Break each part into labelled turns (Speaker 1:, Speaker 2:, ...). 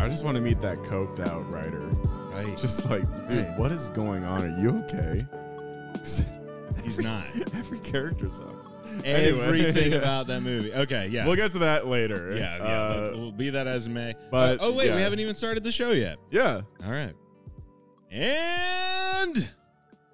Speaker 1: I just want to meet that coked out writer.
Speaker 2: Right.
Speaker 1: Just like, dude,
Speaker 2: Right.
Speaker 1: what is going on? Are you okay?
Speaker 2: He's not.
Speaker 1: Every character's up. Anyway,
Speaker 2: Everything
Speaker 1: yeah.
Speaker 2: about that movie. Okay, yeah.
Speaker 1: We'll get to that later.
Speaker 2: yeah, yeah.
Speaker 1: Uh,
Speaker 2: we'll- we'll be that as it may.
Speaker 1: but,
Speaker 2: Uh, oh wait,
Speaker 1: yeah.
Speaker 2: we haven't even started the show yet.
Speaker 1: yeah.
Speaker 2: All right. And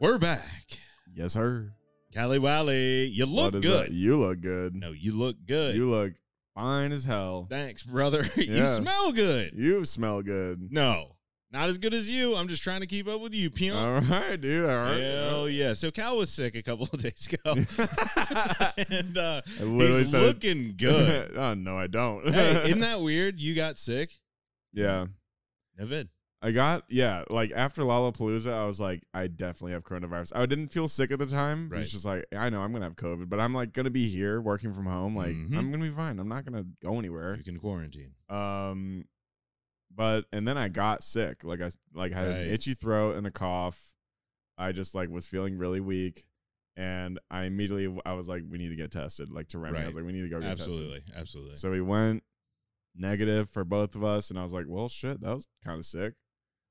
Speaker 2: we're back.
Speaker 1: Yes, sir.
Speaker 2: Callie Wally, you look
Speaker 1: What is
Speaker 2: good.
Speaker 1: up? You look good.
Speaker 2: No, you look good.
Speaker 1: You look fine as hell.
Speaker 2: Thanks, brother.
Speaker 1: Yeah.
Speaker 2: you smell good.
Speaker 1: You smell good.
Speaker 2: No, not as good as you. I'm just trying to keep up with you, pimp.
Speaker 1: All right, dude. All right.
Speaker 2: Hell yeah. So Cal was sick a couple of days ago. and uh,
Speaker 1: I literally
Speaker 2: he's
Speaker 1: said-
Speaker 2: looking good.
Speaker 1: oh no, I don't.
Speaker 2: hey, isn't that weird? You got sick?
Speaker 1: yeah.
Speaker 2: Nevid.
Speaker 1: I got yeah, like after Lollapalooza, I was like, I definitely have coronavirus. I didn't feel sick at the time.
Speaker 2: Right.
Speaker 1: It's just like I know I'm gonna have COVID, but I'm like gonna be here working from home. Like
Speaker 2: Mhm.
Speaker 1: I'm gonna be fine. I'm not gonna go anywhere.
Speaker 2: You can quarantine.
Speaker 1: Um, but and then I got sick. Like I like had
Speaker 2: Right.
Speaker 1: an itchy throat and a cough. I just like was feeling really weak, and I immediately I was like, we need to get tested. Like to Remy, I was
Speaker 2: Right.
Speaker 1: like, we need to go get tested.
Speaker 2: Absolutely. Absolutely.
Speaker 1: So we went negative for both of us, and I was like, well, shit, that was kind of sick.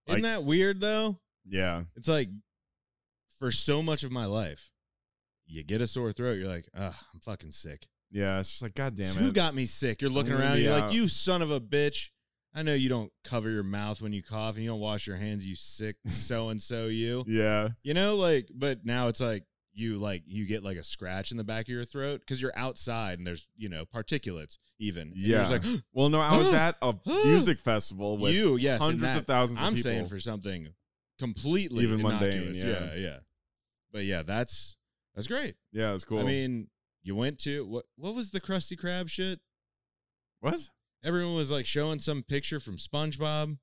Speaker 2: Isn't
Speaker 1: like-
Speaker 2: that weird though?
Speaker 1: Yeah.
Speaker 2: It's like for so much of my life, you get a sore throat, you're like, ugh, I'm fucking sick.
Speaker 1: Yeah, it's just like God damn
Speaker 2: So
Speaker 1: it.
Speaker 2: Who got me sick? You're looking
Speaker 1: I'm gonna
Speaker 2: around,
Speaker 1: be
Speaker 2: you're
Speaker 1: out.
Speaker 2: like, you son of a bitch. I know you don't cover your mouth when you cough and you don't wash your hands, you sick so and so you.
Speaker 1: yeah,
Speaker 2: You know, like, but now it's like you like you get like a scratch in the back of your throat because you're outside and there's you know particulates even. And you're just
Speaker 1: yeah.
Speaker 2: like
Speaker 1: well, no, I was at a music festival with
Speaker 2: you yes, and
Speaker 1: hundreds
Speaker 2: that-
Speaker 1: of thousands of
Speaker 2: I'm
Speaker 1: people.
Speaker 2: saying for something completely
Speaker 1: Even mundane,
Speaker 2: innocuous.
Speaker 1: yeah.
Speaker 2: yeah, yeah. But yeah, that's that's great.
Speaker 1: yeah, it was cool.
Speaker 2: I mean, you went to what? What was the Krusty Krab shit?
Speaker 1: what?
Speaker 2: Everyone was like showing some picture from SpongeBob.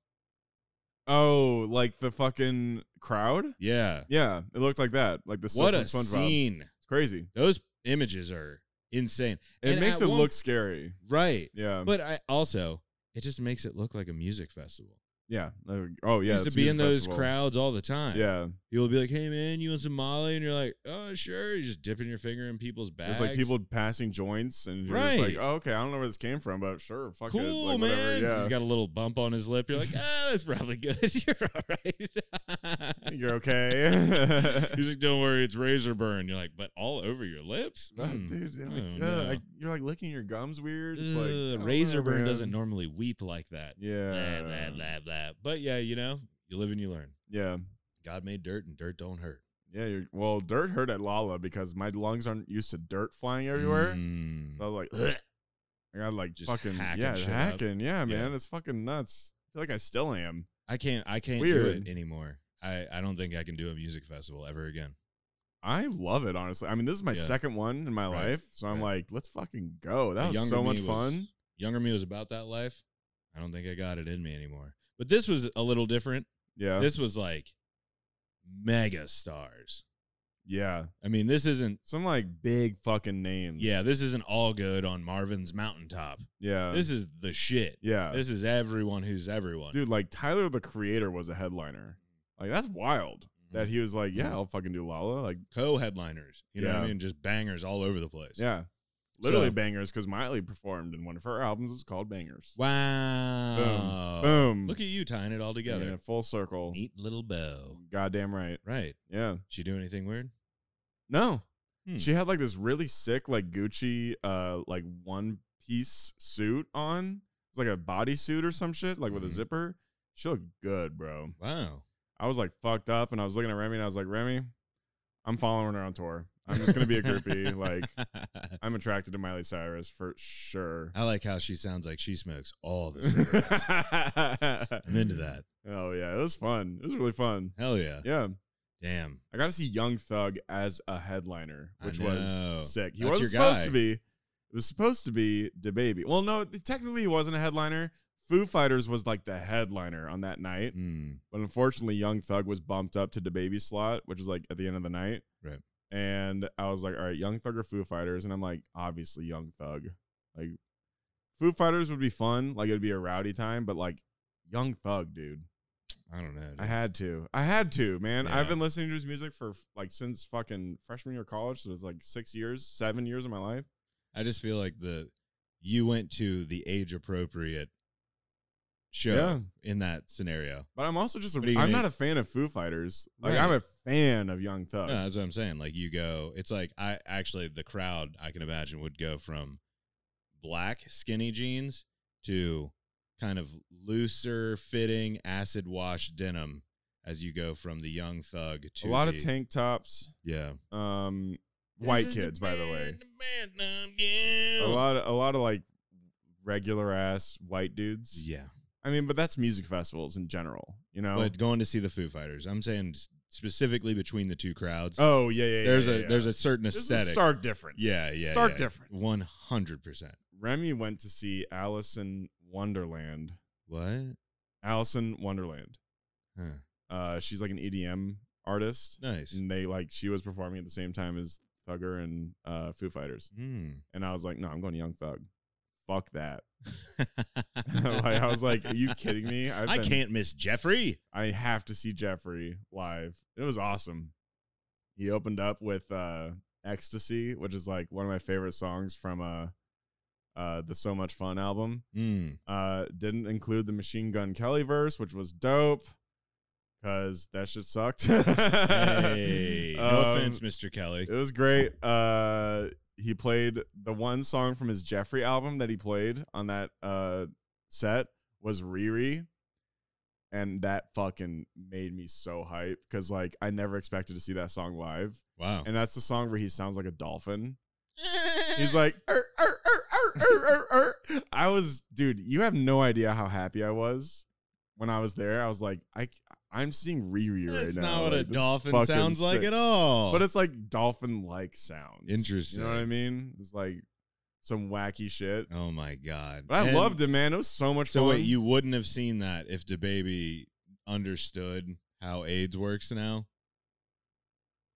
Speaker 1: Oh, like the fucking crowd?
Speaker 2: Yeah,
Speaker 1: Yeah, it looked like that, like the stuff
Speaker 2: what
Speaker 1: from
Speaker 2: a
Speaker 1: SpongeBob.
Speaker 2: scene!
Speaker 1: It's crazy.
Speaker 2: Those images are insane.
Speaker 1: It
Speaker 2: And
Speaker 1: makes
Speaker 2: at
Speaker 1: it
Speaker 2: one-
Speaker 1: look scary.
Speaker 2: right,
Speaker 1: Yeah,
Speaker 2: but I also it just makes it look like a music festival.
Speaker 1: yeah. Uh, Oh yeah,
Speaker 2: used to
Speaker 1: it's a
Speaker 2: be
Speaker 1: music
Speaker 2: in those
Speaker 1: festival.
Speaker 2: crowds all the time.
Speaker 1: Yeah,
Speaker 2: People would be like, "Hey man, you want some Molly?" And you're like, "Oh sure." You're just dipping your finger in people's bags.
Speaker 1: it's like people passing joints, and you're just like,
Speaker 2: Right.
Speaker 1: oh, okay, I don't know where this came from, but sure, fuck it,
Speaker 2: cool,
Speaker 1: like, whatever.
Speaker 2: man.
Speaker 1: Yeah,
Speaker 2: He's got a little bump on his lip. You're like, ah, that's probably good. You're all right.
Speaker 1: you're okay.
Speaker 2: He's like, don't worry, it's razor burn. You're like, but all over your lips,
Speaker 1: Oh,
Speaker 2: Mm.
Speaker 1: dude, that
Speaker 2: I
Speaker 1: makes-
Speaker 2: don't
Speaker 1: yeah,
Speaker 2: know.
Speaker 1: like, you're like licking your gums weird. It's like
Speaker 2: Ugh,
Speaker 1: I don't
Speaker 2: razor
Speaker 1: know,
Speaker 2: burn
Speaker 1: man.
Speaker 2: doesn't normally weep like that. Blah,
Speaker 1: Yeah,
Speaker 2: blah, blah, blah. But yeah, you know, you live and you learn.
Speaker 1: yeah,
Speaker 2: God made dirt, and dirt don't hurt.
Speaker 1: yeah. You're, well, dirt hurt at Lala because my lungs aren't used to dirt flying everywhere,
Speaker 2: Mm.
Speaker 1: so I was like, Ugh. I got like
Speaker 2: Just
Speaker 1: fucking
Speaker 2: hacking
Speaker 1: yeah,
Speaker 2: shit up.
Speaker 1: hacking, yeah, man.
Speaker 2: Yeah.
Speaker 1: It's fucking nuts. I feel like I still am.
Speaker 2: I can't. I can't do
Speaker 1: Weird.
Speaker 2: it anymore. I, I don't think I can do a music festival ever again.
Speaker 1: I love it, honestly. I mean, this is my
Speaker 2: Yeah.
Speaker 1: second one in my
Speaker 2: Right,
Speaker 1: life, so I'm
Speaker 2: right.
Speaker 1: like, let's fucking go.
Speaker 2: The
Speaker 1: That was
Speaker 2: younger
Speaker 1: so
Speaker 2: me
Speaker 1: much
Speaker 2: was-
Speaker 1: fun.
Speaker 2: Younger me was about that life. I don't think I got it in me anymore. But this was a little different.
Speaker 1: Yeah,
Speaker 2: This was like mega stars.
Speaker 1: yeah.
Speaker 2: I mean, this isn't.
Speaker 1: Some like big fucking names.
Speaker 2: Yeah, this isn't all good on Marvin's mountaintop.
Speaker 1: yeah,
Speaker 2: This is the shit.
Speaker 1: yeah.
Speaker 2: This is everyone who's everyone.
Speaker 1: dude like tyler the creator was a headliner like that's wild that he was like yeah i'll fucking do lala like
Speaker 2: Mm-hmm. Co-headliners, you know what
Speaker 1: Yeah.
Speaker 2: I mean? Just bangers all over the place.
Speaker 1: yeah literally
Speaker 2: So-
Speaker 1: bangers because miley performed in one of her albums it's called bangers
Speaker 2: Wow.
Speaker 1: boom
Speaker 2: Look at you tying it all together.
Speaker 1: in a full circle
Speaker 2: Neat little bow.
Speaker 1: goddamn right
Speaker 2: Right.
Speaker 1: yeah
Speaker 2: She do anything weird?
Speaker 1: no
Speaker 2: Hmm.
Speaker 1: she had like this really sick like gucci uh like one piece suit on it's like a bodysuit or some shit like with a
Speaker 2: Mhm.
Speaker 1: zipper she looked good bro
Speaker 2: Wow.
Speaker 1: I was like fucked up and I was looking at Remy and I was like, Remy, I'm following her on tour. I'm just gonna be a groupie. like I'm attracted to Miley Cyrus for sure.
Speaker 2: I like how she sounds like she smokes all the cigarettes. I'm
Speaker 1: I'm
Speaker 2: into that.
Speaker 1: Oh yeah, it was fun. It was really fun.
Speaker 2: Hell yeah.
Speaker 1: Yeah.
Speaker 2: Damn.
Speaker 1: I got to see Young Thug as a headliner,
Speaker 2: I
Speaker 1: which
Speaker 2: know.
Speaker 1: was sick. He
Speaker 2: That's
Speaker 1: wasn't
Speaker 2: your
Speaker 1: supposed
Speaker 2: guy.
Speaker 1: to be. It was supposed to be DaBaby. Well, no, technically he wasn't a headliner. Foo Fighters was like the headliner on that night.
Speaker 2: Mm.
Speaker 1: But unfortunately, Young Thug was bumped up to the baby slot, which was like at the end of the night.
Speaker 2: Right.
Speaker 1: And I was like, all right, Young Thug or Foo Fighters? And I'm like, obviously, Young Thug. Like, Foo Fighters would be fun. Like, it'd be a rowdy time, but like, Young Thug, dude.
Speaker 2: I don't know. dude.
Speaker 1: I had to. I had to, man. I've
Speaker 2: Yeah.
Speaker 1: been listening to his music for like since fucking freshman year of college. So it was like six years, seven years of my life.
Speaker 2: I just feel like the you went to the age appropriate show
Speaker 1: Yeah.
Speaker 2: in that scenario.
Speaker 1: But I'm also just a,
Speaker 2: What are you
Speaker 1: I'm
Speaker 2: gonna-
Speaker 1: not a fan of Foo Fighters. Like
Speaker 2: Right.
Speaker 1: I'm a fan of Young Thug.
Speaker 2: No, that's what I'm saying. Like you go, it's like I actually the crowd I can imagine would go from black skinny jeans to kind of looser fitting acid wash denim as you go from the young thug to
Speaker 1: a lot of
Speaker 2: the-
Speaker 1: tank tops.
Speaker 2: yeah
Speaker 1: Um, white kids, by the um, way. A
Speaker 2: lot
Speaker 1: lot, of, a lot of like regular ass white dudes.
Speaker 2: yeah
Speaker 1: I mean, but that's music festivals in general, you know.
Speaker 2: but going to see the Foo Fighters I'm saying s- specifically between the two crowds
Speaker 1: oh yeah, yeah. yeah,
Speaker 2: there's
Speaker 1: yeah,
Speaker 2: a
Speaker 1: yeah.
Speaker 2: there's a certain
Speaker 1: There's
Speaker 2: aesthetic
Speaker 1: stark difference.
Speaker 2: yeah yeah
Speaker 1: stark
Speaker 2: yeah.
Speaker 1: difference.
Speaker 2: 100 percent
Speaker 1: Remy went to see Alice in Wonderland.
Speaker 2: what
Speaker 1: Alice in Wonderland.
Speaker 2: Huh.
Speaker 1: Uh, she's like an EDM artist.
Speaker 2: nice
Speaker 1: and they like she was performing at the same time as Thugger and uh, Foo Fighters,
Speaker 2: Hmm.
Speaker 1: and I was like, no, I'm going to Young Thug. Fuck that. Like, I was like, are you kidding me? I've
Speaker 2: I
Speaker 1: been-
Speaker 2: can't miss Jeffrey.
Speaker 1: I have to see Jeffrey live. It was awesome. He opened up with uh, "Ecstasy," which is like one of my favorite songs from uh, uh, the So Much Fun album.
Speaker 2: Mm.
Speaker 1: Uh, didn't include the Machine Gun Kelly verse, which was dope. Cause that shit sucked.
Speaker 2: Hey, no
Speaker 1: Um,
Speaker 2: offense, Mr. Kelly.
Speaker 1: It was great. Uh, he played the one song from his Jeffrey album that he played on that uh, set was Riri. And that fucking made me so hype because like I never expected to see that song live.
Speaker 2: Wow.
Speaker 1: And that's the song where he sounds like a dolphin. He's like, "Er, er, er, er, er, er, er." I was, dude, you have no idea how happy I was when I was there. I was like, I, I'm seeing Riri right
Speaker 2: That's
Speaker 1: now.
Speaker 2: not what
Speaker 1: Like,
Speaker 2: a
Speaker 1: that's
Speaker 2: dolphin
Speaker 1: fucking
Speaker 2: sounds like
Speaker 1: sick.
Speaker 2: at all.
Speaker 1: But it's like dolphin like sounds.
Speaker 2: Interesting.
Speaker 1: You know what I mean? It's like some wacky shit.
Speaker 2: oh my god.
Speaker 1: But I
Speaker 2: And
Speaker 1: loved it, man. It was so much
Speaker 2: So
Speaker 1: fun.
Speaker 2: wait, you wouldn't have seen that if DeBaby understood how AIDS works now,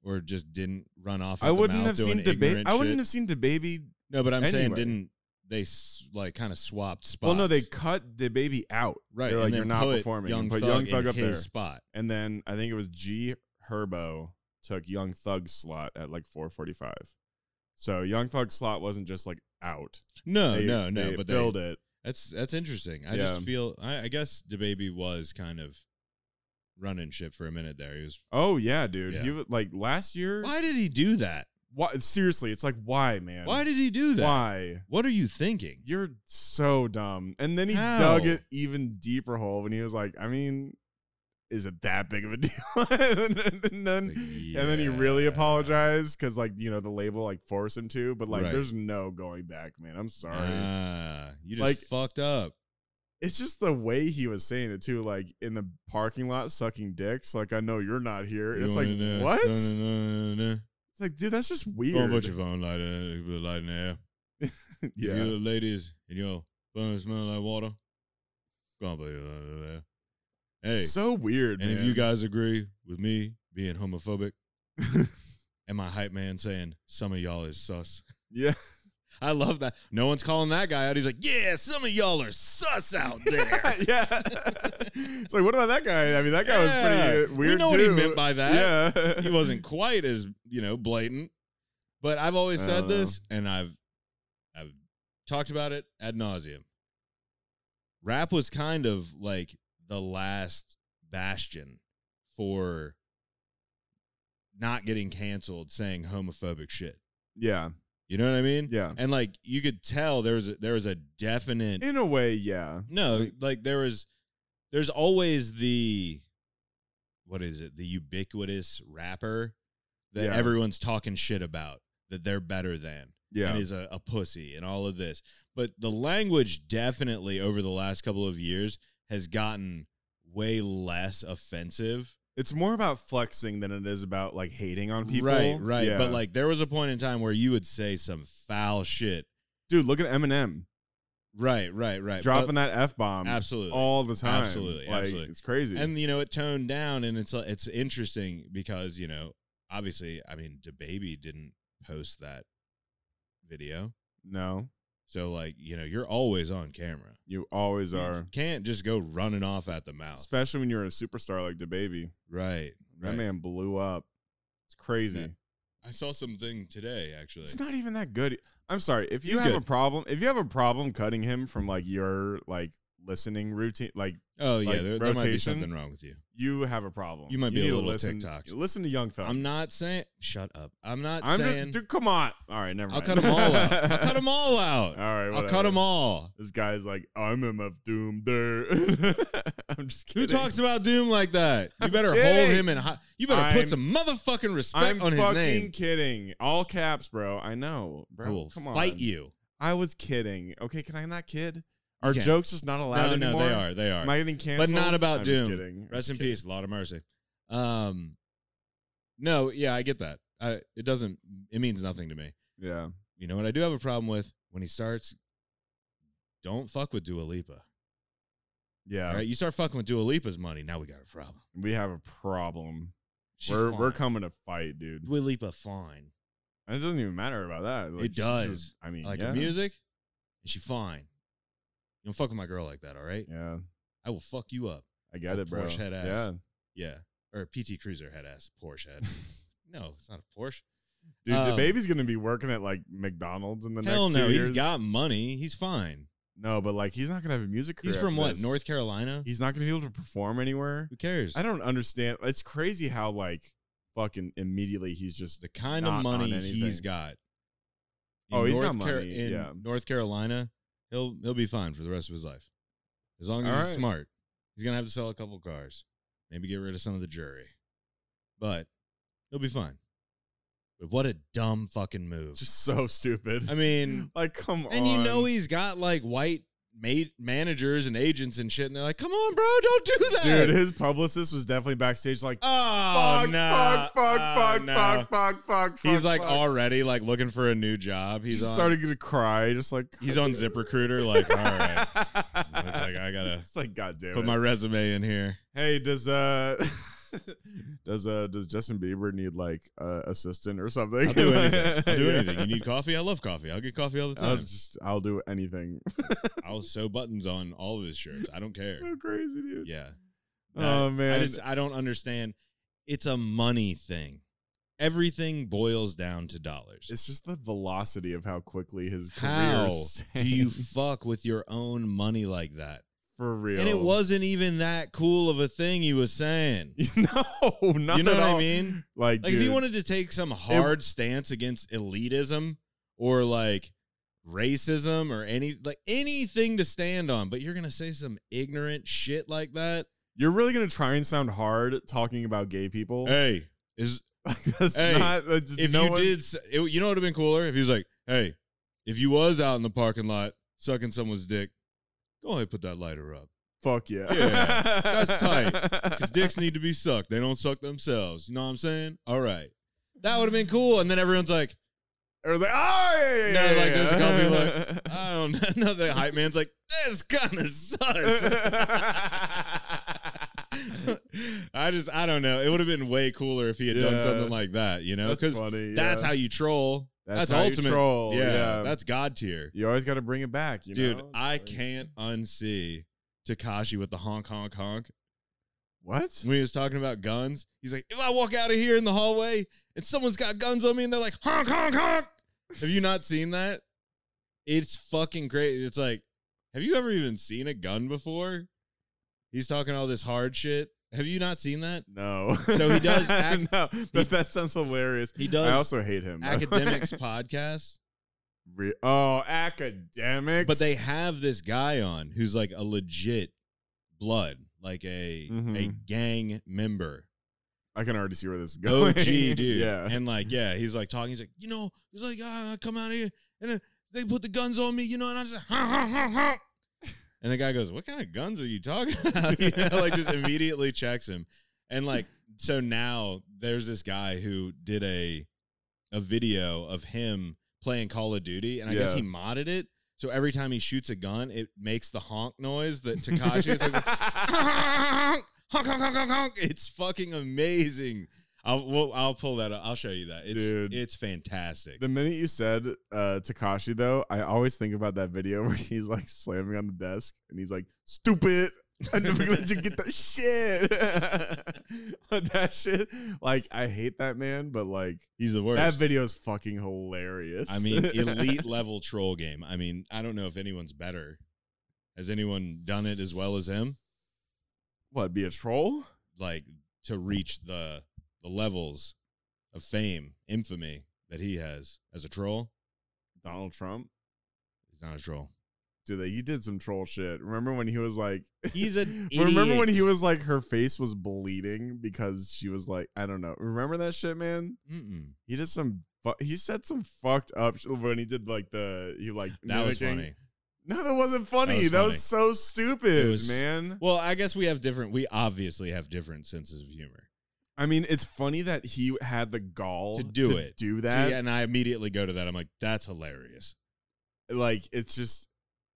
Speaker 2: or just didn't run off. At
Speaker 1: I
Speaker 2: the
Speaker 1: wouldn't
Speaker 2: mouth
Speaker 1: have seen
Speaker 2: doing
Speaker 1: debate.
Speaker 2: ignorant
Speaker 1: I wouldn't
Speaker 2: shit?
Speaker 1: have seen DeBaby.
Speaker 2: No, but I'm saying
Speaker 1: anyway.
Speaker 2: didn't they s- like kind of swapped spots?
Speaker 1: Well, no, they cut DeBaby out,
Speaker 2: right.
Speaker 1: they're
Speaker 2: and
Speaker 1: like,
Speaker 2: then
Speaker 1: "You're not
Speaker 2: put
Speaker 1: performing,"
Speaker 2: Young
Speaker 1: and put
Speaker 2: Thug
Speaker 1: Young
Speaker 2: in
Speaker 1: Thug up
Speaker 2: his
Speaker 1: there.
Speaker 2: Spot.
Speaker 1: and then I think it was G Herbo took Young Thug's slot at like 4:45. So Young Thug's slot wasn't just like out.
Speaker 2: No,
Speaker 1: They-
Speaker 2: Oh, no, no.
Speaker 1: they
Speaker 2: but they,
Speaker 1: filled it.
Speaker 2: That's that's interesting. I just
Speaker 1: Yeah.
Speaker 2: feel I, I guess DeBaby was kind of running shit for a minute there. He was.
Speaker 1: Oh yeah, dude.
Speaker 2: Yeah.
Speaker 1: He was like last year.
Speaker 2: Why did he do that?
Speaker 1: Why- seriously, it's like why, man?
Speaker 2: Why did he do that?
Speaker 1: Why?
Speaker 2: What are you thinking?
Speaker 1: You're so dumb. And then he
Speaker 2: How?
Speaker 1: dug it even deeper hole when he was like, I mean, is it that big of a deal? and then, and then, and then he really
Speaker 2: Yeah.
Speaker 1: apologized because, like, you know, the label like forced him to, but like,
Speaker 2: Right.
Speaker 1: there's no going back, man. I'm sorry.
Speaker 2: Ah, you just
Speaker 1: Like-
Speaker 2: fucked up.
Speaker 1: it's just the way he was saying it too, like in the parking lot sucking dicks. Like, I know you're not here. And it's like,
Speaker 2: Doing it, uh,
Speaker 1: what?
Speaker 2: No, no, no, no, no.
Speaker 1: It's like, dude, that's just
Speaker 2: Don't
Speaker 1: weird.
Speaker 2: put your phone light in, uh, light in the air. If
Speaker 1: yeah.
Speaker 2: you're ladies and your phone smell like water, don't put your light in the air. Hey,
Speaker 1: so weird.
Speaker 2: And if
Speaker 1: man.
Speaker 2: you guys agree with me being homophobic, and my hype man saying some of y'all is sus,
Speaker 1: yeah.
Speaker 2: I love that. No one's calling that guy out. He's like, yeah, some of y'all are sus out there.
Speaker 1: yeah. It's like, what about that guy? I mean, that guy was pretty uh,
Speaker 2: Yeah.
Speaker 1: weird.
Speaker 2: We know what he
Speaker 1: too.
Speaker 2: meant by that.
Speaker 1: Yeah,
Speaker 2: He wasn't quite as you know blatant, but I've always
Speaker 1: I
Speaker 2: said
Speaker 1: don't know.
Speaker 2: this, and I've I've talked about it ad nauseum. Rap was kind of like the last bastion for not getting canceled saying homophobic shit.
Speaker 1: Yeah,
Speaker 2: You know what I mean?
Speaker 1: yeah.
Speaker 2: And like you could tell there was a, there was a definite
Speaker 1: In a way, yeah.
Speaker 2: no, like there was there's always the what is it? The ubiquitous rapper that
Speaker 1: Yeah.
Speaker 2: everyone's talking shit about that they're better than
Speaker 1: Yeah.
Speaker 2: and is a, a pussy and all of this. But the language definitely over the last couple of years has gotten way less offensive.
Speaker 1: It's more about flexing than it is about like hating on people.
Speaker 2: Right, right.
Speaker 1: Yeah.
Speaker 2: But like there was a point in time where you would say some foul shit.
Speaker 1: dude, look at Eminem
Speaker 2: Right, right, right. But-
Speaker 1: dropping that f bomb
Speaker 2: absolutely
Speaker 1: all the time.
Speaker 2: Absolutely,
Speaker 1: like,
Speaker 2: absolutely.
Speaker 1: It's crazy.
Speaker 2: and you know it toned down and it's uh, it's interesting because you know obviously i mean DaBaby didn't post that video
Speaker 1: no,
Speaker 2: so like you know you're always on camera
Speaker 1: you always are,
Speaker 2: you can't just go running off at the mouth
Speaker 1: especially when you're a superstar like the baby.
Speaker 2: right,
Speaker 1: That
Speaker 2: right.
Speaker 1: man blew up. It's crazy.
Speaker 2: Yeah. i saw something today actually
Speaker 1: It's not even that good. I'm sorry. If you
Speaker 2: He's
Speaker 1: have a
Speaker 2: good.
Speaker 1: problem, if you have a problem cutting him from like your like listening routine, like
Speaker 2: Oh yeah,
Speaker 1: Like,
Speaker 2: there, there might be
Speaker 1: rotation?
Speaker 2: something wrong with you.
Speaker 1: you have a problem.
Speaker 2: You might be a
Speaker 1: need to
Speaker 2: little
Speaker 1: listen,
Speaker 2: TikTok.
Speaker 1: Listen to Young Thug.
Speaker 2: I'm not saying. Shut up. I'm not
Speaker 1: I'm
Speaker 2: saying.
Speaker 1: just, dude, come on. All right, never
Speaker 2: I'll
Speaker 1: mind.
Speaker 2: cut them all out. I'll cut them all out.
Speaker 1: All right,
Speaker 2: I'll cut them
Speaker 1: whatever.
Speaker 2: all.
Speaker 1: This guy's like, I'm MF Doom. There. I'm just
Speaker 2: Who
Speaker 1: kidding.
Speaker 2: talks about Doom like that? You
Speaker 1: I'm
Speaker 2: better hold
Speaker 1: kidding.
Speaker 2: him in. High, you better
Speaker 1: I'm-
Speaker 2: put some motherfucking respect
Speaker 1: I'm
Speaker 2: on his
Speaker 1: fucking
Speaker 2: name.
Speaker 1: kidding. All caps, bro. I know, bro.
Speaker 2: I will
Speaker 1: Come on.
Speaker 2: fight you.
Speaker 1: I was kidding. Okay, can I not kid? Are
Speaker 2: can.
Speaker 1: jokes just not allowed
Speaker 2: No, no,
Speaker 1: anymore?
Speaker 2: they are. They are.
Speaker 1: Am I getting
Speaker 2: but
Speaker 1: canceled?
Speaker 2: not about
Speaker 1: I'm
Speaker 2: Doom.
Speaker 1: Just kidding.
Speaker 2: Rest in
Speaker 1: Kidding.
Speaker 2: peace. Lord of mercy. Um, no, yeah, I get that. I, it doesn't. It means nothing to me.
Speaker 1: Yeah.
Speaker 2: You know what I do have a problem with when he starts. Don't fuck with Dua Lipa.
Speaker 1: Yeah.
Speaker 2: All right, you start fucking with Dua Lipa's money. Now we got a problem.
Speaker 1: We have a problem.
Speaker 2: She's
Speaker 1: we're we're
Speaker 2: fine.
Speaker 1: coming to fight, dude.
Speaker 2: Dua Lipa fine.
Speaker 1: And it doesn't even matter about that. Like, she's
Speaker 2: does.
Speaker 1: just- I mean,
Speaker 2: I like
Speaker 1: yeah.
Speaker 2: her music, and she fine. You don't fuck with my girl like that, all right?
Speaker 1: Yeah,
Speaker 2: I will fuck you up.
Speaker 1: I get
Speaker 2: Her
Speaker 1: it, bro.
Speaker 2: Porsche head ass.
Speaker 1: Yeah,
Speaker 2: Yeah. Or PT Cruiser head ass Porsche head. no, it's not a Porsche.
Speaker 1: dude,
Speaker 2: Um,
Speaker 1: the baby's gonna be working at like McDonald's in the
Speaker 2: Hell
Speaker 1: next two
Speaker 2: no,
Speaker 1: years.
Speaker 2: he's got money. He's fine.
Speaker 1: no, but like he's not gonna have a music career.
Speaker 2: He's from
Speaker 1: after
Speaker 2: what?
Speaker 1: this.
Speaker 2: North Carolina?
Speaker 1: He's not gonna be able to perform anywhere.
Speaker 2: Who cares?
Speaker 1: I don't understand. It's crazy how like fucking immediately he's just
Speaker 2: the kind
Speaker 1: Not
Speaker 2: of
Speaker 1: on
Speaker 2: money he's
Speaker 1: anything.
Speaker 2: got.
Speaker 1: Oh, he's got
Speaker 2: North Car-
Speaker 1: money,
Speaker 2: in
Speaker 1: yeah.
Speaker 2: North Carolina, he'll he'll be fine for the rest of his life, as long as
Speaker 1: All
Speaker 2: he's
Speaker 1: right.
Speaker 2: smart. He's gonna have to sell a couple cars, maybe get rid of some of the jury, but he'll be fine. But what a dumb fucking move!
Speaker 1: just so stupid.
Speaker 2: I mean,
Speaker 1: like come on.
Speaker 2: and you know he's got like white mate managers and agents and shit, and they're like, "Come on, bro, don't do that,
Speaker 1: dude, his publicist was definitely backstage like.
Speaker 2: Oh
Speaker 1: fuck,
Speaker 2: no!
Speaker 1: fuck, fuck,
Speaker 2: Oh,
Speaker 1: fuck,
Speaker 2: no.
Speaker 1: fuck, fuck, fuck,
Speaker 2: He's
Speaker 1: fuck,
Speaker 2: like
Speaker 1: fuck.
Speaker 2: already like looking for a new job. He's
Speaker 1: He's
Speaker 2: on,
Speaker 1: starting to cry, just like
Speaker 2: He's on ZipRecruiter, like, all right. Looks like I gotta
Speaker 1: It's like, God damn
Speaker 2: put
Speaker 1: it.
Speaker 2: my resume in here.
Speaker 1: hey, does uh, does uh, does Justin Bieber need like uh, assistant or something?
Speaker 2: I'll do anything. I'll do
Speaker 1: Yeah.
Speaker 2: anything. You need coffee? I love coffee. I'll get coffee all the
Speaker 1: I'll
Speaker 2: time.
Speaker 1: just, I'll do anything.
Speaker 2: I'll sew buttons on all of his shirts. I don't care.
Speaker 1: so crazy, dude.
Speaker 2: Yeah.
Speaker 1: oh
Speaker 2: That-
Speaker 1: man,
Speaker 2: I just I don't understand. It's a money thing. Everything boils down to dollars.
Speaker 1: it's just the velocity of how quickly his career.
Speaker 2: How do you
Speaker 1: sank.
Speaker 2: fuck with your own money like that?
Speaker 1: for real?
Speaker 2: And it wasn't even that cool of a thing he was saying.
Speaker 1: no, not
Speaker 2: you know
Speaker 1: at
Speaker 2: what I
Speaker 1: all.
Speaker 2: mean?
Speaker 1: Like,
Speaker 2: Like
Speaker 1: dude,
Speaker 2: if he wanted to take some hard stance against elitism or like racism or any like anything to stand on, but you're gonna say some ignorant shit like that.
Speaker 1: you're really gonna try and sound hard talking about gay people.
Speaker 2: Hey, is
Speaker 1: Like, that's
Speaker 2: Eh. Hey,
Speaker 1: not. That's,
Speaker 2: if
Speaker 1: no
Speaker 2: you
Speaker 1: one-
Speaker 2: did, s- it, you know what would have been cooler if he was like, hey, if you was out in the parking lot sucking someone's dick, go ahead and put that lighter up.
Speaker 1: fuck yeah,
Speaker 2: Yeah, that's tight. Because
Speaker 1: tight.
Speaker 2: dicks need to be sucked. They don't suck themselves. You know what I'm saying? All right. That would have been cool. And then everyone's like,
Speaker 1: Or like, oh yeah, yeah,
Speaker 2: No,
Speaker 1: yeah,
Speaker 2: like, there's a Ah, couple
Speaker 1: yeah.
Speaker 2: I don't know. No, the hype man's like, this kind of sucks. I just, I don't know. It would have been way cooler if he had done
Speaker 1: Yeah.
Speaker 2: something like that, you know?
Speaker 1: that's
Speaker 2: Because
Speaker 1: funny. Yeah.
Speaker 2: that's how you troll. That's,
Speaker 1: That's how you
Speaker 2: ultimate.
Speaker 1: troll,
Speaker 2: Yeah,
Speaker 1: yeah.
Speaker 2: that's God tier.
Speaker 1: you always got to bring it back, you
Speaker 2: Dude,
Speaker 1: know?
Speaker 2: I
Speaker 1: Like-
Speaker 2: can't unsee Takashi with the honk, honk, honk.
Speaker 1: What?
Speaker 2: When he was talking about guns, he's like, if I walk out of here in the hallway and someone's got guns on me and they're like, honk, honk, honk. Have you not seen that? It's fucking great. It's like, have you ever even seen a gun before? He's talking all this hard shit. Have you not seen that?
Speaker 1: No.
Speaker 2: So he does ac-
Speaker 1: no, but that sounds hilarious.
Speaker 2: He
Speaker 1: I
Speaker 2: does
Speaker 1: also hate him. by the
Speaker 2: academics
Speaker 1: way.
Speaker 2: podcasts.
Speaker 1: Re- oh, academics.
Speaker 2: but they have this guy on who's like a legit blood, like a a
Speaker 1: Mhm.
Speaker 2: gang member,
Speaker 1: I can already see where this is going.
Speaker 2: OG dude.
Speaker 1: yeah.
Speaker 2: and like yeah, he's like talking. He's like, you know, he's like, ah, I come out here and uh, they put the guns on me, you know, and I just. "Honk, honk, honk, honk." And the guy goes, "What kind of guns are you talking about?" You know, like just immediately checks him, and like so now there's this guy who did a a video of him playing Call of Duty, and I guess
Speaker 1: Yeah.
Speaker 2: he modded it. So every time he shoots a gun, it makes the honk noise that Takashi is like, honk, honk, honk, honk, honk, honk. It's fucking amazing. I'll we'll, I'll pull that up. I'll show you that. It's
Speaker 1: Dude.
Speaker 2: it's fantastic.
Speaker 1: The minute you said uh, Takashi, though, I always think about that video where he's like slamming on the desk and he's like, "Stupid, I never let you get that shit." that shit, like, I hate that man, but like
Speaker 2: He's the worst.
Speaker 1: that video is fucking hilarious.
Speaker 2: I mean, elite level troll game. I mean, I don't know if anyone's better Has anyone done it as well as him?
Speaker 1: What, be a troll?
Speaker 2: Like to reach the the levels of fame, infamy that he has as a troll?
Speaker 1: Donald Trump?
Speaker 2: He's not a troll.
Speaker 1: Dude, he did some troll shit. Remember when he was like,
Speaker 2: He's an idiot.
Speaker 1: remember when he was like, her face was bleeding because she was like, I don't know. Remember that shit, man?
Speaker 2: Mm-mm.
Speaker 1: He did some. Fu- he said some fucked up shit when he did like the he like
Speaker 2: That was
Speaker 1: mimicking-
Speaker 2: funny.
Speaker 1: No, that wasn't funny. That was, so stupid,
Speaker 2: It was-
Speaker 1: man.
Speaker 2: Well, I guess we have different. We obviously have different senses of humor.
Speaker 1: I mean, it's funny that he had the gall
Speaker 2: To do it.
Speaker 1: Do
Speaker 2: See,
Speaker 1: that.
Speaker 2: and I immediately go to that. I'm like, that's hilarious.
Speaker 1: Like it's just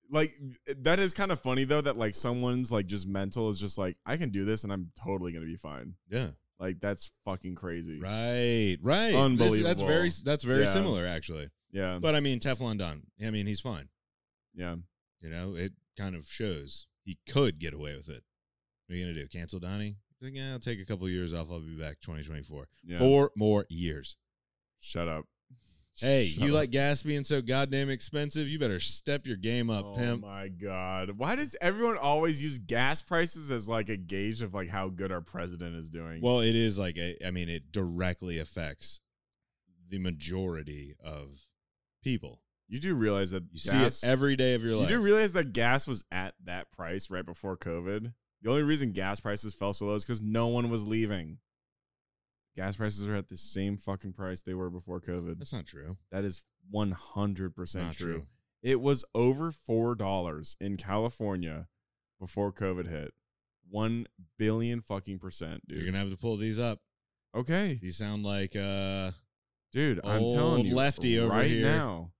Speaker 1: like that is kind of funny though that like someone's like just mental is just like I can do this and I'm totally gonna be fine.
Speaker 2: Yeah.
Speaker 1: Like that's fucking crazy.
Speaker 2: Right. Right. This- That's
Speaker 1: Unbelievable.
Speaker 2: very. That's very
Speaker 1: Yeah. Um,
Speaker 2: similar, actually.
Speaker 1: Yeah.
Speaker 2: But I mean, Teflon Don. I mean, he's fine.
Speaker 1: yeah.
Speaker 2: You know, it kind of shows he could get away with it. What are you gonna do? Cancel Donnie? He's like, yeah, I'll take a couple years off. I'll be back 2024.
Speaker 1: Yeah.
Speaker 2: Four more years.
Speaker 1: Shut up.
Speaker 2: Hey,
Speaker 1: Shut
Speaker 2: you
Speaker 1: up.
Speaker 2: like gas being so goddamn expensive? You better step your game up,
Speaker 1: oh
Speaker 2: pimp.
Speaker 1: my god. Why does everyone always use gas prices as like a gauge of like how good our president is doing?
Speaker 2: Well, it is like a, I mean, it directly affects the majority of people.
Speaker 1: you do realize that
Speaker 2: You
Speaker 1: gas-
Speaker 2: see it every day of your life.
Speaker 1: You do realize that gas was at that price right before COVID. The only reason gas prices fell so low is because no one was leaving. Gas prices are at the same fucking price they were before COVID.
Speaker 2: That's not true.
Speaker 1: That is 100%
Speaker 2: Not
Speaker 1: true.
Speaker 2: true.
Speaker 1: It was over $4 in California before COVID hit. 1 billion fucking percent, dude.
Speaker 2: You're gonna have to pull these up.
Speaker 1: okay.
Speaker 2: These sound like uh
Speaker 1: Dude, I'm telling
Speaker 2: Old
Speaker 1: you.
Speaker 2: lefty over
Speaker 1: right
Speaker 2: here.
Speaker 1: now.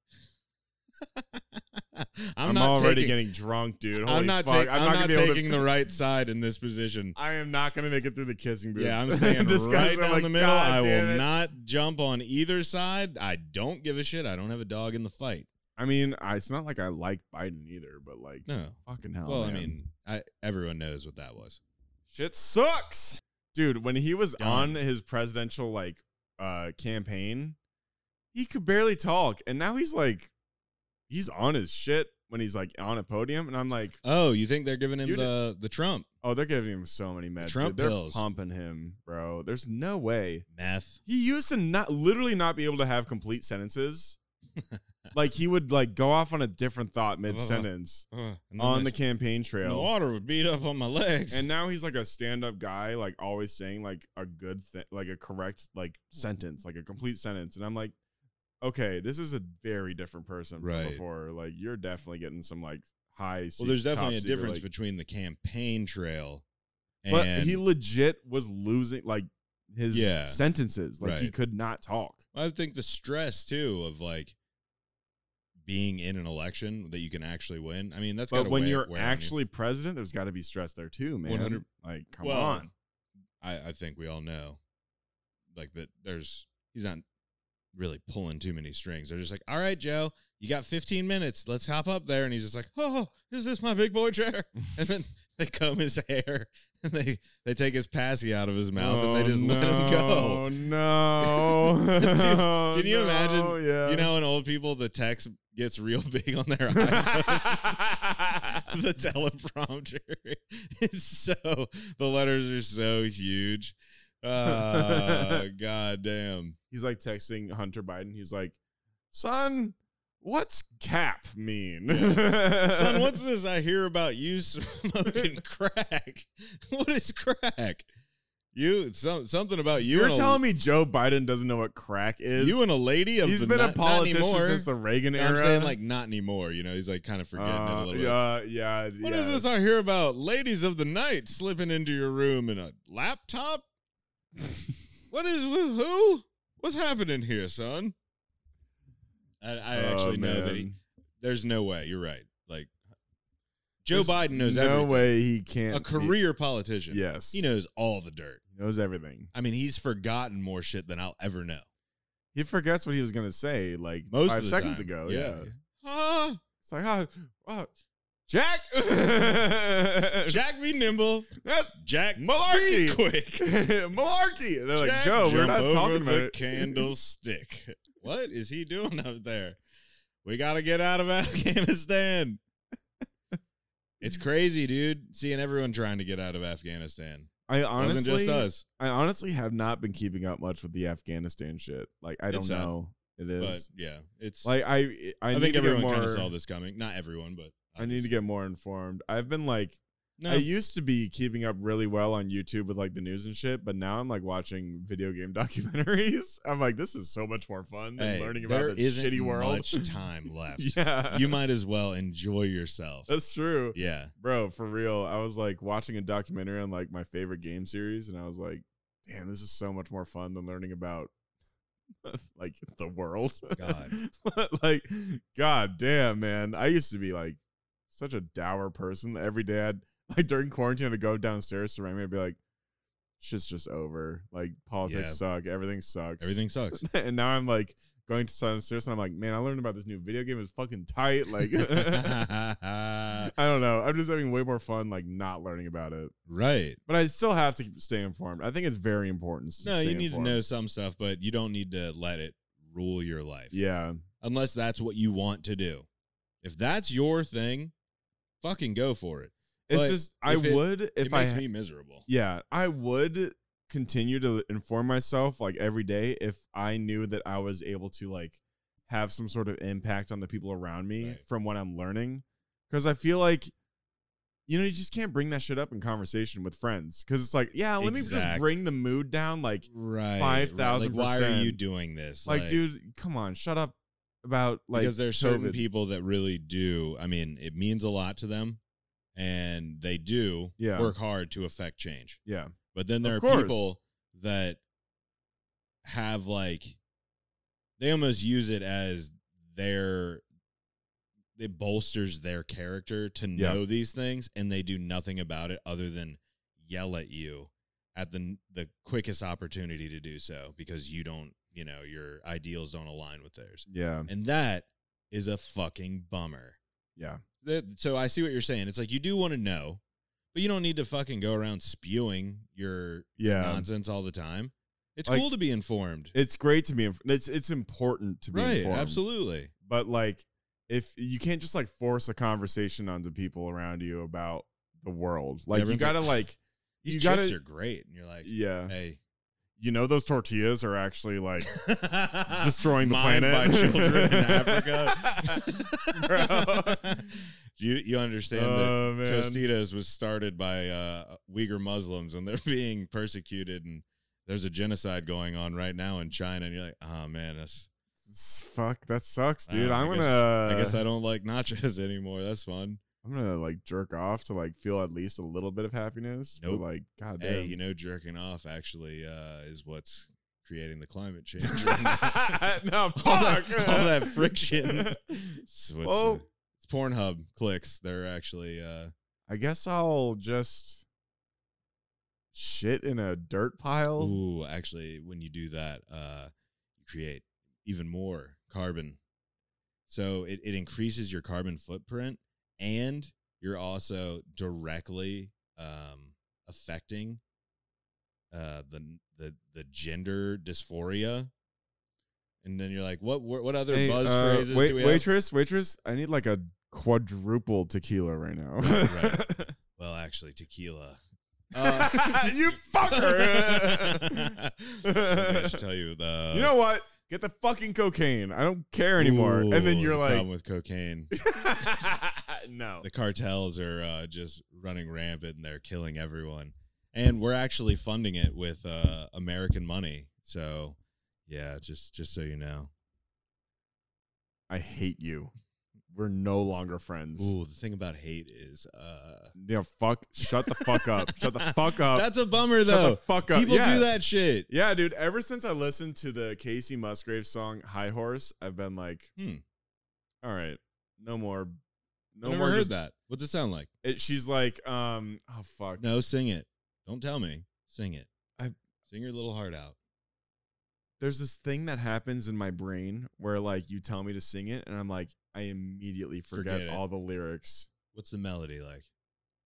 Speaker 2: I'm,
Speaker 1: I'm,
Speaker 2: not
Speaker 1: already
Speaker 2: taking,
Speaker 1: getting drunk, dude. Holy
Speaker 2: I'm not,
Speaker 1: fuck.
Speaker 2: take- I'm
Speaker 1: I'm, not,
Speaker 2: not
Speaker 1: gonna be able to-
Speaker 2: taking the right side in this position.
Speaker 1: I am not gonna make it through the kissing booth.
Speaker 2: Yeah, I'm staying right
Speaker 1: Discussion,
Speaker 2: down
Speaker 1: I'm like,
Speaker 2: the middle.
Speaker 1: "God
Speaker 2: I
Speaker 1: damn
Speaker 2: will
Speaker 1: it."
Speaker 2: not jump on either side. I don't give a shit. I don't have a dog in the fight.
Speaker 1: I mean, I, it's not like I like Biden either, but like,
Speaker 2: No.
Speaker 1: fucking hell.
Speaker 2: well,
Speaker 1: Oh, man.
Speaker 2: I mean, I, everyone knows what that was.
Speaker 1: shit sucks, dude. When he was
Speaker 2: Done.
Speaker 1: on his presidential like uh campaign, he could barely talk, and now he's like, he's on his shit when he's like on a podium, and I'm like,
Speaker 2: Oh, you think they're giving him
Speaker 1: You did-
Speaker 2: the the Trump
Speaker 1: oh, they're giving him so many meds.
Speaker 2: Trump
Speaker 1: dude. They're
Speaker 2: pills.
Speaker 1: pumping him, bro. There's no way.
Speaker 2: meth?
Speaker 1: He used to not literally not be able to have complete sentences. like he would like go off on a different thought mid sentence on the campaign trail.
Speaker 2: water would beat up on my legs.
Speaker 1: And now he's like a stand-up guy, like always saying like a good thing, like a correct like sentence, like a complete sentence. And I'm like, okay, this is a very different person from
Speaker 2: Right.
Speaker 1: before. Like you're definitely getting some like high.
Speaker 2: well,
Speaker 1: sec-
Speaker 2: there's
Speaker 1: top
Speaker 2: definitely a
Speaker 1: secret,
Speaker 2: difference
Speaker 1: like-
Speaker 2: between the campaign trail. And
Speaker 1: but he legit was losing like his
Speaker 2: Yeah.
Speaker 1: sentences. Like he
Speaker 2: Right.
Speaker 1: could not talk.
Speaker 2: I think the stress too of like being in an election that you can actually win. I mean, that's
Speaker 1: But
Speaker 2: gotta
Speaker 1: when
Speaker 2: weigh-
Speaker 1: you're
Speaker 2: weigh on you.
Speaker 1: actually president, there's got to be stress there too, man.
Speaker 2: 100
Speaker 1: Like, come
Speaker 2: Well,
Speaker 1: on.
Speaker 2: I, I think we all know, like that. There's he's not really pulling too many strings. They're just like, all right, Joe, you got 15 minutes. Let's hop up there, and he's just like, oh, is this my big boy chair? And then they comb his hair, and they they take his passy out of his mouth, and they just let him go.
Speaker 1: Oh no! no.
Speaker 2: Dude, can you
Speaker 1: No,
Speaker 2: imagine,
Speaker 1: Yeah.
Speaker 2: You know, when old people, the text gets real big on their iPhone. the teleprompter is so the letters are so huge. Uh, God damn.
Speaker 1: he's like texting Hunter Biden. He's like, "Son, what's cap mean?
Speaker 2: Son, what's this I hear about you smoking crack? What is crack? You some, something about you.
Speaker 1: You're
Speaker 2: and
Speaker 1: telling
Speaker 2: a,
Speaker 1: me Joe Biden doesn't know what crack is?
Speaker 2: you and a lady of
Speaker 1: he's
Speaker 2: the
Speaker 1: been
Speaker 2: not,
Speaker 1: a
Speaker 2: not
Speaker 1: politician
Speaker 2: anymore.
Speaker 1: since the Reagan
Speaker 2: No,
Speaker 1: era.
Speaker 2: I'm saying like not anymore. You know, he's like kind of forgetting it a
Speaker 1: Uh,
Speaker 2: little bit.
Speaker 1: yeah, yeah,
Speaker 2: What
Speaker 1: yeah.
Speaker 2: is this I hear about ladies of the night slipping into your room in a laptop? what is who- who? What's happening here, son? I, I
Speaker 1: Oh,
Speaker 2: actually know that he,
Speaker 1: man.
Speaker 2: there's no way. You're right. Like Joe
Speaker 1: There's
Speaker 2: Biden knows
Speaker 1: no
Speaker 2: everything.
Speaker 1: way he can't
Speaker 2: A
Speaker 1: be-
Speaker 2: career politician.
Speaker 1: Yes,
Speaker 2: He knows all the dirt.
Speaker 1: He knows everything.
Speaker 2: I mean, he's forgotten more shit than I'll ever know.
Speaker 1: He forgets what he was gonna say like
Speaker 2: Most
Speaker 1: five
Speaker 2: of the
Speaker 1: seconds
Speaker 2: time.
Speaker 1: ago. Yeah.
Speaker 2: Ah,
Speaker 1: it's like, ah, ah, Jack, Jack,
Speaker 2: Jack be nimble.
Speaker 1: that's
Speaker 2: Jack be
Speaker 1: Malarkey.
Speaker 2: quick.
Speaker 1: malarkey. And they're like,
Speaker 2: Jack,
Speaker 1: Joe, we're
Speaker 2: jump
Speaker 1: not
Speaker 2: over
Speaker 1: talking
Speaker 2: the
Speaker 1: about it.
Speaker 2: candlestick. what is he doing up there? We got to get out of Afghanistan. It's crazy, dude. Seeing everyone trying to get out of Afghanistan.
Speaker 1: I
Speaker 2: It wasn't
Speaker 1: honestly,
Speaker 2: just us.
Speaker 1: I honestly have not been keeping up much with the Afghanistan shit. Like I don't
Speaker 2: It's sad,
Speaker 1: know. It
Speaker 2: But
Speaker 1: is
Speaker 2: yeah, it's
Speaker 1: like I I,
Speaker 2: I,
Speaker 1: need
Speaker 2: think
Speaker 1: to get
Speaker 2: everyone kind
Speaker 1: more.
Speaker 2: of saw this coming. Not everyone, but
Speaker 1: I need to get more informed. I've been like
Speaker 2: No,
Speaker 1: I used to be keeping up really well on YouTube with like the news and shit, but now I'm like watching video game documentaries. I'm like, this is so much more fun than
Speaker 2: hey,
Speaker 1: learning about
Speaker 2: there
Speaker 1: the
Speaker 2: isn't
Speaker 1: shitty world.
Speaker 2: Much time left.
Speaker 1: yeah,
Speaker 2: You might as well enjoy yourself.
Speaker 1: that's true,
Speaker 2: yeah,
Speaker 1: bro. For real, I was like watching a documentary on like my favorite game series, and I was like, damn, this is so much more fun than learning about like the world.
Speaker 2: God.
Speaker 1: like, god damn, man. I used to be like such a dour person. Every day I'd like during quarantine I'd go downstairs to Remy and be like, shit's just over. Like politics suck, everything sucks.
Speaker 2: everything sucks.
Speaker 1: and now I'm like going to downstairs and I'm like, man, I learned about this new video game. It's fucking tight. Like I don't know. I'm just having way more fun like not learning about it.
Speaker 2: right.
Speaker 1: But I still have to stay informed. I think it's very important to
Speaker 2: No,
Speaker 1: stay
Speaker 2: you need
Speaker 1: informed.
Speaker 2: to know some stuff, but you don't need to let it rule your life.
Speaker 1: Yeah.
Speaker 2: Unless that's what you want to do. If that's your thing, fucking go for it.
Speaker 1: It's
Speaker 2: But
Speaker 1: just I
Speaker 2: if it-
Speaker 1: would if
Speaker 2: it
Speaker 1: I
Speaker 2: makes me miserable.
Speaker 1: Yeah, I would continue to inform myself like every day if I knew that I was able to like have some sort of impact on the people around me
Speaker 2: Right.
Speaker 1: from what I'm learning. Cause I feel like, you know, you just can't bring that shit up in conversation with friends. Cause it's like, yeah, let me just
Speaker 2: Exact-
Speaker 1: bring the mood down. Like,
Speaker 2: Right.
Speaker 1: 5,000%.
Speaker 2: Like, why are you doing this?
Speaker 1: like, dude, come on, shut up about like
Speaker 2: because there's certain
Speaker 1: COVID.
Speaker 2: people that really do. I mean, it means a lot to them, and they do
Speaker 1: Yeah.
Speaker 2: work hard to affect change.
Speaker 1: Yeah.
Speaker 2: But then there
Speaker 1: Of
Speaker 2: are
Speaker 1: course.
Speaker 2: people that have like they almost use it as their it bolsters their character to
Speaker 1: Yeah.
Speaker 2: know these things and they do nothing about it other than yell at you at the the quickest opportunity to do so because you don't, you know, your ideals don't align with theirs.
Speaker 1: Yeah.
Speaker 2: And that is a fucking bummer.
Speaker 1: Yeah.
Speaker 2: That, so I see what you're saying. It's like you do want to know, but you don't need to fucking go around spewing your
Speaker 1: Yeah.
Speaker 2: nonsense all the time. It's
Speaker 1: Like-
Speaker 2: cool to be informed.
Speaker 1: It's great to be inf- it's it's important to be
Speaker 2: right,
Speaker 1: informed.
Speaker 2: absolutely.
Speaker 1: but like if you can't just like force a conversation onto people around you about the world like you
Speaker 2: Everyone's
Speaker 1: gotta
Speaker 2: like,
Speaker 1: like
Speaker 2: These
Speaker 1: you
Speaker 2: chips
Speaker 1: gotta
Speaker 2: are great. And you're like,
Speaker 1: yeah
Speaker 2: hey.
Speaker 1: you know those tortillas are actually like
Speaker 2: destroying
Speaker 1: destroying the
Speaker 2: By
Speaker 1: planet.
Speaker 2: children in Africa.
Speaker 1: Bro.
Speaker 2: you, you understand that
Speaker 1: oh man
Speaker 2: Tostitos was started by uh, Uyghur Muslims, and they're being persecuted, and there's a genocide going on right now in China. And you're like, oh man, that's
Speaker 1: S- fuck that sucks dude
Speaker 2: Uh, I
Speaker 1: i'm
Speaker 2: guess-
Speaker 1: gonna
Speaker 2: I guess I don't like nachos anymore. That's fun.
Speaker 1: i'm gonna like jerk off to like feel at least a little bit of happiness
Speaker 2: Nope.
Speaker 1: but like god damn
Speaker 2: Hey, you know, jerking off actually uh, is what's creating the climate change. right now.
Speaker 1: no fuck.
Speaker 2: all, that, all that friction. It's, what's,
Speaker 1: Well-
Speaker 2: uh, it's Pornhub clicks. They're actually uh,
Speaker 1: i guess i'll just shit in a dirt pile
Speaker 2: Ooh, actually, when you do that, uh, you create even more carbon. So it, it increases your carbon footprint, and you're also directly um, affecting uh, the the the gender dysphoria. And then you're like, what what, what other
Speaker 1: Hey,
Speaker 2: buzz
Speaker 1: uh,
Speaker 2: phrases
Speaker 1: wait-
Speaker 2: do we have?
Speaker 1: waitress, waitress, I need like a quadruple tequila right now.
Speaker 2: Right, Well, actually, tequila. Uh,
Speaker 1: you fucker!
Speaker 2: Okay, I should tell you the
Speaker 1: you know what? Get the fucking cocaine. I don't care anymore. and then
Speaker 2: Ooh,
Speaker 1: you're
Speaker 2: the
Speaker 1: like,
Speaker 2: problem with cocaine.
Speaker 1: no.
Speaker 2: The cartels are uh, just running rampant and they're killing everyone. And we're actually funding it with uh, American money. So, yeah, just just so you know.
Speaker 1: I hate you. We're no longer friends.
Speaker 2: Ooh, the thing about hate is, uh,
Speaker 1: Yeah, fuck. Shut the fuck up. Shut the fuck up.
Speaker 2: that's a bummer
Speaker 1: Shut
Speaker 2: though.
Speaker 1: the fuck up.
Speaker 2: People
Speaker 1: yeah.
Speaker 2: do that shit.
Speaker 1: Yeah, dude. Ever since I listened to the Casey Musgrave song "High Horse," I've been like,
Speaker 2: Hmm.
Speaker 1: all right, no more, no
Speaker 2: I never
Speaker 1: more.
Speaker 2: heard
Speaker 1: just-
Speaker 2: that. What's it sound like?
Speaker 1: It, she's like, um, oh fuck,
Speaker 2: No, sing it. Don't tell me. Sing it.
Speaker 1: I-
Speaker 2: sing your little heart out.
Speaker 1: there's this thing that happens in my brain where like you tell me to sing it, and I'm like, I immediately forget,
Speaker 2: Forget it.
Speaker 1: all the lyrics.
Speaker 2: What's the melody like?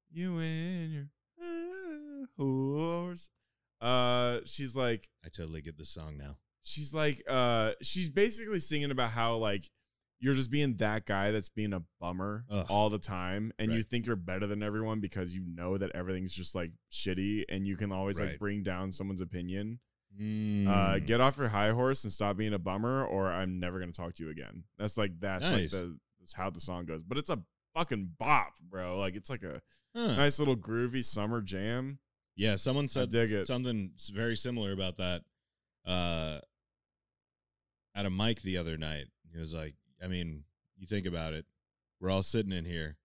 Speaker 1: You and your high horse. Uh, she's like,
Speaker 2: I totally get the song now.
Speaker 1: she's like, uh, she's basically singing about how like you're just being that guy that's being a bummer
Speaker 2: Ugh.
Speaker 1: all the time and you
Speaker 2: Right.
Speaker 1: think you're better than everyone because you know that everything's just like shitty and you can always
Speaker 2: Right.
Speaker 1: like bring down someone's opinion uh,
Speaker 2: Mm.
Speaker 1: get off your high horse and stop being a bummer or i'm never going to talk to you again that's like that's like
Speaker 2: Nice.
Speaker 1: the that's how the song goes but it's a fucking bop bro like it's like a
Speaker 2: Huh.
Speaker 1: nice little groovy summer jam
Speaker 2: Yeah, someone
Speaker 1: i
Speaker 2: said
Speaker 1: dig it
Speaker 2: something s- very similar about that uh, at a mic the other night. He was like, I mean, you think about it. We're all sitting in here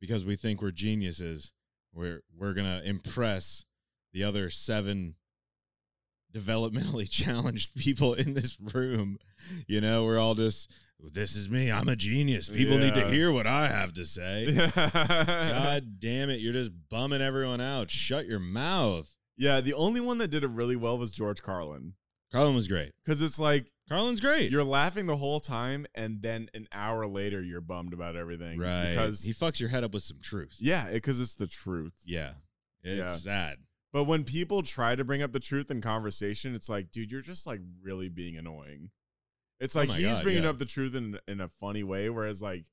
Speaker 2: because we think we're geniuses. We're we're gonna impress the other seven developmentally challenged people in this room. You know, we're all just this is me. I'm a genius. People need to
Speaker 1: Yeah.
Speaker 2: hear what I have to say.
Speaker 1: yeah.
Speaker 2: God damn it, you're just bumming everyone out. Shut your mouth.
Speaker 1: yeah the only one that did it really well was george carlin
Speaker 2: Carlin was great.
Speaker 1: because it's like
Speaker 2: Carlin's great.
Speaker 1: You're laughing the whole time, and then an hour later, you're bummed about everything,
Speaker 2: right.
Speaker 1: Because
Speaker 2: he fucks your head up with some truth.
Speaker 1: yeah, because it's the truth.
Speaker 2: Yeah. It's
Speaker 1: Yeah.
Speaker 2: sad.
Speaker 1: But when people try to bring up the truth in conversation, it's like, dude, you're just like really being annoying. It's like
Speaker 2: Oh my
Speaker 1: he's
Speaker 2: God,
Speaker 1: bringing
Speaker 2: yeah.
Speaker 1: up the truth in in a funny way, whereas like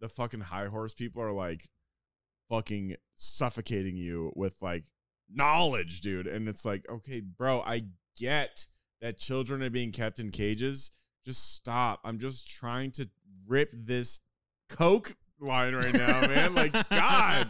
Speaker 1: the fucking high horse people are like fucking suffocating you with like knowledge, dude. And it's like, okay, bro, I get that children are being kept in cages. Just stop. I'm just trying to rip this coke line right now, Oh, man. Like, God,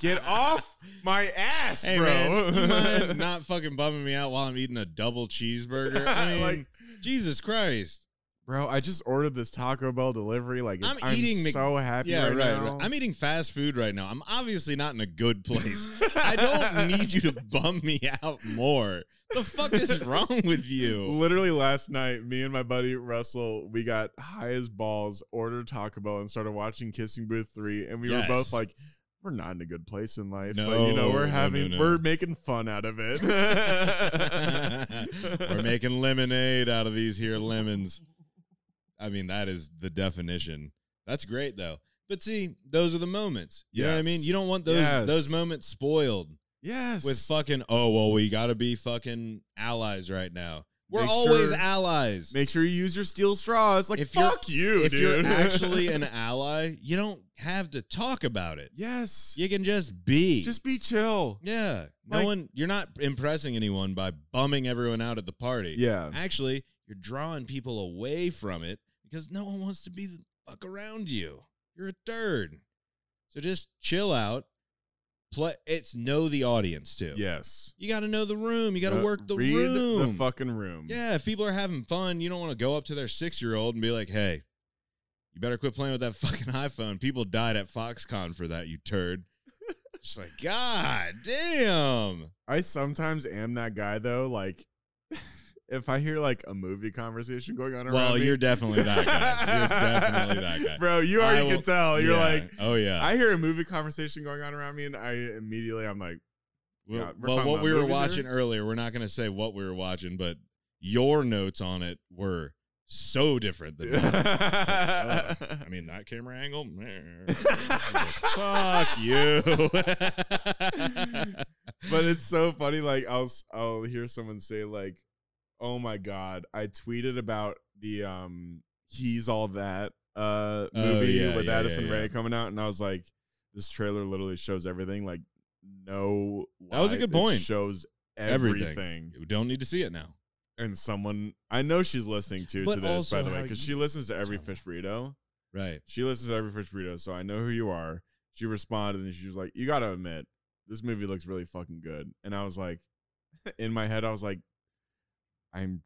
Speaker 1: get off my ass,
Speaker 2: Hey,
Speaker 1: bro.
Speaker 2: man, you mind not fucking bumming me out while I'm eating a double cheeseburger. I mean,
Speaker 1: like,
Speaker 2: Jesus Christ.
Speaker 1: bro, I just ordered this Taco Bell delivery. Like,
Speaker 2: I'm
Speaker 1: I'm,
Speaker 2: eating Mc-
Speaker 1: so happy.
Speaker 2: Yeah,
Speaker 1: right.
Speaker 2: right, right,
Speaker 1: now.
Speaker 2: I'm eating fast food right now. I'm obviously not in a good place. I don't need you to bum me out more. The fuck is wrong with you?
Speaker 1: Literally last night, me and my buddy Russell, we got high as balls, ordered Taco Bell, and started watching Kissing Booth three, and we
Speaker 2: Yes.
Speaker 1: were both like. We're not in a good place in life, but you know
Speaker 2: No,
Speaker 1: we're
Speaker 2: no,
Speaker 1: having
Speaker 2: no, no.
Speaker 1: we're making fun out of it.
Speaker 2: We're making lemonade out of these here lemons. I mean, that is the definition. That's great though. But see, those are the moments. You know what I
Speaker 1: Yes.
Speaker 2: mean? You don't want those
Speaker 1: Yes.
Speaker 2: those moments spoiled
Speaker 1: yes
Speaker 2: with fucking oh well we gotta be fucking allies right now. We're
Speaker 1: Make
Speaker 2: always
Speaker 1: sure-
Speaker 2: allies.
Speaker 1: Make sure you use your steel straw. It's like
Speaker 2: If you're-
Speaker 1: fuck you,
Speaker 2: if
Speaker 1: dude.
Speaker 2: you're actually an ally, you don't have to talk about it.
Speaker 1: yes,
Speaker 2: You can just be.
Speaker 1: just be chill.
Speaker 2: yeah. No
Speaker 1: like-
Speaker 2: one you're not impressing anyone by bumming everyone out at the party.
Speaker 1: Yeah,
Speaker 2: Actually, you're drawing people away from it because no one wants to be the fuck around you. You're a turd. So just chill out. Play. It's know the audience too.
Speaker 1: yes.
Speaker 2: You got to know the room. You got to
Speaker 1: Uh,
Speaker 2: work the
Speaker 1: read
Speaker 2: room.
Speaker 1: The fucking room.
Speaker 2: yeah. If people are having fun, you don't want to go up to their six year old and be like, "Hey, you better quit playing with that fucking iPhone." People died at Foxconn for that. You turd. Just like God damn.
Speaker 1: I sometimes am that guy though. Like, if I hear like a movie conversation going on around
Speaker 2: Well,
Speaker 1: me-
Speaker 2: you're definitely that guy. You're definitely that guy.
Speaker 1: bro. You
Speaker 2: I
Speaker 1: already
Speaker 2: will-
Speaker 1: can tell. You're
Speaker 2: Yeah.
Speaker 1: like,
Speaker 2: oh yeah.
Speaker 1: I hear a movie conversation going on around me, and I immediately I'm like,
Speaker 2: Well,
Speaker 1: Yeah, we're
Speaker 2: well,
Speaker 1: talking
Speaker 2: what
Speaker 1: about
Speaker 2: we were
Speaker 1: movies
Speaker 2: watching
Speaker 1: here?
Speaker 2: earlier, we're not going to say what we were watching, but your notes on it were so different than mine. Uh, I mean, that camera angle. meh. I was like, Fuck you.
Speaker 1: but it's so funny. Like I'll s- I'll hear someone say like, "Oh my god, I tweeted about the um he's all that uh
Speaker 2: Oh,
Speaker 1: movie
Speaker 2: yeah,
Speaker 1: with
Speaker 2: yeah,
Speaker 1: Addison
Speaker 2: yeah,
Speaker 1: Rae
Speaker 2: yeah.
Speaker 1: coming out," and I was like, "This trailer literally shows everything. Like, no,
Speaker 2: That was a
Speaker 1: lie,
Speaker 2: good
Speaker 1: it
Speaker 2: point.
Speaker 1: shows
Speaker 2: Everything.
Speaker 1: everything.
Speaker 2: You don't need to see it now.
Speaker 1: And someone I know she's listening to
Speaker 2: But
Speaker 1: to this by
Speaker 2: also
Speaker 1: the way
Speaker 2: how
Speaker 1: because
Speaker 2: you-
Speaker 1: she listens to every
Speaker 2: Sorry.
Speaker 1: fish burrito.
Speaker 2: Right.
Speaker 1: She listens to every fish burrito, so I know who you are. She responded and she was like, You gotta admit, this movie looks really fucking good. And I was like, in my head, I was like, I'm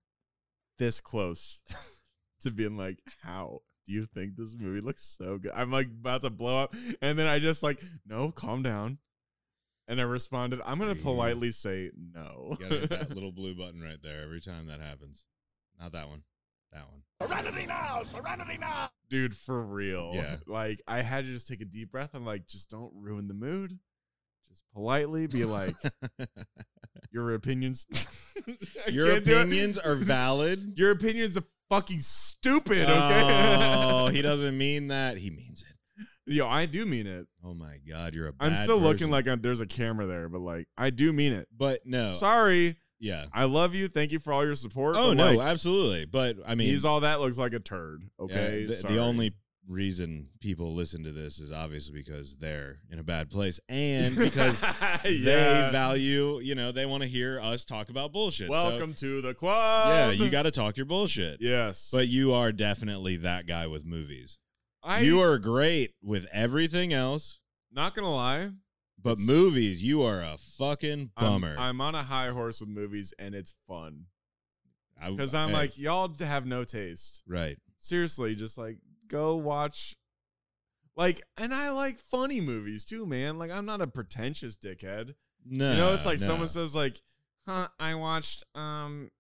Speaker 1: this close to being like, How do you think this movie looks so good? I'm like about to blow up. And then I just like, no, calm down. And I responded, I'm gonna
Speaker 2: Yeah.
Speaker 1: politely say no.
Speaker 2: You got to hit that little blue button right there every time that happens. Not that one. That one.
Speaker 1: Dude, for real.
Speaker 2: Yeah.
Speaker 1: Like I had to just take a deep breath. I'm like, just don't ruin the mood. Just politely be like, your opinions. I
Speaker 2: Your
Speaker 1: can't do it.
Speaker 2: opinions are valid.
Speaker 1: Your opinions are fucking stupid. Okay.
Speaker 2: Oh, he doesn't mean that. He means it.
Speaker 1: Yo, I do mean it.
Speaker 2: Oh my God, you're a.
Speaker 1: I'm
Speaker 2: bad
Speaker 1: still looking
Speaker 2: person.
Speaker 1: uh, like I'm, there's a camera there, but like I do mean it.
Speaker 2: But no,
Speaker 1: Sorry,
Speaker 2: yeah.
Speaker 1: I love you. Thank you for all your support.
Speaker 2: Oh
Speaker 1: but,
Speaker 2: no,
Speaker 1: like,
Speaker 2: absolutely. But I mean,
Speaker 1: he's all that looks like a turd.
Speaker 2: yeah,
Speaker 1: Okay,
Speaker 2: th- the,
Speaker 1: Sorry.
Speaker 2: only reason people listen to this is obviously because they're in a bad place and because they
Speaker 1: Yeah.
Speaker 2: value, you know, they want to hear us talk about bullshit. So,
Speaker 1: Welcome to the club.
Speaker 2: yeah, you got to talk your bullshit.
Speaker 1: yes,
Speaker 2: But you are definitely that guy with movies.
Speaker 1: I,
Speaker 2: you are great with everything else,
Speaker 1: not gonna lie.
Speaker 2: but
Speaker 1: It's-
Speaker 2: movies, you are a fucking
Speaker 1: I'm-
Speaker 2: bummer.
Speaker 1: I'm, on a high horse with movies, and it's fun
Speaker 2: I-
Speaker 1: because I'm
Speaker 2: hey,
Speaker 1: like, y'all d- have no taste.
Speaker 2: right.
Speaker 1: Seriously, just like go watch. Like, and I like funny movies too, man. Like, I'm not a pretentious dickhead.
Speaker 2: No,
Speaker 1: you know, it's like
Speaker 2: no.
Speaker 1: someone says, like, huh, I watched, um,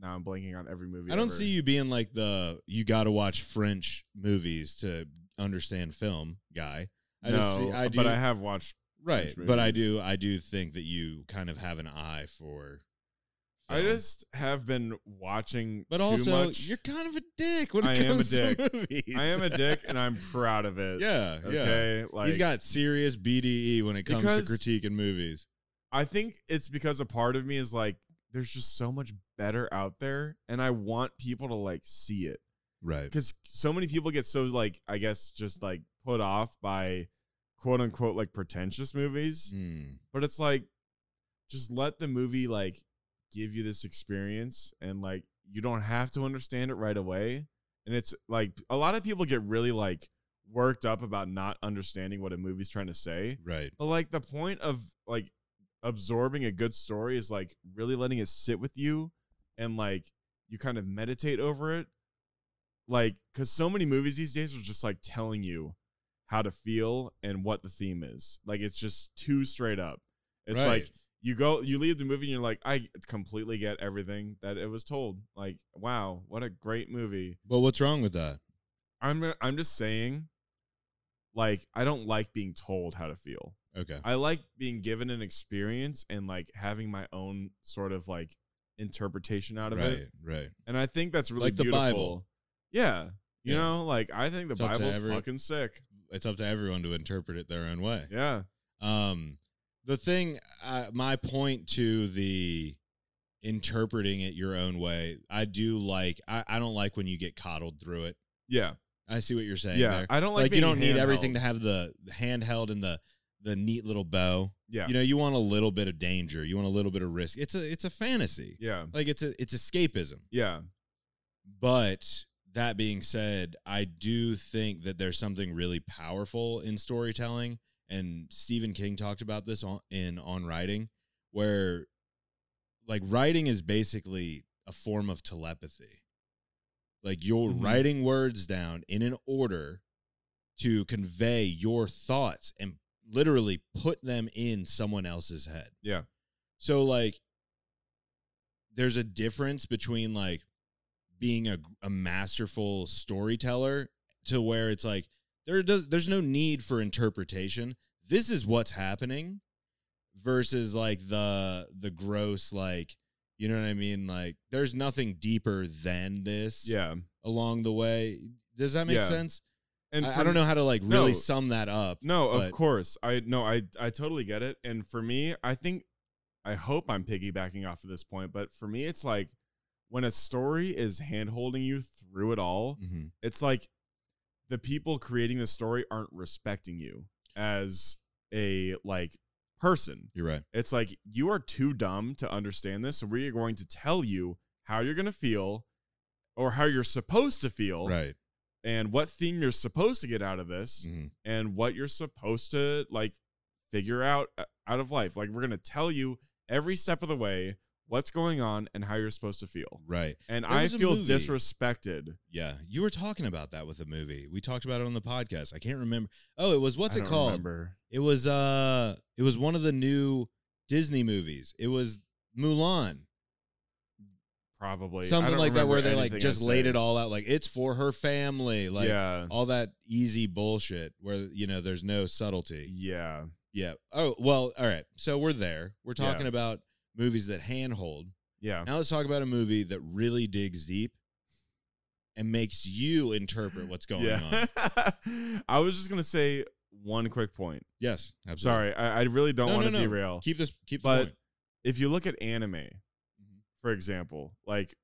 Speaker 1: now I'm blanking on every movie.
Speaker 2: I don't
Speaker 1: ever.
Speaker 2: see you being like the you got to watch French movies to understand film guy. I
Speaker 1: no, uh,
Speaker 2: just see, I do
Speaker 1: but I have watched.
Speaker 2: right,
Speaker 1: French
Speaker 2: but I
Speaker 1: movies.
Speaker 2: do I do think that you kind of have an eye for.
Speaker 1: I
Speaker 2: film.
Speaker 1: just have been watching
Speaker 2: but
Speaker 1: too
Speaker 2: also
Speaker 1: much.
Speaker 2: you're kind of a dick when it
Speaker 1: I am a
Speaker 2: comes
Speaker 1: dick.
Speaker 2: to movies.
Speaker 1: I am a dick, and I'm proud of it.
Speaker 2: yeah, yeah.
Speaker 1: Okay. Like
Speaker 2: He's got serious BDE when it comes
Speaker 1: Because-
Speaker 2: to critiquing movies.
Speaker 1: I think it's because a part of me is like, there's just so much better out there, and I want people to like see it
Speaker 2: Right.
Speaker 1: because so many people get so like, I guess, just like put off by quote unquote like pretentious movies,
Speaker 2: Mm. Hmm,
Speaker 1: but it's like, just let the movie like give you this experience, and like you don't have to understand it right away. And it's like a lot of people get really like worked up about not understanding what a movie's trying to say.
Speaker 2: Right.
Speaker 1: But like the point of like absorbing a good story is like really letting it sit with you and like you kind of meditate over it. Like cuz so many movies these days are just like telling you how to feel and what the theme is. Like it's just too straight up. It's
Speaker 2: Right.
Speaker 1: like you go you leave the movie and you're like I completely get everything that it was told. Like wow, what a great movie.
Speaker 2: But what's wrong with that?
Speaker 1: I'm I'm just saying like I don't like being told how to feel.
Speaker 2: Okay.
Speaker 1: I like being given an experience and like having my own sort of like interpretation out of
Speaker 2: right.
Speaker 1: it.
Speaker 2: Right.
Speaker 1: And I think that's really
Speaker 2: Like the
Speaker 1: beautiful.
Speaker 2: Bible.
Speaker 1: Yeah. You
Speaker 2: Yeah.
Speaker 1: know, like I think the
Speaker 2: It's up to
Speaker 1: Bible's
Speaker 2: every-
Speaker 1: fucking sick.
Speaker 2: It's up to everyone to interpret it their own way.
Speaker 1: Yeah.
Speaker 2: Um, the thing, uh, my point to the interpreting it your own way, I do like. I, I don't like when you get coddled through it.
Speaker 1: Yeah.
Speaker 2: I see what you're saying.
Speaker 1: Yeah.
Speaker 2: there.
Speaker 1: I don't like,
Speaker 2: like, you
Speaker 1: being
Speaker 2: don't need everything
Speaker 1: handheld.
Speaker 2: to have the the handheld and the the neat little bow.
Speaker 1: Yeah.
Speaker 2: You know, you want a little bit of danger. You want a little bit of risk. It's a it's a fantasy.
Speaker 1: yeah.
Speaker 2: Like it's a it's escapism.
Speaker 1: Yeah.
Speaker 2: But that being said, I do think that there's something really powerful in storytelling. And Stephen King talked about this on, in On Writing, where like writing is basically a form of telepathy. Like you're
Speaker 1: Mhm.
Speaker 2: writing words down in an order to convey your thoughts and literally put them in someone else's head.
Speaker 1: Yeah.
Speaker 2: So like there's a difference between like being a, a masterful storyteller to where it's like there does there's no need for interpretation. This is what's happening versus like the the gross like you know what I mean like there's nothing deeper than this
Speaker 1: Yeah.
Speaker 2: along the way. Does that make
Speaker 1: Yeah.
Speaker 2: sense?
Speaker 1: And
Speaker 2: I, I
Speaker 1: for
Speaker 2: don't
Speaker 1: me-
Speaker 2: know how to like really
Speaker 1: No.
Speaker 2: sum that up.
Speaker 1: No, of
Speaker 2: but-
Speaker 1: course. I no, I I totally get it. And for me, I think I hope I'm piggybacking off of this point, but for me it's like when a story is hand holding you through it all,
Speaker 2: Mhm.
Speaker 1: it's like the people creating the story aren't respecting you as a like person.
Speaker 2: You're right.
Speaker 1: It's like you are too dumb to understand this, so we are going to tell you how you're going to feel or how you're supposed to feel
Speaker 2: Right.
Speaker 1: and what theme you're supposed to get out of this
Speaker 2: Mhm.
Speaker 1: and what you're supposed to like figure out uh, out of life. Like we're going to tell you every step of the way what's going on and how you're supposed to feel.
Speaker 2: Right.
Speaker 1: And
Speaker 2: There
Speaker 1: I
Speaker 2: was a
Speaker 1: feel
Speaker 2: movie.
Speaker 1: disrespected.
Speaker 2: Yeah, you were talking about that with a movie. We talked about it on the podcast. I can't remember. Oh, it was what's
Speaker 1: I
Speaker 2: it
Speaker 1: don't
Speaker 2: called?
Speaker 1: remember.
Speaker 2: It was uh, it was one of the new Disney movies. It was Mulan,
Speaker 1: Probably
Speaker 2: something like that, where they like just laid it all out. Like it's for her family, like
Speaker 1: yeah,
Speaker 2: all that easy bullshit. Where you know there's no subtlety.
Speaker 1: yeah,
Speaker 2: Yeah. Oh well. All right. So we're there. We're
Speaker 1: Yeah.
Speaker 2: talking about movies that handhold.
Speaker 1: yeah,
Speaker 2: Now let's talk about a movie that really digs deep and makes you interpret what's going on.
Speaker 1: yeah. I was just gonna say one quick point.
Speaker 2: Yes. Absolutely.
Speaker 1: Sorry, I, I really don't
Speaker 2: No,
Speaker 1: want to
Speaker 2: no, no.
Speaker 1: derail.
Speaker 2: Keep this. Keep the
Speaker 1: But-
Speaker 2: point.
Speaker 1: if you look at anime,
Speaker 2: Mm-hmm.
Speaker 1: for example, like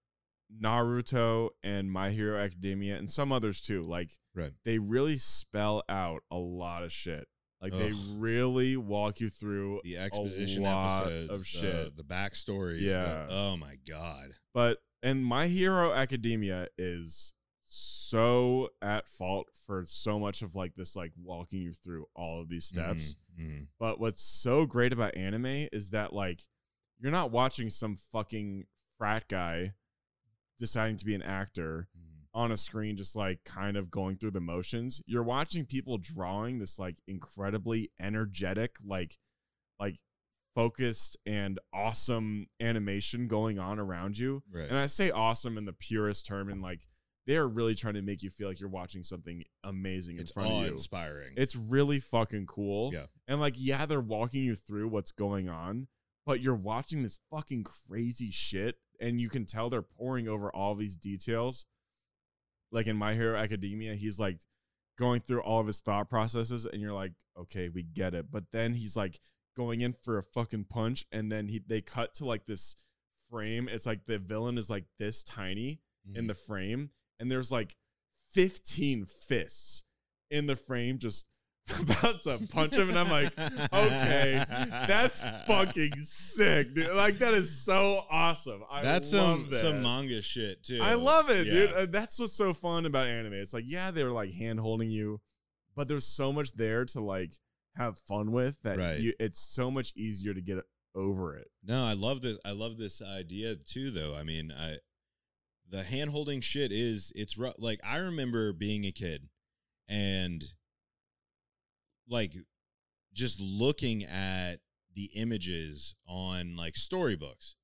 Speaker 1: Naruto and My Hero Academia and some others too, like
Speaker 2: Right.
Speaker 1: they really spell out a lot of shit. Like they
Speaker 2: Ugh.
Speaker 1: really walk you through
Speaker 2: The exposition
Speaker 1: lot
Speaker 2: episodes,
Speaker 1: of
Speaker 2: the-
Speaker 1: shit.
Speaker 2: the backstories. the-
Speaker 1: Yeah.
Speaker 2: oh my god.
Speaker 1: but and My Hero Academia is so at fault for so much of like this like walking you through all of these steps.
Speaker 2: Mhm, mhm.
Speaker 1: But what's so great about anime is that like you're not watching some fucking frat guy deciding to be an actor
Speaker 2: Mhm.
Speaker 1: on a screen just like kind of going through the motions. You're watching people drawing this like incredibly energetic like like focused and awesome animation going on around you.
Speaker 2: Right.
Speaker 1: And I say awesome in the purest term and like they're really trying to make you feel like you're watching something amazing in
Speaker 2: it's
Speaker 1: front
Speaker 2: awe
Speaker 1: of you.
Speaker 2: inspiring.
Speaker 1: It's really fucking cool.
Speaker 2: Yeah.
Speaker 1: And like, yeah, they're walking you through what's going on, but you're watching this fucking crazy shit, and you can tell they're pouring over all these details. Like in My Hero Academia, he's like going through all of his thought processes, and you're like, okay, we get it. But then he's like going in for a fucking punch, and then he they cut to like this frame. It's like the villain is like this tiny, in
Speaker 2: Mhm.
Speaker 1: the frame, and there's like 15 fists in the frame just about to punch him. And I'm like, okay, that's fucking sick, dude. Like, that is so awesome. I
Speaker 2: that's
Speaker 1: love
Speaker 2: some
Speaker 1: that.
Speaker 2: some manga shit too.
Speaker 1: I love it, dude.
Speaker 2: Yeah.
Speaker 1: Uh, that's what's so fun about anime. It's like, yeah, they're like hand holding you, but there's so much there to like have fun with that
Speaker 2: Right.
Speaker 1: you, it's so much easier to get over it.
Speaker 2: No, I love this. I love this idea too, though. I mean, I the hand holding shit is it's rough. Like I remember being a kid and like just looking at the images on like storybooks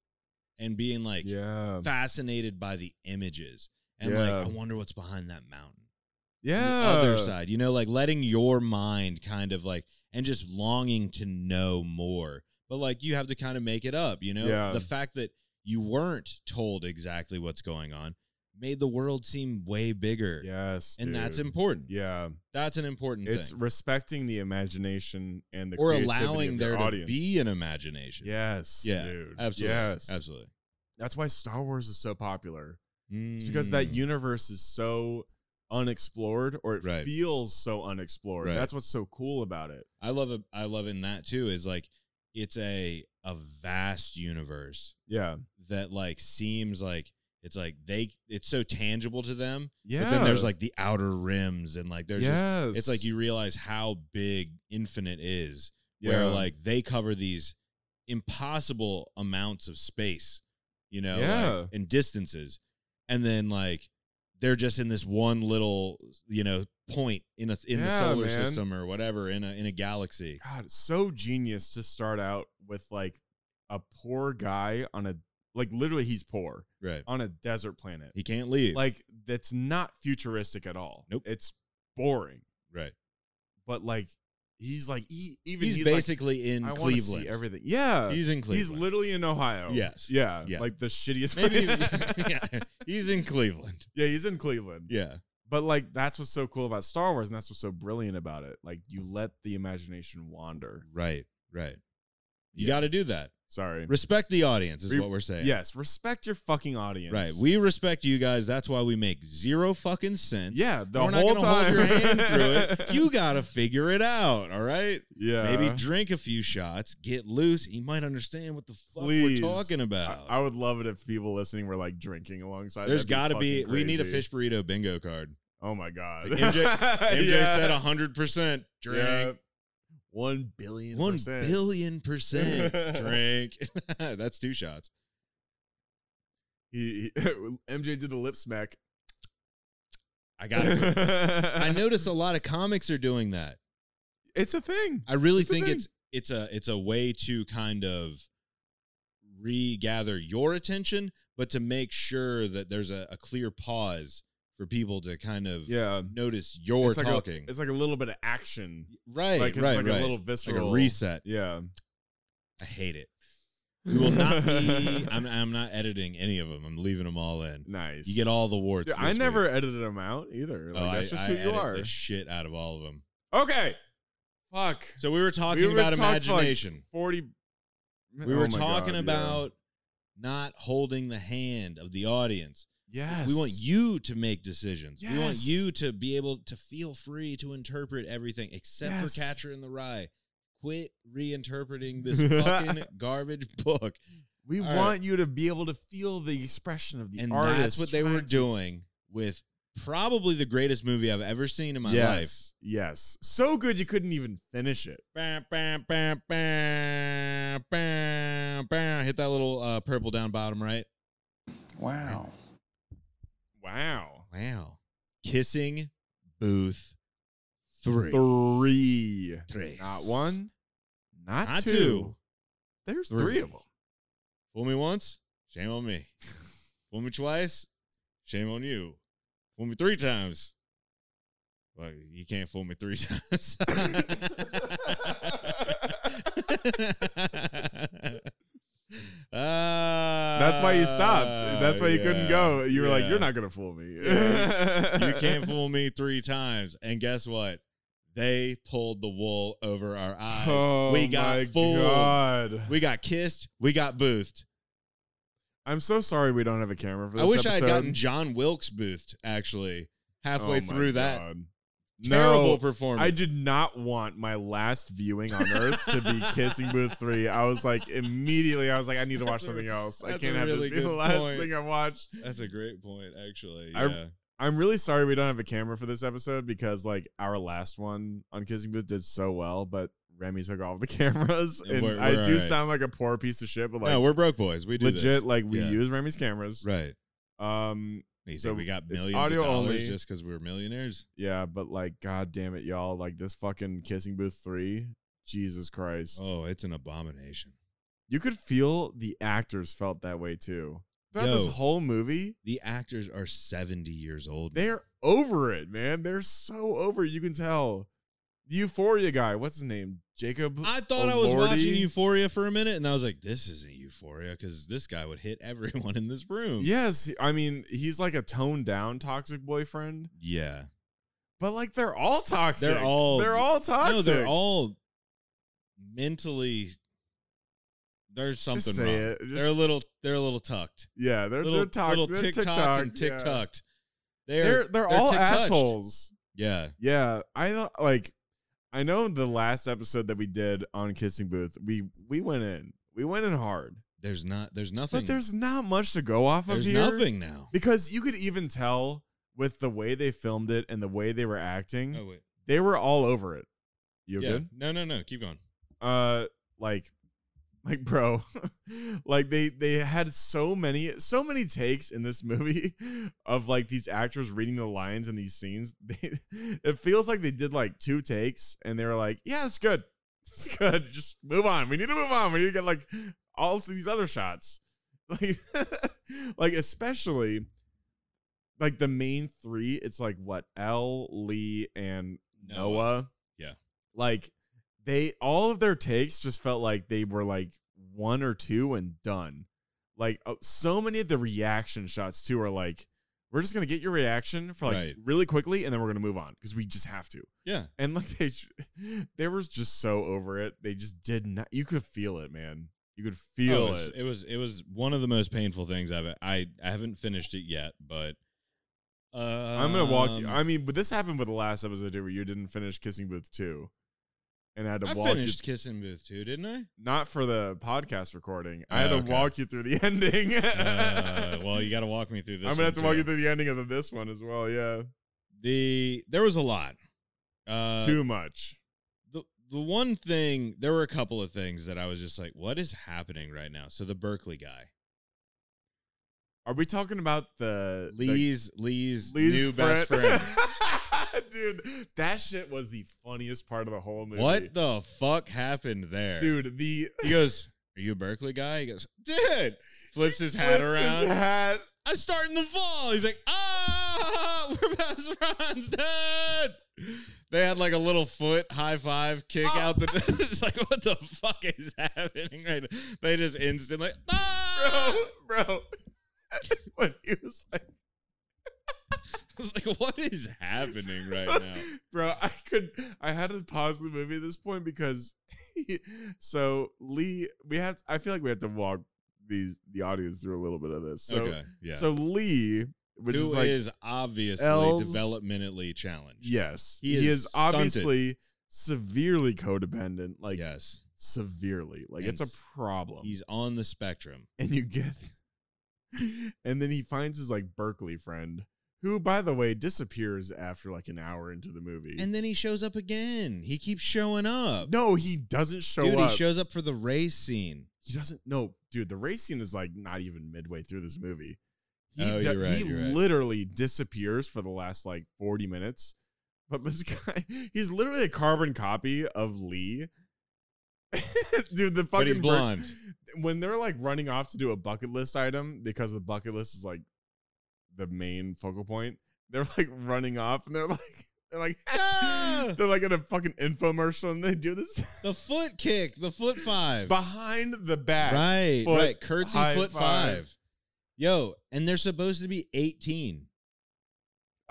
Speaker 2: and being like
Speaker 1: yeah.
Speaker 2: fascinated by the images and
Speaker 1: Yeah.
Speaker 2: like I wonder what's behind that mountain.
Speaker 1: Yeah.
Speaker 2: the other side, you know, like letting your mind kind of like and just longing to know more. But like you have to kind of make it up, you know?
Speaker 1: Yeah.
Speaker 2: The fact that you weren't told exactly what's going on made the world seem way bigger.
Speaker 1: Yes.
Speaker 2: and that's
Speaker 1: dude.
Speaker 2: important.
Speaker 1: Yeah.
Speaker 2: That's an important
Speaker 1: It's
Speaker 2: thing.
Speaker 1: respecting the imagination and the
Speaker 2: or
Speaker 1: creativity
Speaker 2: allowing
Speaker 1: of
Speaker 2: there
Speaker 1: your audience.
Speaker 2: to be an imagination.
Speaker 1: Yes,
Speaker 2: Yeah,
Speaker 1: dude.
Speaker 2: Absolutely.
Speaker 1: Yes,
Speaker 2: Absolutely.
Speaker 1: That's why Star Wars is so popular. It's because that
Speaker 2: Mm.
Speaker 1: universe is so unexplored, or it
Speaker 2: Right.
Speaker 1: feels so unexplored.
Speaker 2: Right.
Speaker 1: That's what's so cool about it.
Speaker 2: Mm. I love it. I love in that too is like it's a a vast universe
Speaker 1: Yeah,
Speaker 2: that like seems like it's like they it's so tangible to them
Speaker 1: yeah.
Speaker 2: But then there's like the outer rims and like there's just
Speaker 1: yes,
Speaker 2: it's like you realize how big infinite is where like they cover these impossible amounts of space, you know, like,
Speaker 1: Yeah.
Speaker 2: and distances. And then like they're just in this one little, you know, point in a in
Speaker 1: Yeah,
Speaker 2: the solar
Speaker 1: man.
Speaker 2: system or whatever in a in a galaxy.
Speaker 1: God, it's so genius to start out with like a poor guy on a like literally he's poor
Speaker 2: Right.
Speaker 1: on a desert planet.
Speaker 2: He can't leave.
Speaker 1: Like that's not futuristic at all.
Speaker 2: Nope.
Speaker 1: it's boring.
Speaker 2: right.
Speaker 1: But like he's like he, even
Speaker 2: He's,
Speaker 1: he's, like,
Speaker 2: basically in
Speaker 1: I wanna see
Speaker 2: Cleveland.
Speaker 1: everything. Yeah.
Speaker 2: He's in Cleveland.
Speaker 1: He's literally in Ohio.
Speaker 2: Yes.
Speaker 1: Yeah.
Speaker 2: Yeah.
Speaker 1: Like the shittiest.
Speaker 2: Maybe
Speaker 1: yeah.
Speaker 2: yeah. He's in Cleveland.
Speaker 1: He's in Cleveland.
Speaker 2: Yeah.
Speaker 1: But like that's what's so cool about Star Wars, and that's what's so brilliant about it. Like you let the imagination wander.
Speaker 2: Right, right. You
Speaker 1: Yeah.
Speaker 2: got to do that.
Speaker 1: Sorry.
Speaker 2: Respect the audience is
Speaker 1: Re-
Speaker 2: what we're saying.
Speaker 1: Yes. Respect your fucking audience.
Speaker 2: Right. We respect you guys. That's why we make zero fucking sense.
Speaker 1: Yeah. The
Speaker 2: We're
Speaker 1: whole
Speaker 2: not gonna
Speaker 1: time.
Speaker 2: hold your hand through it. You got to figure it out. All right.
Speaker 1: Yeah.
Speaker 2: Maybe drink a few shots, get loose. and You might understand what the fuck
Speaker 1: Please.
Speaker 2: we're talking
Speaker 1: I,
Speaker 2: about.
Speaker 1: I would love it if people listening were like drinking alongside.
Speaker 2: There's
Speaker 1: got to
Speaker 2: be, we need a fish burrito bingo card.
Speaker 1: Oh my god.
Speaker 2: It's like MJ MJ
Speaker 1: Yeah.
Speaker 2: said 100%
Speaker 1: Yeah.
Speaker 2: drink.
Speaker 1: One billion.
Speaker 2: One
Speaker 1: percent.
Speaker 2: billion percent drink. That's two shots.
Speaker 1: He, he MJ did the lip smack.
Speaker 2: I got it. I notice a lot of comics are doing that.
Speaker 1: It's a thing.
Speaker 2: I really
Speaker 1: It's a
Speaker 2: think
Speaker 1: thing.
Speaker 2: it's it's a it's a way to kind of regather your attention, but to make sure that there's a, a clear pause for people to kind of
Speaker 1: Yeah.
Speaker 2: notice you're
Speaker 1: it's like
Speaker 2: talking.
Speaker 1: A, it's like a little bit of action.
Speaker 2: right,
Speaker 1: like it's
Speaker 2: right,
Speaker 1: like
Speaker 2: right.
Speaker 1: a little
Speaker 2: like
Speaker 1: visceral
Speaker 2: a reset.
Speaker 1: Yeah.
Speaker 2: I hate it. We will not be. I'm I'm not editing any of them. I'm leaving them all in.
Speaker 1: nice.
Speaker 2: You get all the warts.
Speaker 1: Dude, I
Speaker 2: this
Speaker 1: never
Speaker 2: Week.
Speaker 1: edited them out either. Like
Speaker 2: Oh,
Speaker 1: that's
Speaker 2: I-
Speaker 1: just
Speaker 2: I
Speaker 1: who you
Speaker 2: edit
Speaker 1: are.
Speaker 2: The shit out of all of them.
Speaker 1: okay. Fuck.
Speaker 2: So we were talking
Speaker 1: We were
Speaker 2: about
Speaker 1: talking for, like,
Speaker 2: imagination.
Speaker 1: Forty
Speaker 2: We
Speaker 1: Oh
Speaker 2: were
Speaker 1: my
Speaker 2: talking
Speaker 1: God, yeah.
Speaker 2: about not holding the hand of the audience.
Speaker 1: yes.
Speaker 2: We want you to make decisions. We want
Speaker 1: Yes.
Speaker 2: you to be able to feel free to interpret everything except
Speaker 1: Yes.
Speaker 2: for Catcher in the Rye. Quit reinterpreting this fucking garbage book.
Speaker 1: We
Speaker 2: All right.
Speaker 1: want you to be able to feel the expression of the
Speaker 2: and
Speaker 1: artist.
Speaker 2: that's what they
Speaker 1: trying
Speaker 2: were
Speaker 1: to-
Speaker 2: doing with probably the greatest movie I've ever seen in my life.
Speaker 1: yes. Yes. So good you couldn't even finish it.
Speaker 2: Bam, bam, bam, bam, bam, bam. Hit that little uh, purple down bottom right.
Speaker 3: Wow.
Speaker 1: Wow.
Speaker 2: Wow. Kissing Booth 3.
Speaker 1: Three.
Speaker 2: Tres.
Speaker 1: Not one. Not,
Speaker 2: Not
Speaker 1: two.
Speaker 2: two.
Speaker 1: There's
Speaker 2: Three.
Speaker 1: three. of them.
Speaker 2: Fool me once, shame on me. Fool me twice, shame on you. Fool me three times. Well, you can't fool me three times.
Speaker 1: That's why you stopped. That's why you couldn't
Speaker 2: Uh, Ah, Yeah.
Speaker 1: go. You were like,
Speaker 2: Yeah.
Speaker 1: "You're not gonna fool me."
Speaker 2: you can't fool me three times. And guess what? They pulled the wool over our eyes.
Speaker 1: Oh
Speaker 2: we got
Speaker 1: my
Speaker 2: fooled.
Speaker 1: God.
Speaker 2: We got kissed. We got boothed.
Speaker 1: I'm so sorry we don't have a camera for
Speaker 2: I
Speaker 1: this.
Speaker 2: wish I had
Speaker 1: episode.
Speaker 2: gotten John Wilkes boothed actually halfway
Speaker 1: Oh my
Speaker 2: through that
Speaker 1: God.
Speaker 2: terrible
Speaker 1: No,
Speaker 2: performance.
Speaker 1: I did not want my last viewing on Earth to be Kissing Booth three. I was like immediately. I was like, I need to watch
Speaker 2: That's a-
Speaker 1: something else. I
Speaker 2: that's a
Speaker 1: can't have
Speaker 2: really
Speaker 1: this be the
Speaker 2: good
Speaker 1: last
Speaker 2: point.
Speaker 1: thing I watch.
Speaker 2: That's a great point actually.
Speaker 1: I-
Speaker 2: yeah.
Speaker 1: I'm really sorry we don't have a camera for this episode because like our last one on Kissing Booth did so well, but Remy took all the cameras,
Speaker 2: And
Speaker 1: and
Speaker 2: we're-
Speaker 1: I
Speaker 2: we're
Speaker 1: do
Speaker 2: alright.
Speaker 1: sound like a poor piece of shit, but like
Speaker 2: no, we're broke boys. We do
Speaker 1: legit,
Speaker 2: this.
Speaker 1: like we
Speaker 2: Yeah.
Speaker 1: use Remy's cameras.
Speaker 2: right.
Speaker 1: Um,
Speaker 2: You
Speaker 1: So
Speaker 2: think we got
Speaker 1: it's
Speaker 2: millions
Speaker 1: audio
Speaker 2: of dollars
Speaker 1: only.
Speaker 2: just because we're millionaires.
Speaker 1: yeah, but like, god damn it, y'all, like this fucking Kissing Booth three, Jesus Christ,
Speaker 2: Oh, it's an abomination.
Speaker 1: you could feel the actors felt that way too throughout this
Speaker 2: Yo.
Speaker 1: whole movie.
Speaker 2: The actors are seventy years old.
Speaker 1: They're over it, man. They're so over. it. You can tell. The Euphoria guy, what's his name? Jacob.
Speaker 2: I thought I was
Speaker 1: Elordi?
Speaker 2: watching Euphoria for a minute, and I was like, "This isn't Euphoria," because this guy would hit everyone in this room.
Speaker 1: Yes, he- I mean he's like a toned down toxic boyfriend,
Speaker 2: yeah.
Speaker 1: but like they're all toxic.
Speaker 2: They're all-
Speaker 1: they're all toxic.
Speaker 2: No, they're all mentally. There's something
Speaker 1: Just say
Speaker 2: wrong.
Speaker 1: it. Just-
Speaker 2: they're a little. They're a little tucked.
Speaker 1: yeah, they're
Speaker 2: little
Speaker 1: they're toxic.
Speaker 2: little
Speaker 1: they're
Speaker 2: tick-tocked
Speaker 1: tick-tocked,
Speaker 2: and
Speaker 1: yeah.
Speaker 2: tick tucked.
Speaker 1: They're they're, all
Speaker 2: tick-touched.
Speaker 1: assholes.
Speaker 2: Yeah.
Speaker 1: Yeah, I don't like. I know the last episode that we did on Kissing Booth, we we went in, we went in hard,
Speaker 2: There's not. There's nothing.
Speaker 1: but there's not much to go off
Speaker 2: there's
Speaker 1: of here.
Speaker 2: nothing now.
Speaker 1: because you could even tell with the way they filmed it and the way they were acting,
Speaker 2: Oh wait.
Speaker 1: they were all over it. You
Speaker 2: yeah.
Speaker 1: good?
Speaker 2: No. No. No. Keep going.
Speaker 1: Uh, like, like, bro, like they they had so many so many takes in this movie of like these actors reading the lines in these scenes. They, it feels like they did like two takes and they were like, yeah, it's good, it's good. Just move on. We need to move on. We need to get like all these other shots. Like, like especially. Like the main three, it's like what L, Lee, and Noah.
Speaker 2: Yeah.
Speaker 1: Like they all of their takes just felt like they were like one or two and done. Like uh, so many of the reaction shots too are like we're just going to get your reaction for like
Speaker 2: Right.
Speaker 1: really quickly and then we're going to move on cuz we just have to.
Speaker 2: Yeah.
Speaker 1: And like they sh- they were just so over it. They just did not you could feel it, man. You could feel
Speaker 2: Oh, it, was,
Speaker 1: it.
Speaker 2: it was it was one of the most painful things I've I I haven't finished it yet, but
Speaker 1: I'm going to walk you.
Speaker 2: um,
Speaker 1: I mean, but this happened with the last episode too where you didn't finish Kissing Booth 2. And I had to
Speaker 2: I
Speaker 1: walk you
Speaker 2: finished Kissing Booth too, didn't I?
Speaker 1: not for the podcast recording. I had to
Speaker 2: Oh, okay.
Speaker 1: walk you through the ending.
Speaker 2: Uh, well, you got to walk me through this.
Speaker 1: I'm gonna have to
Speaker 2: one,
Speaker 1: walk
Speaker 2: too.
Speaker 1: you through the ending of this one as well. Yeah,
Speaker 2: the. There was a lot. Uh,
Speaker 1: too much.
Speaker 2: the the one thing there were a couple of things that I was just like, what is happening right now? So the Berkeley guy,
Speaker 1: Are we talking about the the-
Speaker 2: Lee's Lee's,
Speaker 1: Lee's
Speaker 2: new best friend.
Speaker 1: Dude, that shit was the funniest part of the whole movie.
Speaker 2: what the fuck happened there,
Speaker 1: Dude, the
Speaker 2: He goes, "Are you a Berkeley guy?" He goes, "Dude." Flips his hat
Speaker 1: flips his
Speaker 2: around.
Speaker 1: hat.
Speaker 2: I'm starting to fall. He's like, ah, we're best friends, dude. They had like a little foot high five kick
Speaker 1: Oh.
Speaker 2: out the. it's like, what the fuck is happening right now? They just instantly, ah!
Speaker 1: bro, bro. when he was like,
Speaker 2: was like, what is happening right now?
Speaker 1: Bro, I could I had to pause the movie at this point because so Lee we have I feel like we have to walk these the audience through a little bit of this. So
Speaker 2: okay, yeah.
Speaker 1: so Lee, which
Speaker 2: Who
Speaker 1: is like
Speaker 2: is obviously
Speaker 1: L's-
Speaker 2: developmentally challenged.
Speaker 1: yes,
Speaker 2: he
Speaker 1: he,
Speaker 2: is
Speaker 1: is,
Speaker 2: stunted.
Speaker 1: obviously severely codependent, like
Speaker 2: yes.
Speaker 1: severely. Like
Speaker 2: And
Speaker 1: it's
Speaker 2: s-
Speaker 1: a problem.
Speaker 2: He's on the spectrum.
Speaker 1: and you get and then he finds his like Berkeley friend who by the way disappears after like an hour into the movie.
Speaker 2: And then he shows up again. He keeps showing up.
Speaker 1: no, he doesn't show
Speaker 2: Dude,
Speaker 1: up.
Speaker 2: he shows up for the race scene.
Speaker 1: he doesn't no dude the race scene is like not even midway through this movie he,
Speaker 2: Oh,
Speaker 1: do-
Speaker 2: you're right,
Speaker 1: he
Speaker 2: you're right.
Speaker 1: literally disappears for the last like 40 minutes but this guy he's literally a carbon copy of lee dude the fucking
Speaker 2: But he's
Speaker 1: Bert-
Speaker 2: blonde.
Speaker 1: when they're like running off to do a bucket list item because the bucket list is like the main focal point they're like running off and they're like they're like
Speaker 2: Ah!
Speaker 1: they're like in a fucking infomercial and they do this
Speaker 2: The foot kick, the foot five.
Speaker 1: behind the back
Speaker 2: right,
Speaker 1: foot
Speaker 2: right. Curtsy
Speaker 1: high
Speaker 2: foot
Speaker 1: five.
Speaker 2: five. Yo, and they're supposed to be 18.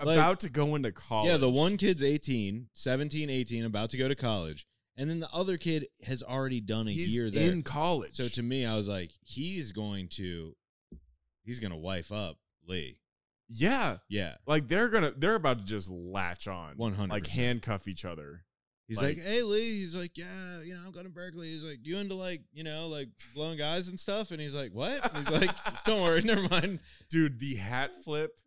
Speaker 2: Like-
Speaker 1: about to go into college.
Speaker 2: Yeah, the one kid's 18, 17, 18, about to go to college. And then the other kid has already done a
Speaker 1: he's
Speaker 2: year there.
Speaker 1: in college.
Speaker 2: So to me, I was like, he's going to, he's going to wife up Lee.
Speaker 1: yeah,
Speaker 2: Yeah.
Speaker 1: like they're gonna they're about to just latch on,
Speaker 2: 100%.
Speaker 1: like handcuff each other.
Speaker 2: He's like,
Speaker 1: Like-
Speaker 2: hey Lee. He's like, yeah, you know, I'm going to Berkeley. He's like, you into like, you know, like blowing guys and stuff? And he's like, what? And he's like, don't worry, never mind.
Speaker 1: Dude, the hat flip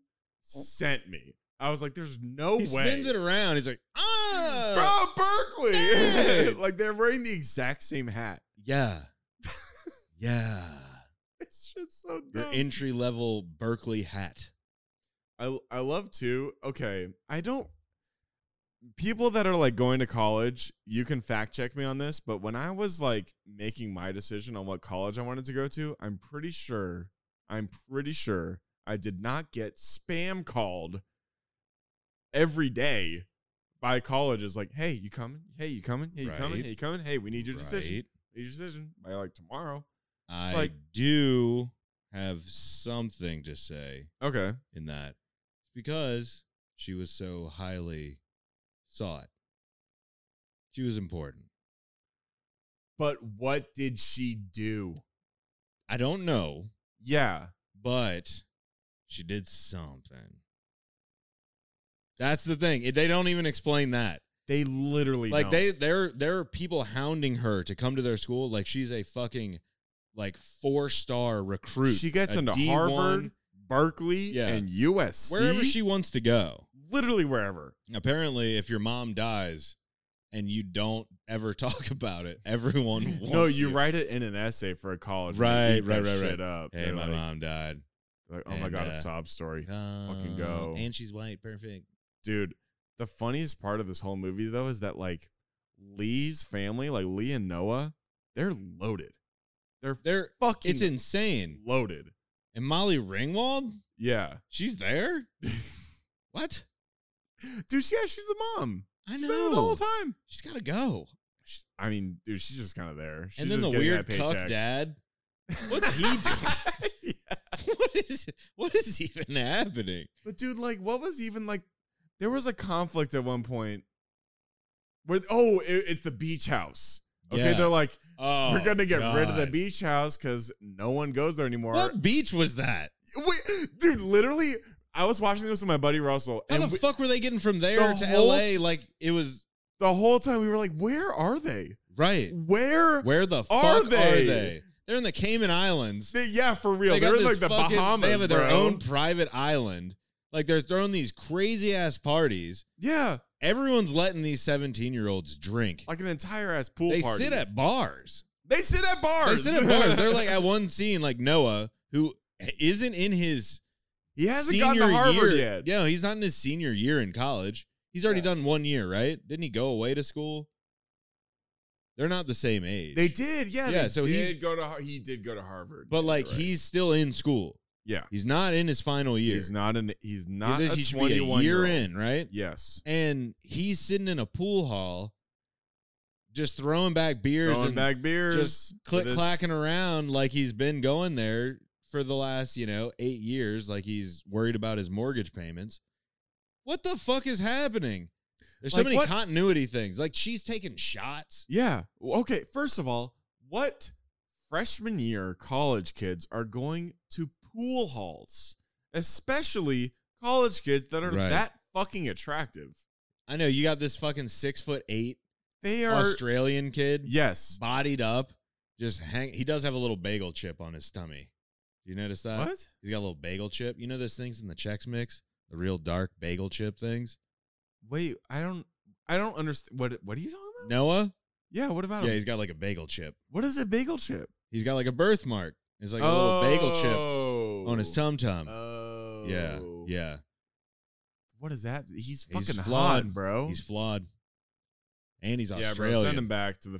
Speaker 1: sent me. I was like, "There's no
Speaker 2: he
Speaker 1: way."
Speaker 2: spins it around. He's like, ah,
Speaker 1: Bro, Berkeley!
Speaker 2: dude.
Speaker 1: like they're wearing the exact same hat.
Speaker 2: yeah, yeah.
Speaker 1: It's just so
Speaker 2: Your
Speaker 1: dumb.
Speaker 2: entry level Berkeley hat.
Speaker 1: I I love too. Okay, I don't. People that are like going to college, you can fact check me on this, but when I was like making my decision on what college I wanted to go to, I'm pretty sure, I'm pretty sure I did not get spam called every day by colleges like, hey, you coming? Hey, you coming? Hey, you coming?
Speaker 2: Right.
Speaker 1: Hey, you coming? Hey, we need your decision.
Speaker 2: Right?
Speaker 1: Need your decision by like tomorrow.
Speaker 2: I
Speaker 1: like-
Speaker 2: do have something to say
Speaker 1: Okay.
Speaker 2: in that. It's because she was so highly sought. She was important.
Speaker 1: But what did she do?
Speaker 2: I don't know,
Speaker 1: Yeah.
Speaker 2: but she did something. That's the thing. It- They don't even explain that.
Speaker 1: They literally
Speaker 2: like
Speaker 1: don't.
Speaker 2: they there there are people hounding her to come to their school like she's a fucking like four star recruit.
Speaker 1: She gets
Speaker 2: a
Speaker 1: into
Speaker 2: D1,
Speaker 1: Harvard, Berkeley,
Speaker 2: Yeah.
Speaker 1: and USC.
Speaker 2: wherever she wants to go.
Speaker 1: literally wherever.
Speaker 2: Apparently, if your mom dies and you don't ever talk about it, everyone wants
Speaker 1: No, you
Speaker 2: you.
Speaker 1: write it in an essay for a college.
Speaker 2: Right,
Speaker 1: They eat
Speaker 2: right,
Speaker 1: that
Speaker 2: right,
Speaker 1: shit
Speaker 2: right.
Speaker 1: Up.
Speaker 2: Hey,
Speaker 1: They're
Speaker 2: my
Speaker 1: like,
Speaker 2: mom died.
Speaker 1: like, oh my
Speaker 2: And,
Speaker 1: god,
Speaker 2: uh,
Speaker 1: a sob story,
Speaker 2: Fucking
Speaker 1: go.
Speaker 2: And she's white. Perfect.
Speaker 1: dude. The funniest part of this whole movie though is that like Lee's family, like Lee and Noah, they're loaded. They're
Speaker 2: They're
Speaker 1: fucking
Speaker 2: it's insane.
Speaker 1: loaded.
Speaker 2: And Molly Ringwald,
Speaker 1: Yeah,
Speaker 2: she's there. what?
Speaker 1: dude. She, yeah, she's the mom.
Speaker 2: I
Speaker 1: She's been there the whole
Speaker 2: know.
Speaker 1: time.
Speaker 2: She's got to go.
Speaker 1: She- I mean, dude, she's just kind of there. She's
Speaker 2: and then the
Speaker 1: just getting
Speaker 2: weird
Speaker 1: that
Speaker 2: cuck
Speaker 1: paycheck.
Speaker 2: dad. What's he doing?
Speaker 1: Yeah.
Speaker 2: what is what is even happening?
Speaker 1: But dude, like, what was even like? There was a conflict at one point. Where oh, it, it's the beach house. Okay,
Speaker 2: Yeah.
Speaker 1: they're like,
Speaker 2: Oh,
Speaker 1: we're gonna get rid of the
Speaker 2: God.
Speaker 1: beach house because no one goes there anymore.
Speaker 2: What beach was that?
Speaker 1: Wait, dude, literally, I was watching this with my buddy Russell,
Speaker 2: How
Speaker 1: and
Speaker 2: the
Speaker 1: we-
Speaker 2: fuck were they getting from there
Speaker 1: The
Speaker 2: to
Speaker 1: whole-
Speaker 2: LA? Like it was
Speaker 1: the whole time we were like, where are they?
Speaker 2: right.
Speaker 1: Where?
Speaker 2: Where the fuck
Speaker 1: Are
Speaker 2: are
Speaker 1: they?
Speaker 2: they? They're in the Cayman Islands.
Speaker 1: They- yeah, for real,
Speaker 2: They
Speaker 1: they
Speaker 2: got
Speaker 1: are in
Speaker 2: this
Speaker 1: like the
Speaker 2: fucking-
Speaker 1: Bahamas,
Speaker 2: They have their
Speaker 1: bro.
Speaker 2: own private island. Like they're throwing these crazy ass parties.
Speaker 1: yeah,
Speaker 2: Everyone's letting these seventeen year olds drink.
Speaker 1: like an entire ass pool
Speaker 2: they
Speaker 1: party.
Speaker 2: sit at bars.
Speaker 1: they sit at bars.
Speaker 2: They sit at bars. They're like at one scene, like Noah, who isn't in his
Speaker 1: he hasn't
Speaker 2: senior
Speaker 1: gotten to Harvard
Speaker 2: year.
Speaker 1: yet.
Speaker 2: Yeah, he's not in his senior year in college. He's already
Speaker 1: Yeah.
Speaker 2: done one year, right? Didn't he go away to school? They're not the same age.
Speaker 1: They did, yeah.
Speaker 2: Yeah,
Speaker 1: they
Speaker 2: so
Speaker 1: did
Speaker 2: he-
Speaker 1: go to Har- he did go to Harvard,
Speaker 2: but
Speaker 1: yeah,
Speaker 2: like
Speaker 1: you're right.
Speaker 2: he's still in school.
Speaker 1: yeah,
Speaker 2: He's not in his final year.
Speaker 1: he's not an he's not
Speaker 2: he,
Speaker 1: a
Speaker 2: should be
Speaker 1: twenty
Speaker 2: a
Speaker 1: one
Speaker 2: year
Speaker 1: year
Speaker 2: in, right?
Speaker 1: Yes,
Speaker 2: And he's sitting in a pool hall, just throwing back beers
Speaker 1: throwing
Speaker 2: and
Speaker 1: back beers,
Speaker 2: just
Speaker 1: for
Speaker 2: click
Speaker 1: this-
Speaker 2: clacking around like he's been going there for the last you know eight years. Like he's worried about his mortgage payments, What the fuck is happening? There's so
Speaker 1: Like,
Speaker 2: many
Speaker 1: what-
Speaker 2: continuity things. Like she's taking shots.
Speaker 1: Yeah. Well, Okay. First of all, what freshman year college kids are going to pool halls, especially college kids that are
Speaker 2: Right.
Speaker 1: that fucking attractive?
Speaker 2: I know you got this fucking six foot eight
Speaker 1: They are.
Speaker 2: Australian kid,
Speaker 1: yes.
Speaker 2: bodied up, just hang. He does have a little bagel chip on his tummy. You notice that?
Speaker 1: What?
Speaker 2: He's got a little bagel chip. You know those things in the Chex Mix, the real dark bagel chip things.
Speaker 1: Wait. I don't. I don't understand. What? What are you talking about?
Speaker 2: Noah,
Speaker 1: Yeah. What about
Speaker 2: yeah,
Speaker 1: him?
Speaker 2: he's got like a bagel chip.
Speaker 1: What is a bagel chip?
Speaker 2: He's got like a birthmark. It's like a little bagel chip
Speaker 1: Oh.
Speaker 2: on his tum tum.
Speaker 1: Oh.
Speaker 2: Yeah, yeah.
Speaker 1: What is that? He's
Speaker 2: He's
Speaker 1: fucking
Speaker 2: flawed.
Speaker 1: hot, bro.
Speaker 2: He's flawed, and he's
Speaker 1: yeah,
Speaker 2: Australian.
Speaker 1: bro. Send him back to the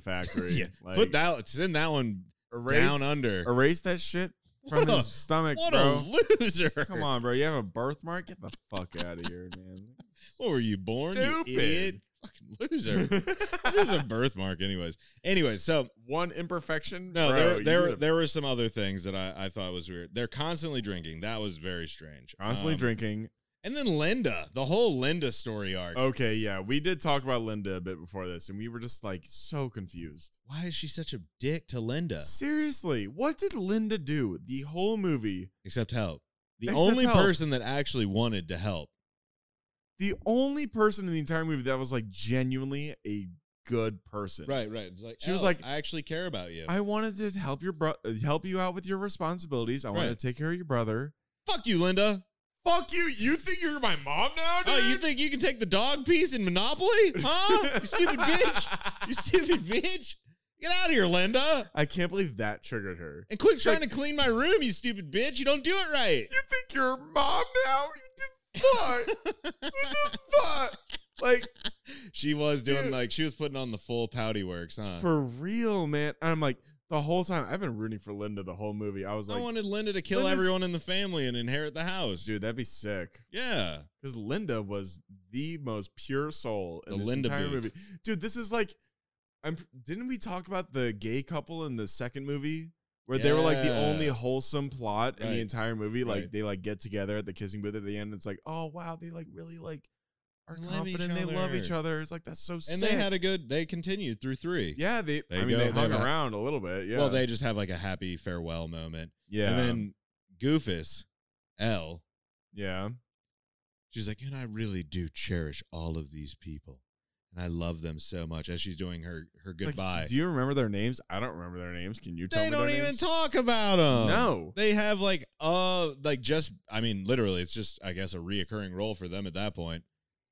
Speaker 1: factory.
Speaker 2: yeah,
Speaker 1: Like,
Speaker 2: put that. Send that one
Speaker 1: erase-
Speaker 2: down under.
Speaker 1: Erase that shit from
Speaker 2: What a-
Speaker 1: his stomach,
Speaker 2: what
Speaker 1: bro.
Speaker 2: a loser!
Speaker 1: Come on, bro. You have a birthmark? Get the fuck out of here, man.
Speaker 2: what were you born?
Speaker 1: Stupid.
Speaker 2: You idiot, fucking loser. it is a birthmark, anyways. Anyways, so
Speaker 1: One imperfection?
Speaker 2: No,
Speaker 1: bro,
Speaker 2: there there
Speaker 1: you-
Speaker 2: there were some other things that I, I thought was weird. They're constantly drinking. That was very strange.
Speaker 1: Constantly
Speaker 2: Um,
Speaker 1: drinking.
Speaker 2: And then Linda, the whole Linda story arc.
Speaker 1: Okay, yeah. We did talk about Linda a bit before this, and we were just like so confused.
Speaker 2: Why is she such a dick to Linda?
Speaker 1: Seriously, what did Linda do the whole movie?
Speaker 2: Except help. The
Speaker 1: Except
Speaker 2: only
Speaker 1: help.
Speaker 2: person that actually wanted to help.
Speaker 1: The only person in the entire movie that was like genuinely a good person.
Speaker 2: Right, right. It's like
Speaker 1: She was
Speaker 2: "Oh,
Speaker 1: like,
Speaker 2: I actually care about you.
Speaker 1: I wanted to help your bro- uh, help you out with your responsibilities. I wanted
Speaker 2: Right.
Speaker 1: to take care of your brother.
Speaker 2: Fuck you, Linda.
Speaker 1: Fuck you! You think you're my mom now,
Speaker 2: Oh, you think you can take the dog piece in Monopoly? Huh? You stupid bitch. You stupid bitch. Get out of here, Linda.
Speaker 1: I can't believe that triggered her.
Speaker 2: And quit trying
Speaker 1: Like-
Speaker 2: to clean my room, you stupid bitch. You don't do it right.
Speaker 1: You think you're mom now? You just fuck. what the fuck? Like
Speaker 2: She was doing
Speaker 1: Dude.
Speaker 2: like she was putting on the full pouty works, huh?
Speaker 1: for real, man. And I'm like the whole time I've been rooting for Linda the whole movie. I was
Speaker 2: I
Speaker 1: like,
Speaker 2: wanted Linda to kill
Speaker 1: Linda's-
Speaker 2: everyone in the family and inherit the house.
Speaker 1: dude, that'd be sick.
Speaker 2: Yeah.
Speaker 1: Because Linda was the most pure soul in
Speaker 2: The
Speaker 1: this
Speaker 2: Linda
Speaker 1: entire
Speaker 2: booth.
Speaker 1: movie. Dude, this is like, I'm didn't we talk about the gay couple in the second movie where they were like the
Speaker 2: Yeah.
Speaker 1: only wholesome plot in
Speaker 2: Right.
Speaker 1: the entire movie? Like
Speaker 2: Right.
Speaker 1: they like get together at the kissing booth at the end. It's like, oh wow, they like really like are
Speaker 2: Love
Speaker 1: confident.
Speaker 2: each
Speaker 1: They love each
Speaker 2: other.
Speaker 1: other. It's like that's so sick.
Speaker 2: And they had a good they continued through three.
Speaker 1: yeah, they.
Speaker 2: They
Speaker 1: I mean,
Speaker 2: go-
Speaker 1: they
Speaker 2: they
Speaker 1: hung
Speaker 2: have-
Speaker 1: around a little bit. Yeah.
Speaker 2: Well, they just have like a happy farewell moment.
Speaker 1: Yeah.
Speaker 2: And then Goofus, L,
Speaker 1: yeah.
Speaker 2: she's like, and I really do cherish all of these people. And I love them so much as she's doing her her
Speaker 1: Like,
Speaker 2: goodbye.
Speaker 1: do you remember their names? I don't remember their names. Can you tell
Speaker 2: they
Speaker 1: me? their
Speaker 2: don't even
Speaker 1: names?
Speaker 2: talk about them.
Speaker 1: No.
Speaker 2: They have like uh like just I mean literally it's just I guess a reoccurring role for them at that point.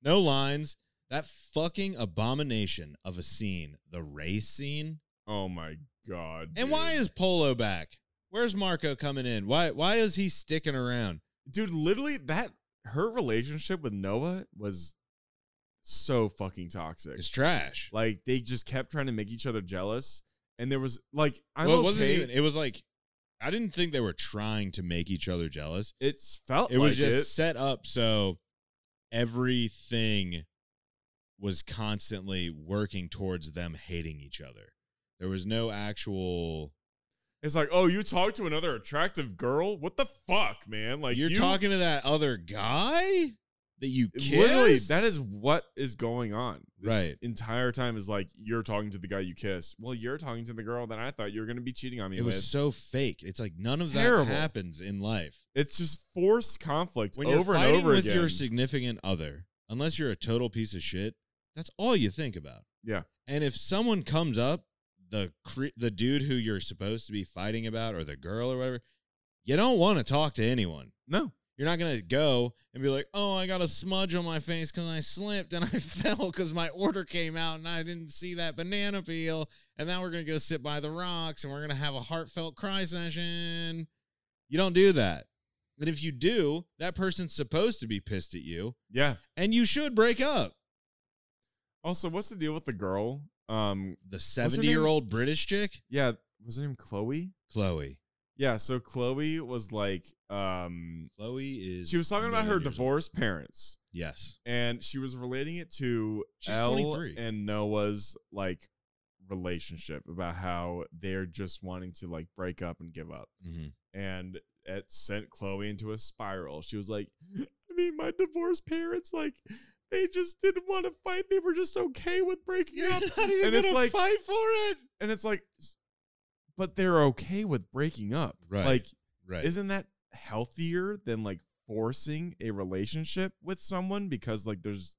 Speaker 2: No lines. That fucking abomination of a scene, the race scene.
Speaker 1: Oh my god.
Speaker 2: And why
Speaker 1: dude.
Speaker 2: is Polo back? Where's Marco coming in? Why why is he sticking around?
Speaker 1: dude literally that her relationship with noah was so fucking toxic
Speaker 2: It's trash.
Speaker 1: like they just kept trying to make each other jealous and there was like i'm
Speaker 2: Well, it
Speaker 1: okay
Speaker 2: wasn't even it was like I didn't think they were trying to make each other jealous.
Speaker 1: it's felt
Speaker 2: it was
Speaker 1: like
Speaker 2: just set up so everything was constantly working towards them hating each other. There was no actual
Speaker 1: it. it's like oh you talked to another attractive girl what the fuck man like
Speaker 2: like you're
Speaker 1: you-
Speaker 2: talking to that other guy that you kissed?
Speaker 1: literally that is what is going on This
Speaker 2: Right.
Speaker 1: entire time is like you're talking to the guy you kissed well you're talking to the girl that i thought you were going to be cheating on me
Speaker 2: it
Speaker 1: with
Speaker 2: was so fake. It's like none of
Speaker 1: Terrible.
Speaker 2: that happens in life.
Speaker 1: it's just forced conflict
Speaker 2: When you're
Speaker 1: over and
Speaker 2: fighting
Speaker 1: over
Speaker 2: with
Speaker 1: again
Speaker 2: your significant other, unless you're a total piece of shit, that's all you think about.
Speaker 1: Yeah.
Speaker 2: And if someone comes up, the cre- the dude who you're supposed to be fighting about, or the girl, or whatever, you don't want to talk to anyone.
Speaker 1: no
Speaker 2: You're not gonna go and be like, "Oh, I got a smudge on my face because I slipped and I fell because my order came out and I didn't see that banana peel." And now we're gonna go sit by the rocks and we're gonna have a heartfelt cry session. You don't do that. But if you do, that person's supposed to be pissed at you,
Speaker 1: yeah
Speaker 2: and you should break up.
Speaker 1: Also, what's the deal with the girl? Um,
Speaker 2: The
Speaker 1: name?
Speaker 2: seventy-year-old British chick,
Speaker 1: yeah, was her name Chloe?
Speaker 2: Chloe.
Speaker 1: Yeah, so Chloe was like, um,
Speaker 2: Chloe is.
Speaker 1: she was talking
Speaker 2: a
Speaker 1: about her
Speaker 2: million years old.
Speaker 1: divorced parents,
Speaker 2: Yes.
Speaker 1: and she was relating it to
Speaker 2: She's
Speaker 1: Elle
Speaker 2: 23.
Speaker 1: and Noah's like relationship about how they're just wanting to like break up and give up,
Speaker 2: Mm-hmm.
Speaker 1: and it sent Chloe into a spiral. She was like, "I'm me, my divorced parents, like they just didn't want to fight. They were just okay with breaking
Speaker 2: You're
Speaker 1: up.
Speaker 2: not even
Speaker 1: And
Speaker 2: gonna
Speaker 1: it's like-
Speaker 2: fight for it.
Speaker 1: And it's like, s- but they're okay with breaking up.
Speaker 2: Right.
Speaker 1: Like,
Speaker 2: Right.
Speaker 1: isn't that healthier than like forcing a relationship with someone because like there's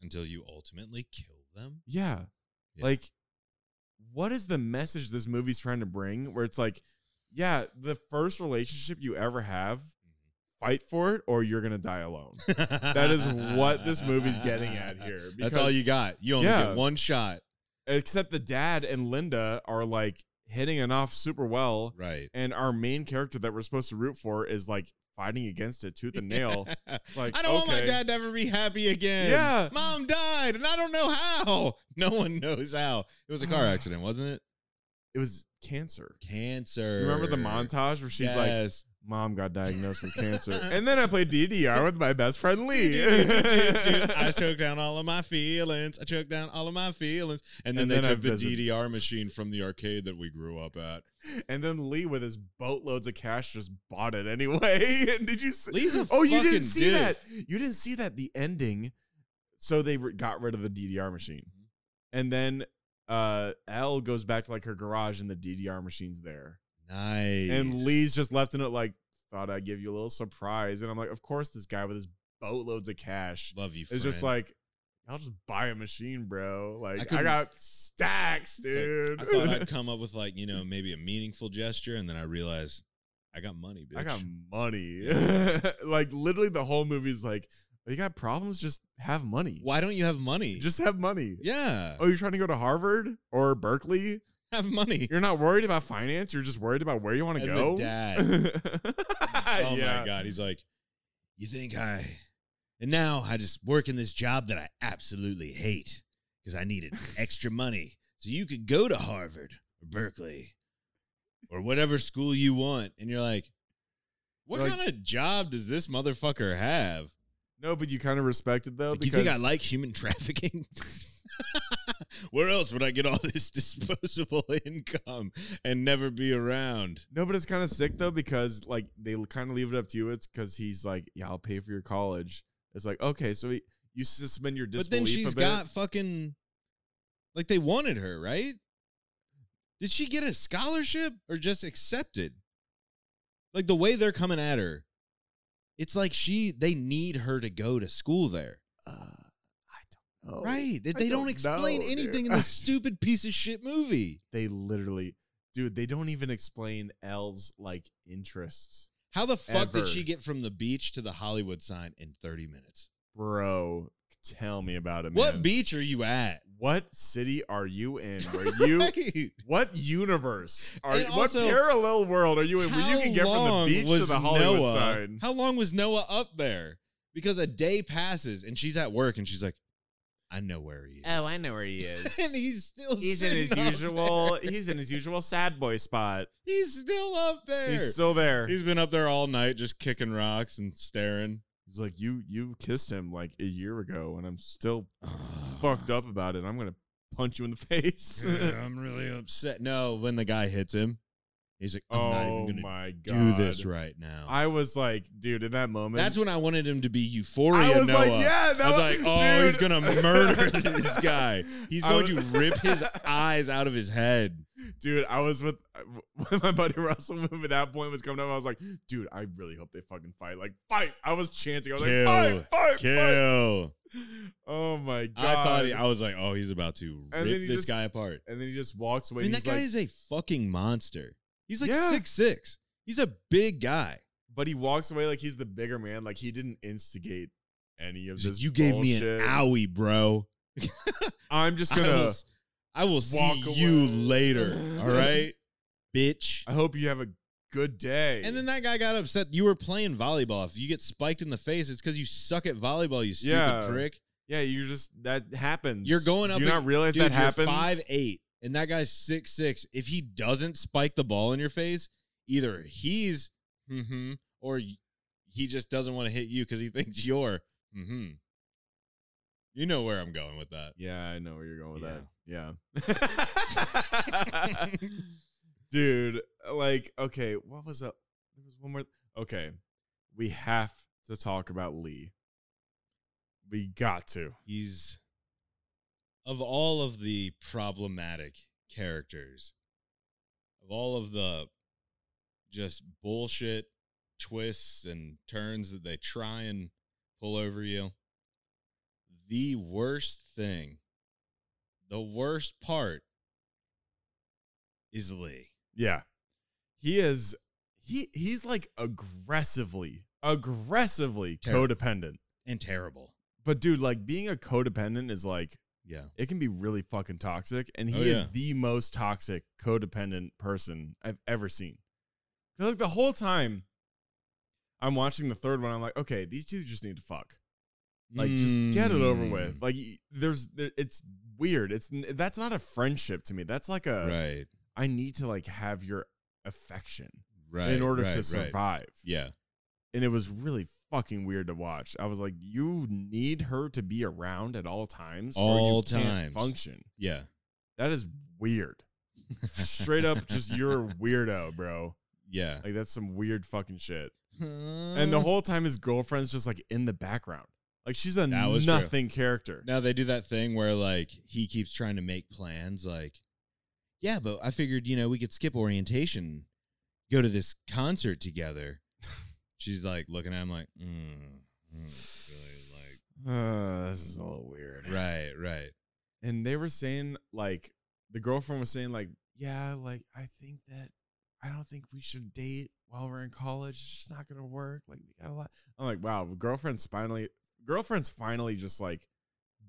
Speaker 2: Until you ultimately kill them.
Speaker 1: yeah,
Speaker 2: Yeah.
Speaker 1: like what is the message this movie's trying to bring where it's like yeah the first relationship you ever have
Speaker 2: Mm-hmm.
Speaker 1: fight for it or you're gonna die alone
Speaker 2: that
Speaker 1: that is what this movie's getting at here
Speaker 2: That's all
Speaker 1: because-
Speaker 2: you got. You only
Speaker 1: Yeah.
Speaker 2: get one shot.
Speaker 1: except the dad and linda are like hitting it off super well
Speaker 2: Right.
Speaker 1: and our main character that we're supposed to root for is like fighting against it tooth and nail like,
Speaker 2: I don't want my
Speaker 1: okay.
Speaker 2: dad to ever be happy again.
Speaker 1: Yeah.
Speaker 2: Mom died and I don't know how. No one knows how. It was a car accident, wasn't it?
Speaker 1: it was cancer
Speaker 2: Cancer.
Speaker 1: You remember the montage where she's like
Speaker 2: yes.
Speaker 1: mom got diagnosed with cancer and then i played ddr with my best friend lee
Speaker 2: Dude, dude, dude, I choked down all of my feelings. I choked down all of my feelings. And then
Speaker 1: And
Speaker 2: they
Speaker 1: then I
Speaker 2: took the
Speaker 1: visit-
Speaker 2: DDR machine from the arcade that we grew up at.
Speaker 1: And then Lee, with his boatloads of cash, just bought it anyway. And did you see?
Speaker 2: Lee's a
Speaker 1: oh, you
Speaker 2: fucking
Speaker 1: didn't see
Speaker 2: div.
Speaker 1: that. You didn't see that. The ending. So they re- got rid of the DDR machine,
Speaker 2: Mm-hmm.
Speaker 1: and then uh L goes back to like her garage, and the DDR machine's there.
Speaker 2: Nice.
Speaker 1: And Lee's just left in it like, thought I'd give you a little surprise. And I'm like, of course, this guy with his boatloads of cash
Speaker 2: Love you.
Speaker 1: is just
Speaker 2: friend.
Speaker 1: like. I'll just buy a machine, bro. Like I,
Speaker 2: couldn't-
Speaker 1: got stacks,
Speaker 2: It's like,
Speaker 1: dude.
Speaker 2: I thought I'd come up with like you know maybe a meaningful gesture, and then I realized I got money, bitch.
Speaker 1: I got money. like literally the whole movie's like, you got problems? Just have money.
Speaker 2: Why don't you have money?
Speaker 1: Just have money.
Speaker 2: yeah,
Speaker 1: Oh, you're trying to go to Harvard or Berkeley?
Speaker 2: have money.
Speaker 1: You're not worried about finance. You're just worried about where you want to
Speaker 2: And the
Speaker 1: go.
Speaker 2: dad. oh
Speaker 1: Yeah.
Speaker 2: my god, he's like, you think I? And now I just work in this job that I absolutely hate because I needed extra money, so you could go to Harvard or Berkeley or whatever school you want, and you're like. What
Speaker 1: You're like-
Speaker 2: kind of job does this motherfucker have?
Speaker 1: No, but you kind of respect it though
Speaker 2: Like, you
Speaker 1: because
Speaker 2: think I like human trafficking? Where else would I get all this disposable income and never be around?
Speaker 1: no, but it's kind of sick though because like they kind of leave it up to you. It's because he's like, yeah, I'll pay for your college. It's like okay, so he, you suspend your disbelief.
Speaker 2: but then she's
Speaker 1: a bit.
Speaker 2: got fucking like they wanted her, right? Did she get a scholarship or just accepted? Like the way they're coming at her, it's like she they need her to go to school there.
Speaker 1: Uh, I don't know.
Speaker 2: right. They,
Speaker 1: I
Speaker 2: they Oh, don't,
Speaker 1: don't
Speaker 2: explain
Speaker 1: know, dude.
Speaker 2: anything in this stupid piece of shit movie.
Speaker 1: they literally dude they don't even explain l's like interests
Speaker 2: How the fuck
Speaker 1: Ever.
Speaker 2: did she get from the beach to the Hollywood sign in 30 minutes?
Speaker 1: bro tell me about it man.
Speaker 2: What beach are you at?
Speaker 1: what city are you in where you
Speaker 2: Right.
Speaker 1: what universe are
Speaker 2: And
Speaker 1: you, what
Speaker 2: also,
Speaker 1: parallel world are you in where you can get from the
Speaker 2: long
Speaker 1: beach to
Speaker 2: was
Speaker 1: the hollywood
Speaker 2: Noah,
Speaker 1: sign
Speaker 2: How long was Noah up there? Because a day passes and she's at work and she's like, Oh, I know where he is.
Speaker 1: Oh, know where he is
Speaker 2: and he's still sitting up there.
Speaker 1: he's in his usual sad boy spot
Speaker 2: He's still up there.
Speaker 1: he's still there
Speaker 2: he's been up there all night just kicking rocks and staring.
Speaker 1: he's like you you kissed him like a year ago and i'm still fucked up about it i'm gonna punch you in the face
Speaker 2: I'm really upset. No, when the guy hits him, he's like, I'm not even
Speaker 1: Oh
Speaker 2: gonna
Speaker 1: my
Speaker 2: do
Speaker 1: god!
Speaker 2: this right now.
Speaker 1: I was like, dude, in that moment,
Speaker 2: That's when I wanted him to be euphoria.
Speaker 1: I was
Speaker 2: Noah.
Speaker 1: like, yeah, that
Speaker 2: I was like, oh, he's
Speaker 1: dude."
Speaker 2: gonna murder this guy. He's
Speaker 1: I
Speaker 2: going
Speaker 1: was-
Speaker 2: to rip his eyes out of his head.
Speaker 1: dude. I was with, with my buddy Russell. When that point was coming up, I was like, dude, I really hope they fucking fight. Like, fight! I was chanting. I was
Speaker 2: Kill.
Speaker 1: like, fight, fight, fight!
Speaker 2: Kill.
Speaker 1: Oh my god!
Speaker 2: I thought he, I was like, oh, he's about to
Speaker 1: And then
Speaker 2: rip
Speaker 1: he
Speaker 2: this
Speaker 1: just-
Speaker 2: guy apart.
Speaker 1: and then he just walks
Speaker 2: I
Speaker 1: away.
Speaker 2: mean,
Speaker 1: and
Speaker 2: that
Speaker 1: he's
Speaker 2: guy
Speaker 1: like,
Speaker 2: is a fucking monster. He's like
Speaker 1: Yeah.
Speaker 2: six six. He's a big guy.
Speaker 1: but he walks away like he's the bigger man. Like he didn't instigate any of
Speaker 2: He's like,
Speaker 1: this.
Speaker 2: you gave me an
Speaker 1: bullshit.
Speaker 2: owie, bro.
Speaker 1: I'm just
Speaker 2: I will,
Speaker 1: gonna.
Speaker 2: s- I will see
Speaker 1: walk
Speaker 2: you
Speaker 1: away.
Speaker 2: later. All right, bitch.
Speaker 1: I hope you have a good day.
Speaker 2: And then that guy got upset. You were playing volleyball. If you get spiked in the face, it's because you suck at volleyball. You stupid
Speaker 1: Yeah.
Speaker 2: prick.
Speaker 1: Yeah, you're just that happens.
Speaker 2: You're going up
Speaker 1: Do you
Speaker 2: ag-
Speaker 1: not realize
Speaker 2: Dude,
Speaker 1: that
Speaker 2: you're
Speaker 1: happens?
Speaker 2: five eight, and that guy's six six. If he doesn't spike the ball in your face, either he's mm-hmm, or y- he just doesn't want to hit you because he thinks you're mm-hmm. You know where I'm going with that.
Speaker 1: yeah, I know where you're going with that. Yeah.
Speaker 2: Yeah.
Speaker 1: Dude, like, okay, what was up? There was one more. Okay, we have to talk about Lee. We got to.
Speaker 2: He's of all of the problematic characters, of all of the just bullshit twists and turns that they try and pull over you, the worst thing, the worst part is Lee.
Speaker 1: Yeah. He is he he's like aggressively aggressively
Speaker 2: Terrible.
Speaker 1: codependent.
Speaker 2: And terrible.
Speaker 1: But dude, like being a codependent is like
Speaker 2: Yeah.
Speaker 1: it can be really fucking toxic and he
Speaker 2: Oh,
Speaker 1: is
Speaker 2: yeah.
Speaker 1: the most toxic codependent person I've ever seen. 'Cause, like the whole time I'm watching the third one I'm like, okay, these two just need to fuck. Like just get it over
Speaker 2: Mm.
Speaker 1: with. Like y- there's there, it's weird. It's n- that's not a friendship to me. That's like a I
Speaker 2: Mm. right.
Speaker 1: need to like have your affection.
Speaker 2: Right.
Speaker 1: in order
Speaker 2: right,
Speaker 1: to
Speaker 2: right.
Speaker 1: survive.
Speaker 2: Yeah.
Speaker 1: And it was really fucking weird to watch. I was like, you need her to be around at all times. or you
Speaker 2: All
Speaker 1: can't
Speaker 2: times.
Speaker 1: function.
Speaker 2: Yeah.
Speaker 1: That is weird. Straight up, just you're a weirdo, bro.
Speaker 2: Yeah.
Speaker 1: Like that's some weird fucking shit.
Speaker 2: and
Speaker 1: And
Speaker 2: Uh.
Speaker 1: the whole time his girlfriend's just like in the background. Like she's a
Speaker 2: That was true.
Speaker 1: nothing character.
Speaker 2: Now they do that thing where like he keeps trying to make plans like yeah, but I figured, you know, we could skip orientation, go to this concert together. She's like looking at him like, mm, mm,
Speaker 1: Uh, this is a little weird.
Speaker 2: really, like right, right.
Speaker 1: and they were saying like the girlfriend was saying like yeah like i think that i don't think we should date while we're in college it's just not gonna work like we got a lot i'm like wow girlfriend's finally girlfriend's finally just like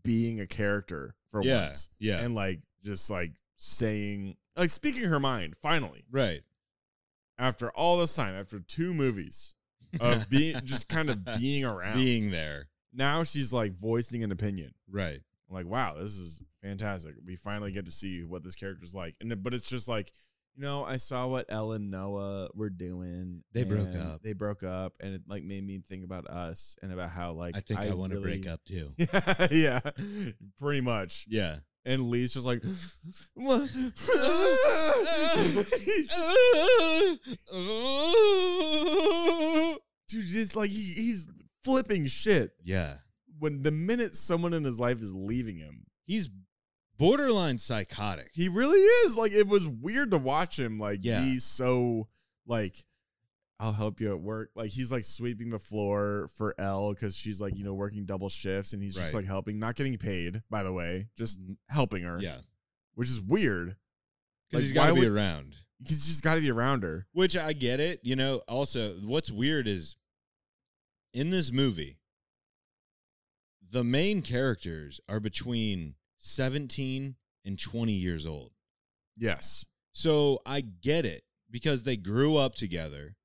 Speaker 1: being a character for
Speaker 2: yeah,
Speaker 1: once
Speaker 2: yeah,
Speaker 1: and like just like saying like speaking her mind finally
Speaker 2: right.
Speaker 1: after all this time after two movies of being just kind of being around
Speaker 2: being there,
Speaker 1: now she's like voicing an opinion
Speaker 2: right?
Speaker 1: I'm like, wow, this is fantastic. We finally get to see what this character's like. And it- but it's just like, you know, I saw what Elle and Noah were doing.
Speaker 2: They broke
Speaker 1: and
Speaker 2: up.
Speaker 1: They broke up, and it like made me think about us and about how like
Speaker 2: I think I, want to
Speaker 1: really-
Speaker 2: break up too.
Speaker 1: Yeah, yeah, pretty much.
Speaker 2: Yeah,
Speaker 1: And Lee's just like, what? He's just- dude, just like he, he's flipping shit
Speaker 2: yeah.
Speaker 1: when the minute someone in his life is leaving him,
Speaker 2: He's borderline psychotic.
Speaker 1: He really is. Like it was weird to watch him. Like
Speaker 2: Yeah.
Speaker 1: he's so like I'll help you at work. Like he's like sweeping the floor for L because she's like, you know, working double shifts and he's just
Speaker 2: Right. Mm-hmm.
Speaker 1: like helping, not getting paid, by the way, just helping her.
Speaker 2: Yeah,
Speaker 1: Which is weird.
Speaker 2: because
Speaker 1: Like,
Speaker 2: he's
Speaker 1: why
Speaker 2: got to be
Speaker 1: would-
Speaker 2: around.
Speaker 1: He's just gotta be around her.
Speaker 2: Which I get it. You know, also, what's weird is in this movie, the main characters are between 17 and 20 years old.
Speaker 1: Yes.
Speaker 2: So I get it because they grew up together.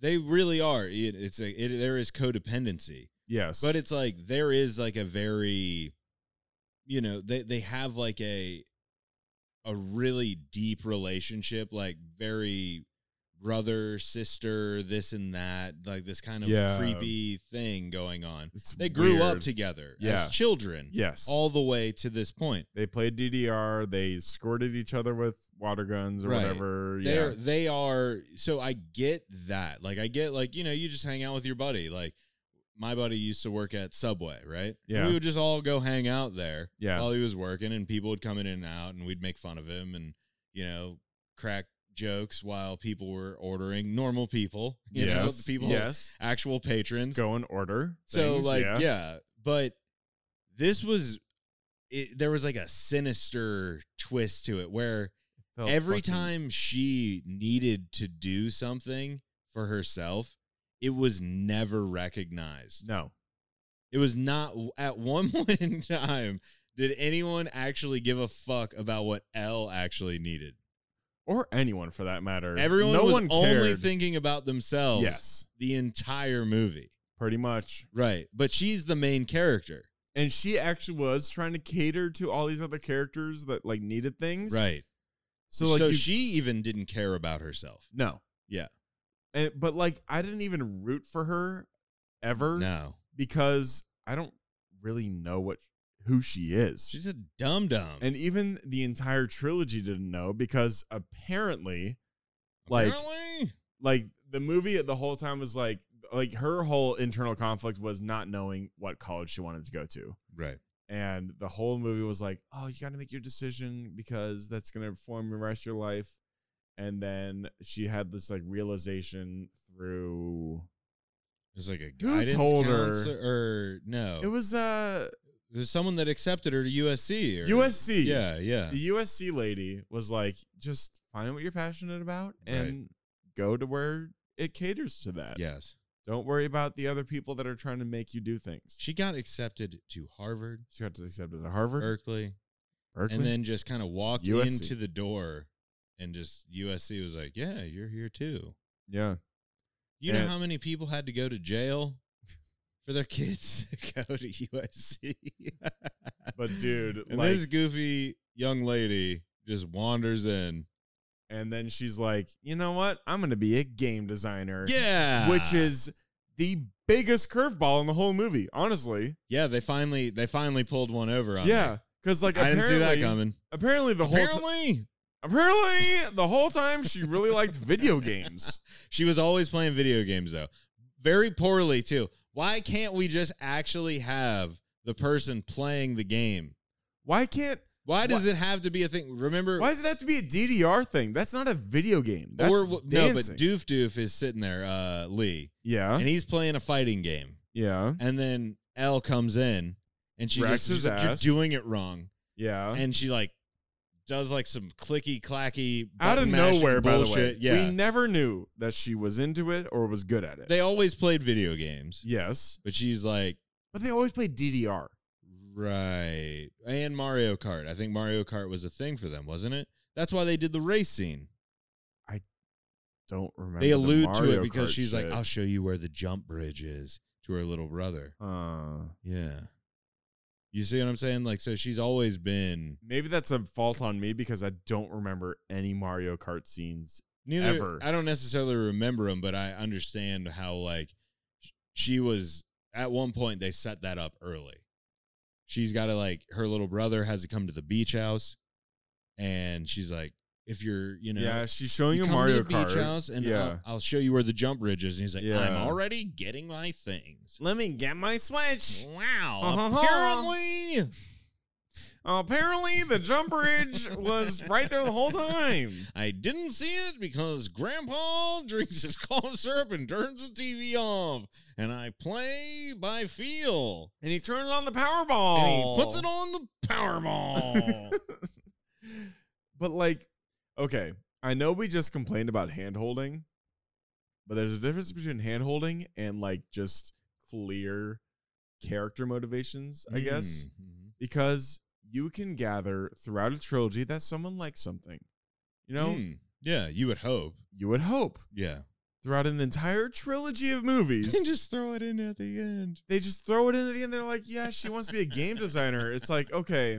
Speaker 2: They really are. It, it's a, it, there is codependency.
Speaker 1: Yes.
Speaker 2: But it's like there is like a very you know, they they have like a a really deep relationship, like very brother, sister, this and that, like this kind of
Speaker 1: Yeah.
Speaker 2: creepy thing going on.
Speaker 1: it's
Speaker 2: They grew up
Speaker 1: weird.
Speaker 2: together
Speaker 1: Yeah.
Speaker 2: as children
Speaker 1: Yes.
Speaker 2: all the way to this point.
Speaker 1: they played DDR, they squirted each other with water guns or
Speaker 2: Right.
Speaker 1: whatever.
Speaker 2: They're
Speaker 1: Yeah.
Speaker 2: they are so I get that. Like I get like, you know, you just hang out with your buddy. Like my buddy used to work at Subway, right?
Speaker 1: Yeah.
Speaker 2: We would just all go hang out there.
Speaker 1: Yeah.
Speaker 2: while he was working, and people would come in and out, and we'd make fun of him, and you know, crack jokes while people were ordering. Normal people, you know,
Speaker 1: yes.
Speaker 2: the people,
Speaker 1: yes.
Speaker 2: actual
Speaker 1: Just
Speaker 2: patrons.
Speaker 1: go in order.
Speaker 2: So
Speaker 1: things,
Speaker 2: like,
Speaker 1: yeah.
Speaker 2: yeah. but this was it, there was like a sinister twist to it where
Speaker 1: Felt
Speaker 2: every
Speaker 1: fucking-
Speaker 2: time she needed to do something for herself, it was never recognized.
Speaker 1: No.
Speaker 2: It was not at one point in time did anyone actually give a fuck about what L actually needed.
Speaker 1: Or anyone for that matter.
Speaker 2: Everyone
Speaker 1: no
Speaker 2: was
Speaker 1: one
Speaker 2: only
Speaker 1: cared.
Speaker 2: thinking about themselves
Speaker 1: Yes.
Speaker 2: the entire movie.
Speaker 1: Pretty much.
Speaker 2: Right. But she's the main character.
Speaker 1: And she actually was trying to cater to all these other characters that like needed things.
Speaker 2: Right.
Speaker 1: So
Speaker 2: So,
Speaker 1: like you,
Speaker 2: she even didn't care about herself.
Speaker 1: No.
Speaker 2: Yeah.
Speaker 1: And but like I didn't even root for her ever
Speaker 2: No.
Speaker 1: because I don't really know what who she is.
Speaker 2: She's a dumb dumb.
Speaker 1: and even the entire trilogy didn't know because apparently like-
Speaker 2: Apparently,
Speaker 1: like the movie the whole time was like like her whole internal conflict was not knowing what college she wanted to go to.
Speaker 2: Right.
Speaker 1: And the whole movie was like, oh, you got to make your decision because that's going to form the rest of your life. And then she had this like realization through.
Speaker 2: It was like a
Speaker 1: Who
Speaker 2: guidance
Speaker 1: told her?
Speaker 2: counselor, or no?
Speaker 1: It was uh,
Speaker 2: It was someone that accepted her to USC. Or,
Speaker 1: USC.
Speaker 2: Yeah, yeah.
Speaker 1: The USC lady was like, just find what you're passionate about
Speaker 2: Right.
Speaker 1: and go to where it caters to that.
Speaker 2: Yes.
Speaker 1: Don't worry about the other people that are trying to make you do things.
Speaker 2: She got accepted to Harvard,
Speaker 1: She got accepted at Harvard,
Speaker 2: Berkeley,
Speaker 1: Berkeley.
Speaker 2: and then just kind of walked
Speaker 1: USC.
Speaker 2: into the door and just USC was like, "Yeah, you're here too."
Speaker 1: yeah,
Speaker 2: You know
Speaker 1: And-
Speaker 2: how many people had to go to jail for their kids to go to USC?
Speaker 1: but dude,
Speaker 2: and
Speaker 1: like,
Speaker 2: this goofy young lady just wanders in.
Speaker 1: and then she's like, you know what? I'm gonna be a game designer.
Speaker 2: Yeah.
Speaker 1: which is the biggest curveball in the whole movie, honestly.
Speaker 2: Yeah, they finally they finally pulled one over on
Speaker 1: Yeah,
Speaker 2: me.
Speaker 1: because like
Speaker 2: I didn't see
Speaker 1: apparently,
Speaker 2: that coming.
Speaker 1: apparently the whole t-
Speaker 2: Apparently,
Speaker 1: apparently the whole time she really liked video games.
Speaker 2: She was always playing video games though. Very poorly too. Why can't we just actually have the person playing the game?
Speaker 1: Why can't?
Speaker 2: Why does it have to be a thing? Remember
Speaker 1: Why does it have to be a DDR thing? That's not a video game. That's
Speaker 2: or w- no, but
Speaker 1: dancing.
Speaker 2: Doof Doof is sitting there, uh Lee,
Speaker 1: yeah,
Speaker 2: and he's playing a fighting game.
Speaker 1: yeah,
Speaker 2: And then Elle comes in and she
Speaker 1: Wrecks
Speaker 2: just
Speaker 1: his
Speaker 2: she's like,
Speaker 1: ass."
Speaker 2: you're doing it wrong.
Speaker 1: yeah.
Speaker 2: And she like does like some clicky clacky
Speaker 1: out of
Speaker 2: button mashing
Speaker 1: nowhere, by the way.
Speaker 2: bullshit. Yeah.
Speaker 1: We never knew that she was into it or was good at it.
Speaker 2: they always played video games.
Speaker 1: yes,
Speaker 2: But she's like
Speaker 1: but they always play DDR.
Speaker 2: Right. And Mario Kart. I think Mario Kart was a thing for them, wasn't it? That's why they did the race scene.
Speaker 1: Don't remember.
Speaker 2: They
Speaker 1: the
Speaker 2: allude to
Speaker 1: Mario
Speaker 2: it because
Speaker 1: Kart
Speaker 2: she's like,
Speaker 1: shit.
Speaker 2: I'll show you where the jump bridge is to her little brother.
Speaker 1: Uh,
Speaker 2: Yeah. You see what I'm saying? Like, so she's always been
Speaker 1: maybe that's a fault on me because I don't remember any Mario Kart scenes.
Speaker 2: neither.
Speaker 1: Ever.
Speaker 2: I don't necessarily remember them, but I understand how, like, sh- she was at one point, they set that up early. She's got to, like, her little brother has to come to the beach house. And she's like, if you're, you know,
Speaker 1: yeah, she's showing
Speaker 2: you
Speaker 1: you
Speaker 2: come
Speaker 1: Mario
Speaker 2: to the beach
Speaker 1: Kart.
Speaker 2: house and
Speaker 1: Yeah.
Speaker 2: I'll, I'll show you where the jump bridge is. And he's like, I'm
Speaker 1: Yeah.
Speaker 2: already getting my things.
Speaker 1: Let me get my Switch.
Speaker 2: Wow.
Speaker 1: Uh-huh.
Speaker 2: Apparently,
Speaker 1: Apparently, the jump bridge was right there the whole time.
Speaker 2: I didn't see it because Grandpa drinks his cough syrup and turns the TV off. And I play by feel.
Speaker 1: And he turned on the
Speaker 2: And
Speaker 1: Powerball.
Speaker 2: he puts it on the Powerball.
Speaker 1: but like, okay, I know we just complained about hand holding, but there's a difference between hand holding and like just clear character motivations, I guess,
Speaker 2: Mm,
Speaker 1: because you can gather throughout a trilogy that someone likes something. You know,
Speaker 2: mm. Yeah, you would hope.
Speaker 1: you would hope
Speaker 2: Yeah.
Speaker 1: throughout an entire trilogy of movies.
Speaker 2: just throw it in at the end.
Speaker 1: they just throw it in at the end. They're like, yeah, she wants to be a game designer. It's like, okay.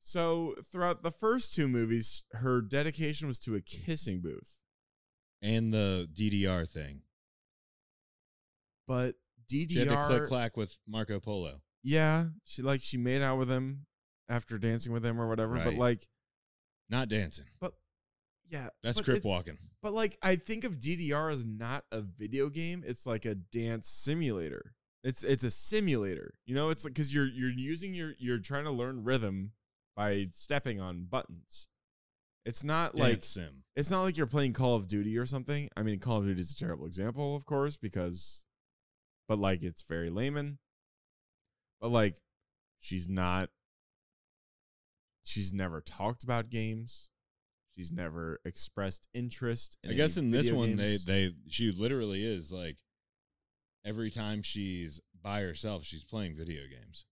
Speaker 1: So throughout the first two movies, her dedication was to a kissing booth,
Speaker 2: And the DDR thing.
Speaker 1: but
Speaker 2: She had to click
Speaker 1: DDR,
Speaker 2: clack with Marco Polo.
Speaker 1: yeah, she like she made out with him after dancing with him or whatever. But
Speaker 2: Right.
Speaker 1: like,
Speaker 2: Not dancing.
Speaker 1: yeah,
Speaker 2: That's
Speaker 1: but
Speaker 2: crip
Speaker 1: it's-
Speaker 2: walking.
Speaker 1: But like, I think of DDR as not a video game; it's like a dance simulator. It's it's a simulator. You know, it's like because you're you're using your you're trying to learn rhythm by stepping on buttons. It's not
Speaker 2: Like
Speaker 1: like
Speaker 2: sim.
Speaker 1: it's not like you're playing Call of Duty or something. I mean, Call of Duty is a terrible example, of course, because, but like it's very layman. But like, she's not. She's never talked about games. She's never expressed interest. In
Speaker 2: I guess
Speaker 1: any
Speaker 2: in this
Speaker 1: video
Speaker 2: one
Speaker 1: games.
Speaker 2: they they she literally is like every time she's by herself she's playing video games.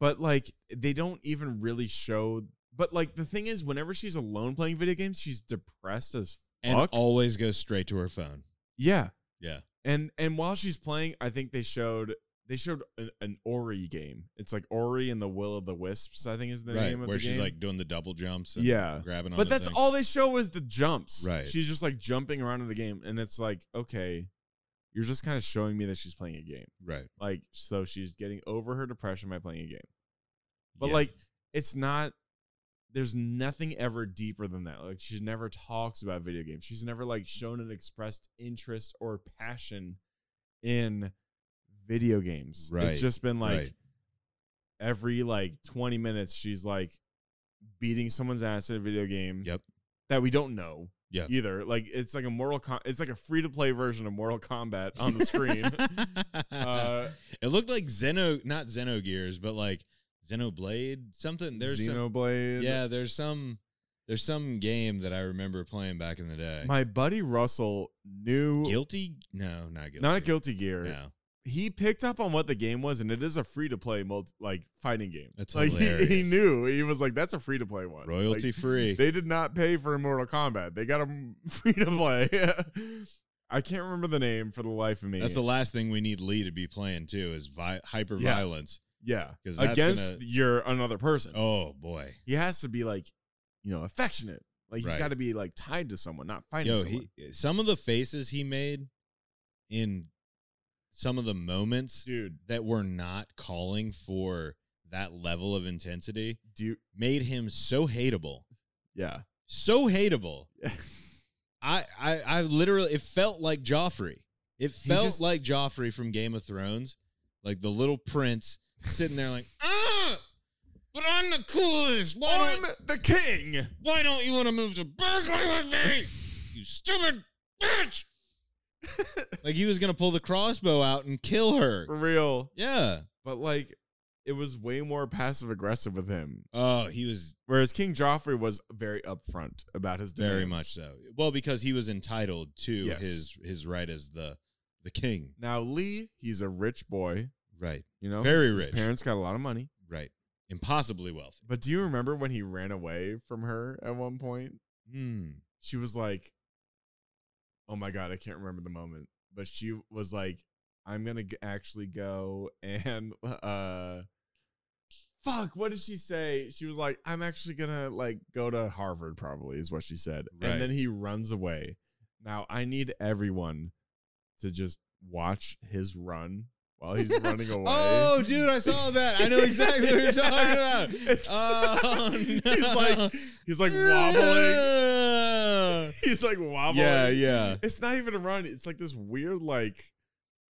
Speaker 1: but like they don't even really show. But like the thing is, whenever she's alone playing video games, she's depressed as
Speaker 2: And
Speaker 1: fuck.
Speaker 2: always goes straight to her phone.
Speaker 1: yeah,
Speaker 2: Yeah.
Speaker 1: And and while she's playing, I think they showed they showed an, an Ori game. It's like Ori and the Will of the Wisps. I think is the
Speaker 2: right.
Speaker 1: name of
Speaker 2: Where
Speaker 1: the
Speaker 2: she's
Speaker 1: game.
Speaker 2: like doing the double jumps and
Speaker 1: Yeah.
Speaker 2: grabbing on
Speaker 1: but
Speaker 2: the
Speaker 1: that's
Speaker 2: thing.
Speaker 1: all they show is the jumps.
Speaker 2: Right.
Speaker 1: She's just like jumping around in the game, and it's like, okay, you're just kind of showing me that she's playing a game.
Speaker 2: right.
Speaker 1: Like, so she's getting over her depression by playing a game. But
Speaker 2: Yeah.
Speaker 1: like, it's not. there's nothing ever deeper than that. Like she never talks about video games. She's never like shown an expressed interest or passion in video games.
Speaker 2: Right,
Speaker 1: It's just been like
Speaker 2: right.
Speaker 1: every like 20 minutes she's like beating someone's ass in a video game.
Speaker 2: Yep.
Speaker 1: That we don't know.
Speaker 2: Yep.
Speaker 1: Either. Like it's like a Mortal Com- it's like a free to play version of Mortal Kombat on the screen. Uh,
Speaker 2: it looked like Xeno, not Xeno Gears, but like Xenoblade, something. There's some,
Speaker 1: Xenoblade.
Speaker 2: yeah, there's some, there's some game that I remember playing back in the day.
Speaker 1: My buddy Russell knew
Speaker 2: guilty? No, not guilty.
Speaker 1: not a Guilty Gear.
Speaker 2: No,
Speaker 1: He picked up on what the game was, and it is a free to play multi like fighting game.
Speaker 2: That's
Speaker 1: like he, he
Speaker 2: hilarious.
Speaker 1: knew he was like that's a free to play one. Like,
Speaker 2: royalty free.
Speaker 1: they did not pay for Mortal Kombat. They got him free to play. I can't remember the name for the life of me.
Speaker 2: That's the last thing we need Lee to be playing too is vi- hyper violence.
Speaker 1: yeah
Speaker 2: 'Cause that's
Speaker 1: against
Speaker 2: gonna-
Speaker 1: your another person.
Speaker 2: Oh boy,
Speaker 1: He has to be like you know affectionate. Like he's
Speaker 2: Right.
Speaker 1: got to be like tied to someone, not fighting
Speaker 2: yo,
Speaker 1: someone.
Speaker 2: he, some of the faces he made in some of the moments
Speaker 1: Dude,
Speaker 2: that were not calling for that level of intensity
Speaker 1: do you?
Speaker 2: made him so hateable,
Speaker 1: Yeah.
Speaker 2: so hateable. I, I, I literally, it felt like Joffrey. It
Speaker 1: He
Speaker 2: felt
Speaker 1: just-
Speaker 2: like Joffrey from Game of Thrones, like the little prince sitting there, like, ah, but I'm the coolest. Why
Speaker 1: I'm
Speaker 2: don't,
Speaker 1: the king.
Speaker 2: why don't you want to move to Berkeley with me? You stupid bitch! like he was gonna pull the crossbow out and kill her.
Speaker 1: For real.
Speaker 2: Yeah.
Speaker 1: but like it was way more passive aggressive with him.
Speaker 2: Oh, he was
Speaker 1: Whereas King Joffrey was very upfront about his
Speaker 2: Very
Speaker 1: demands.
Speaker 2: much so. Well, because he was entitled to
Speaker 1: Yes.
Speaker 2: his his right as the the king.
Speaker 1: Now Lee, he's a rich boy,
Speaker 2: Right.
Speaker 1: you know,
Speaker 2: Very
Speaker 1: his,
Speaker 2: rich.
Speaker 1: His parents got a lot of money.
Speaker 2: Right. Impossibly wealthy.
Speaker 1: But do you remember when he ran away from her at one point?
Speaker 2: Hmm.
Speaker 1: She was like, "Oh my god, I can't remember the moment," but she was like, "I'm gonna g- actually go and uh." Fuck, what did she say? She was like, I'm actually gonna like go to Harvard, probably, is what she said.
Speaker 2: Right.
Speaker 1: And then he runs away. Now I need everyone to just watch his run while he's running away.
Speaker 2: Oh, dude, I saw that. I know exactly what you're talking about.
Speaker 1: It's-
Speaker 2: Oh,
Speaker 1: He's like he's like wobbling.
Speaker 2: wobbling.
Speaker 1: He's like wobbling.
Speaker 2: Yeah, yeah.
Speaker 1: It's not even a run. It's like this weird, like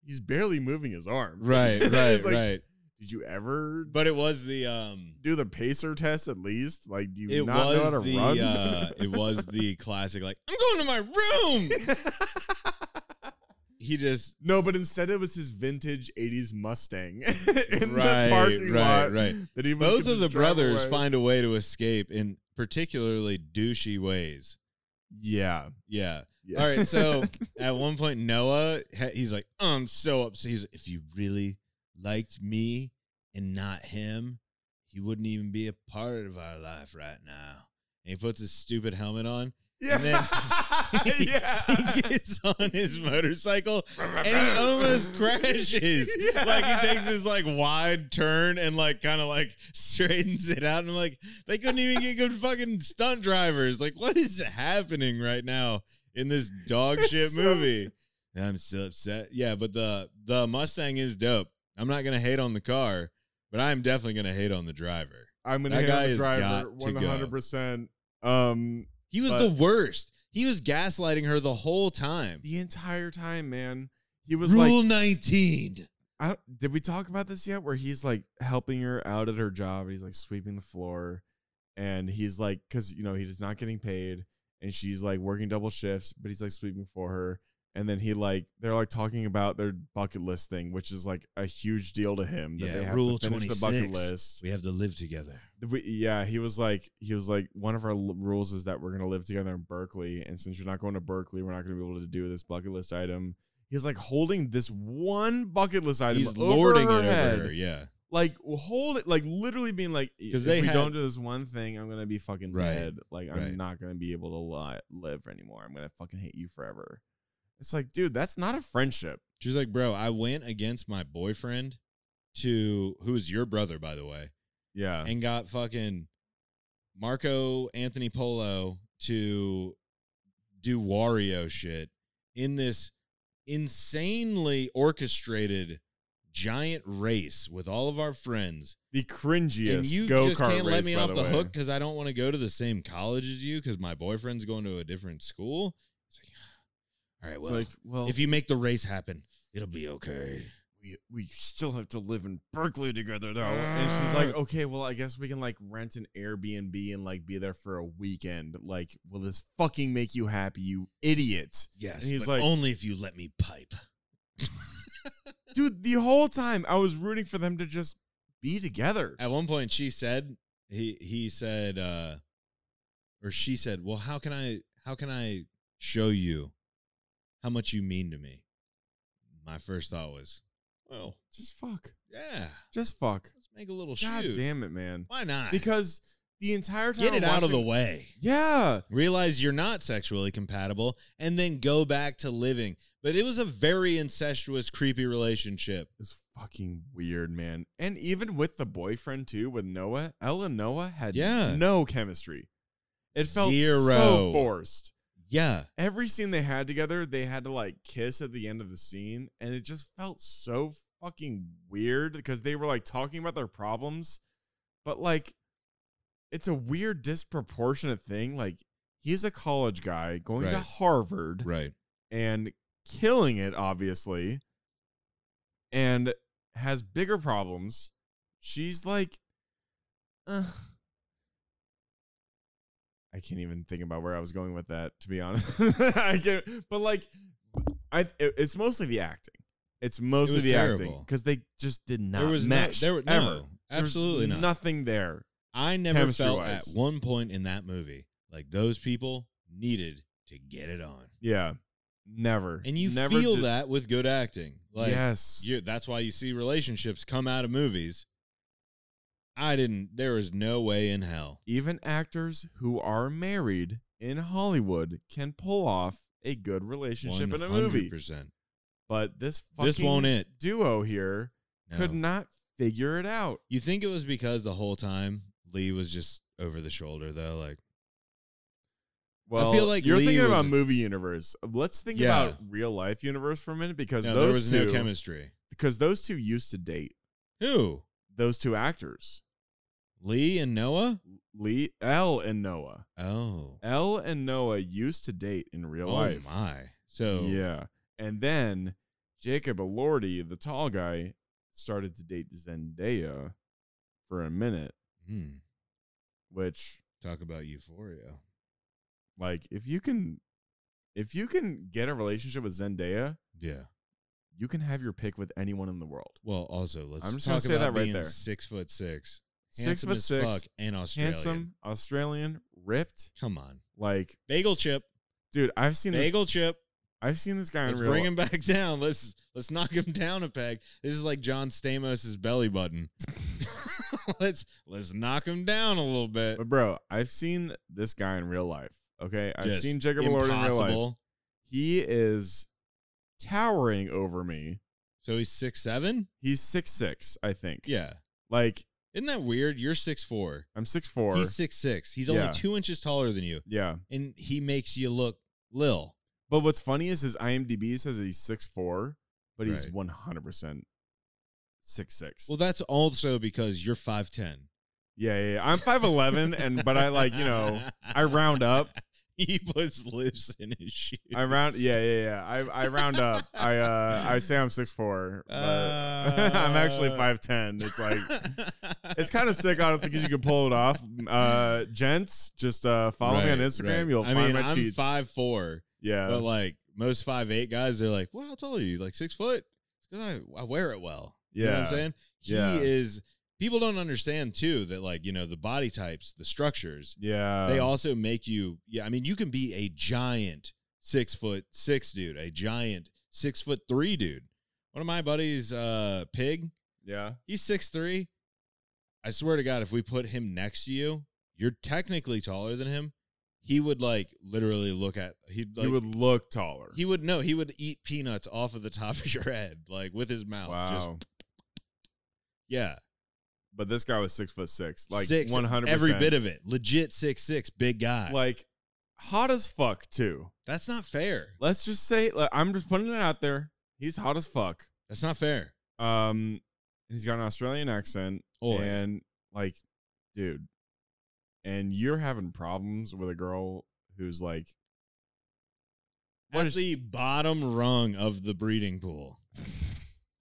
Speaker 1: he's barely moving his arms.
Speaker 2: Right,
Speaker 1: It's
Speaker 2: right,
Speaker 1: like,
Speaker 2: right.
Speaker 1: Did you ever
Speaker 2: But it was the um
Speaker 1: do the pacer test at least? Like, do you
Speaker 2: it
Speaker 1: not know how
Speaker 2: was
Speaker 1: to
Speaker 2: the
Speaker 1: run?
Speaker 2: uh it was the classic like I'm going to my room. uh, He just
Speaker 1: no, but instead it was his vintage '80s Mustang in
Speaker 2: right,
Speaker 1: the parking
Speaker 2: right,
Speaker 1: lot.
Speaker 2: right.
Speaker 1: That he was
Speaker 2: Both
Speaker 1: gonna
Speaker 2: of the
Speaker 1: drive
Speaker 2: brothers
Speaker 1: away.
Speaker 2: find a way to escape in particularly douchey ways.
Speaker 1: Yeah.
Speaker 2: Yeah.
Speaker 1: yeah.
Speaker 2: All right. So at one point, Noah, ha- he's like, I'm so upset. He's like, if you really liked me and not him, he wouldn't even be a part of our life right now. And he puts his stupid helmet on.
Speaker 1: yeah.
Speaker 2: and then- he
Speaker 1: yeah.
Speaker 2: gets on his motorcycle and he almost crashes.
Speaker 1: Yeah.
Speaker 2: Like he takes his like wide turn and like kind of like straightens it out. And like they couldn't even get good fucking stunt drivers. Like what is happening right now in this dog shit
Speaker 1: It's so-
Speaker 2: movie? I'm so upset. Yeah, but the the Mustang is dope. I'm not gonna hate on the car, but I'm definitely gonna hate on the driver.
Speaker 1: I'm
Speaker 2: That
Speaker 1: gonna hit
Speaker 2: guy
Speaker 1: on the
Speaker 2: has
Speaker 1: driver
Speaker 2: got to go.
Speaker 1: 100. percent Um,
Speaker 2: He was
Speaker 1: But-
Speaker 2: the worst. He was gaslighting her the whole time.
Speaker 1: the entire time, man. He was
Speaker 2: Rule
Speaker 1: like,
Speaker 2: 19.
Speaker 1: I don't, did we talk about this yet? Where he's like helping her out at her job, and he's like sweeping the floor, and he's like, because you know he's not getting paid, and she's like working double shifts, but he's like sweeping for her, and then he like they're like talking about their bucket list thing, which is like a huge deal to him that
Speaker 2: Yeah,
Speaker 1: they have
Speaker 2: Rule
Speaker 1: to finish the bucket
Speaker 2: 26.
Speaker 1: list.
Speaker 2: We have to live together.
Speaker 1: we, yeah, he was like, he was like, one of our l- rules is that we're gonna live together in Berkeley, and since you're not going to Berkeley, we're not gonna be able to do this bucket list item. He's like holding this one bucket list item
Speaker 2: He's
Speaker 1: over
Speaker 2: lording
Speaker 1: her
Speaker 2: it
Speaker 1: head,
Speaker 2: over her, yeah.
Speaker 1: like hold it, like literally being like, because
Speaker 2: 'Cause they
Speaker 1: we
Speaker 2: had-
Speaker 1: don't do this one thing, I'm gonna be fucking
Speaker 2: Right,
Speaker 1: dead. Like I'm
Speaker 2: right.
Speaker 1: not gonna be able to li- live anymore. I'm gonna fucking hate you forever. It's like, dude, that's not a friendship.
Speaker 2: She's like, bro, I went against my boyfriend to who is your brother, by the way,
Speaker 1: Yeah,
Speaker 2: and got fucking Marco Anthony Polo to do Wario shit in this insanely orchestrated giant race with all of our friends.
Speaker 1: The
Speaker 2: and you
Speaker 1: cringiest go
Speaker 2: just
Speaker 1: kart
Speaker 2: can't
Speaker 1: race.
Speaker 2: let me
Speaker 1: by
Speaker 2: off
Speaker 1: the,
Speaker 2: the,
Speaker 1: way.
Speaker 2: hook because I don't want to go to the same college as you because my boyfriend's going to a different school. It's like, all right,
Speaker 1: It's
Speaker 2: well,
Speaker 1: like, well,
Speaker 2: if you make the race happen, it'll be okay.
Speaker 1: we, we still have to live in Berkeley together though. And she's like,
Speaker 2: Mm.
Speaker 1: okay, well, I guess we can like rent an Airbnb and like be there for a weekend. Like, will this fucking make you happy, you idiot?
Speaker 2: Yes,
Speaker 1: And he's
Speaker 2: but
Speaker 1: like-
Speaker 2: only if you let me pipe.
Speaker 1: Dude, the whole time I was rooting for them to just be together.
Speaker 2: At one point, she said he he said uh, or she said, well, how can I how can I show you how much you mean to me? My first thought was, well,
Speaker 1: Just fuck.
Speaker 2: yeah,
Speaker 1: Just fuck.
Speaker 2: let's make a little
Speaker 1: God
Speaker 2: shoot.
Speaker 1: damn it, man.
Speaker 2: Why not?
Speaker 1: Because the entire time
Speaker 2: get it
Speaker 1: I'm
Speaker 2: out of the
Speaker 1: watching-
Speaker 2: way.
Speaker 1: Yeah.
Speaker 2: Realize you're not sexually compatible, and then go back to living. But it was a very incestuous, creepy relationship.
Speaker 1: It's fucking weird, man. And even with the boyfriend too, with Noah, Ella and Noah had
Speaker 2: Yeah.
Speaker 1: no chemistry. It felt
Speaker 2: Zero.
Speaker 1: so forced.
Speaker 2: Yeah,
Speaker 1: Every scene they had together, they had to like kiss at the end of the scene, and it just felt so fucking weird because they were like talking about their problems, but like it's a weird disproportionate thing. Like he's a college guy going to
Speaker 2: Right.
Speaker 1: Harvard
Speaker 2: right.
Speaker 1: and killing it, obviously, and has bigger problems. She's like, uh, I can't even think about where I was going with that, to be honest. I can't, but like, I it- it's mostly the acting. It's mostly
Speaker 2: was
Speaker 1: the acting
Speaker 2: terrible.
Speaker 1: because they just did not
Speaker 2: there was
Speaker 1: mesh.
Speaker 2: no, there were,
Speaker 1: ever.
Speaker 2: no,
Speaker 1: There was
Speaker 2: absolutely not.
Speaker 1: Nothing there.
Speaker 2: I never felt
Speaker 1: Chemistry-wise.
Speaker 2: at one point in that movie like those people needed to get it on,
Speaker 1: Yeah, never.
Speaker 2: and you
Speaker 1: never
Speaker 2: feel
Speaker 1: did-
Speaker 2: that with good acting. Like,
Speaker 1: yes,
Speaker 2: you, that's why you see relationships come out of movies. I didn't. There is no way in hell.
Speaker 1: even actors who are married in Hollywood can pull off a good relationship in a movie.
Speaker 2: 100%.
Speaker 1: But this fucking
Speaker 2: This won't it.
Speaker 1: duo here
Speaker 2: No.
Speaker 1: could not figure it out.
Speaker 2: You think it was because the whole time Lee was just over the shoulder though, like
Speaker 1: Well,
Speaker 2: feel like
Speaker 1: you're
Speaker 2: Lee
Speaker 1: thinking
Speaker 2: was
Speaker 1: about
Speaker 2: a-
Speaker 1: movie universe. Let's think
Speaker 2: Yeah.
Speaker 1: about real life universe for a minute because
Speaker 2: no,
Speaker 1: those
Speaker 2: there was
Speaker 1: two,
Speaker 2: no chemistry.
Speaker 1: because those two used to date.
Speaker 2: Who?
Speaker 1: Those two actors,
Speaker 2: Lee and Noah?
Speaker 1: Lee, L, and Noah.
Speaker 2: Oh.
Speaker 1: L and Noah used to date in real
Speaker 2: oh
Speaker 1: life.
Speaker 2: my. So
Speaker 1: Yeah. And then Jacob Elordi, the tall guy, started to date Zendaya for a minute,
Speaker 2: hmm,
Speaker 1: which
Speaker 2: talk about euphoria.
Speaker 1: like if you can if you can get a relationship with Zendaya,
Speaker 2: Yeah.
Speaker 1: you can have your pick with anyone in the world.
Speaker 2: Well, also let's
Speaker 1: I'm just gonna
Speaker 2: talk
Speaker 1: say
Speaker 2: about
Speaker 1: that right
Speaker 2: being
Speaker 1: there.
Speaker 2: six foot six.
Speaker 1: Six
Speaker 2: handsome
Speaker 1: foot
Speaker 2: as
Speaker 1: six,
Speaker 2: fuck and Australian.
Speaker 1: handsome, Australian, ripped.
Speaker 2: Come on.
Speaker 1: Like,
Speaker 2: Bagel chip.
Speaker 1: dude, I've seen this
Speaker 2: Bagel chip.
Speaker 1: I've seen this guy in
Speaker 2: Let's
Speaker 1: real
Speaker 2: bring him back down. Let's let's knock him down a peg. This is like John Stamos's belly button. let's let's knock him down a little bit.
Speaker 1: But bro, I've seen this guy in real life. Okay? I've
Speaker 2: Just
Speaker 1: seen Jacob Elordi in real life.
Speaker 2: impossible.
Speaker 1: He is towering over me.
Speaker 2: So he's six seven.
Speaker 1: He's six six, I think.
Speaker 2: Yeah,
Speaker 1: Like
Speaker 2: isn't that weird? You're six four.
Speaker 1: I'm six four.
Speaker 2: He's six six. He's only
Speaker 1: Yeah.
Speaker 2: two inches taller than you,
Speaker 1: yeah.
Speaker 2: and he makes you look lil.
Speaker 1: But what's funny is his IMDb says that he's six four, but he's
Speaker 2: Right.
Speaker 1: one hundred percent six six.
Speaker 2: Well, that's also because you're five ten.
Speaker 1: yeah, yeah, yeah. I'm five eleven, and but I like you know I round up.
Speaker 2: He puts lives in his shoes.
Speaker 1: I round. Yeah, yeah, yeah. I I round up. I uh I say I'm six four, but I'm actually
Speaker 2: Uh.
Speaker 1: five ten. It's like. It's kind of sick, honestly, because you can pull it off. Uh, gents, just uh, follow me on
Speaker 2: Right,
Speaker 1: Instagram.
Speaker 2: right.
Speaker 1: You'll
Speaker 2: I
Speaker 1: find
Speaker 2: mean,
Speaker 1: my
Speaker 2: I'm
Speaker 1: cheats.
Speaker 2: five four,
Speaker 1: yeah,
Speaker 2: but like most five eight guys, they're like, "Well, how tall are you? Like six foot?" Because I, I wear it well. you know what
Speaker 1: Yeah.
Speaker 2: I'm saying he
Speaker 1: Yeah.
Speaker 2: is. People don't understand too that like you know the body types, the structures,
Speaker 1: yeah.
Speaker 2: they also make you. Yeah, I mean, you can be a giant six foot six dude, a giant six foot three dude. One of my buddies, uh, Pig,
Speaker 1: yeah.
Speaker 2: he's six three. I swear to God, if we put him next to you, you're technically taller than him. He would like literally look at he'd like,
Speaker 1: he would look taller.
Speaker 2: he would know he would eat peanuts off of the top of your head like with his mouth.
Speaker 1: wow.
Speaker 2: Just yeah,
Speaker 1: but this guy was six foot six, like
Speaker 2: Six,
Speaker 1: one hundred
Speaker 2: every bit of it, legit six six, big guy.
Speaker 1: like hot as fuck too.
Speaker 2: That's not fair.
Speaker 1: Let's just say like, I'm just putting it out there. He's hot as fuck.
Speaker 2: That's not fair.
Speaker 1: Um, he's got an Australian accent,
Speaker 2: Oh, yeah.
Speaker 1: and like, dude, and you're having problems with a girl who's like,
Speaker 2: At the bottom rung of the breeding pool.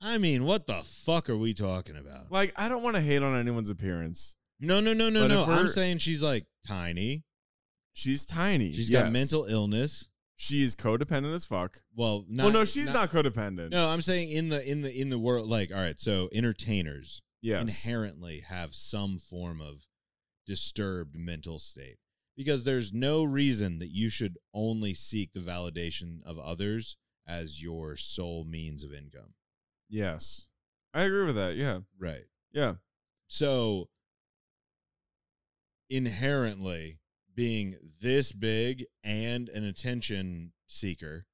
Speaker 2: I mean, what the fuck are we talking about?
Speaker 1: like I don't want to hate on anyone's appearance.
Speaker 2: No, no, no, no,
Speaker 1: But
Speaker 2: no.
Speaker 1: if
Speaker 2: I'm
Speaker 1: we're-
Speaker 2: saying she's like tiny.
Speaker 1: She's tiny.
Speaker 2: She's
Speaker 1: She's
Speaker 2: got mental illness.
Speaker 1: She is codependent as fuck.
Speaker 2: Well, not,
Speaker 1: well, no, she's not, codependent.
Speaker 2: No, I'm saying in the in the in the world, like, all right, so entertainers
Speaker 1: Yes.
Speaker 2: inherently have some form of disturbed mental state because there's no reason that you should only seek the validation of others as your sole means of income.
Speaker 1: yes. I agree with that. Yeah.
Speaker 2: Right.
Speaker 1: Yeah.
Speaker 2: So inherently being this big and an attention seeker.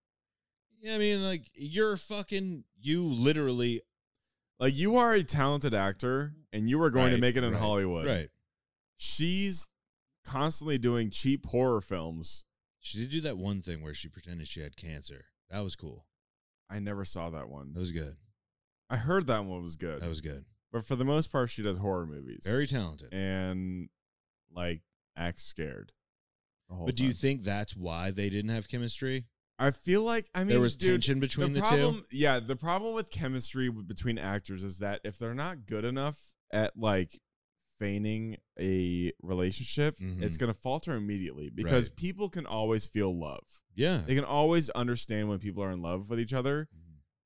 Speaker 2: Yeah, I mean like you're fucking you literally
Speaker 1: Like you are a talented actor and you are going to
Speaker 2: Right,
Speaker 1: make it in
Speaker 2: right,
Speaker 1: Hollywood.
Speaker 2: right.
Speaker 1: She's constantly doing cheap horror films.
Speaker 2: She did do that one thing where she pretended she had cancer. That was cool.
Speaker 1: I never saw that one.
Speaker 2: That was good.
Speaker 1: I heard that one was good.
Speaker 2: That was good.
Speaker 1: but for the most part she does horror movies.
Speaker 2: Very talented.
Speaker 1: and like acts scared. the whole
Speaker 2: But do you
Speaker 1: time.
Speaker 2: think that's why they didn't have chemistry?
Speaker 1: I feel like I mean
Speaker 2: there was
Speaker 1: dude,
Speaker 2: tension between the,
Speaker 1: problem,
Speaker 2: two.
Speaker 1: Yeah, the problem with chemistry w- between actors is that if they're not good enough at like feigning a relationship, it's
Speaker 2: Mhm.
Speaker 1: going to falter immediately because
Speaker 2: Right.
Speaker 1: people can always feel love.
Speaker 2: Yeah.
Speaker 1: They can always understand when people are in love with each other,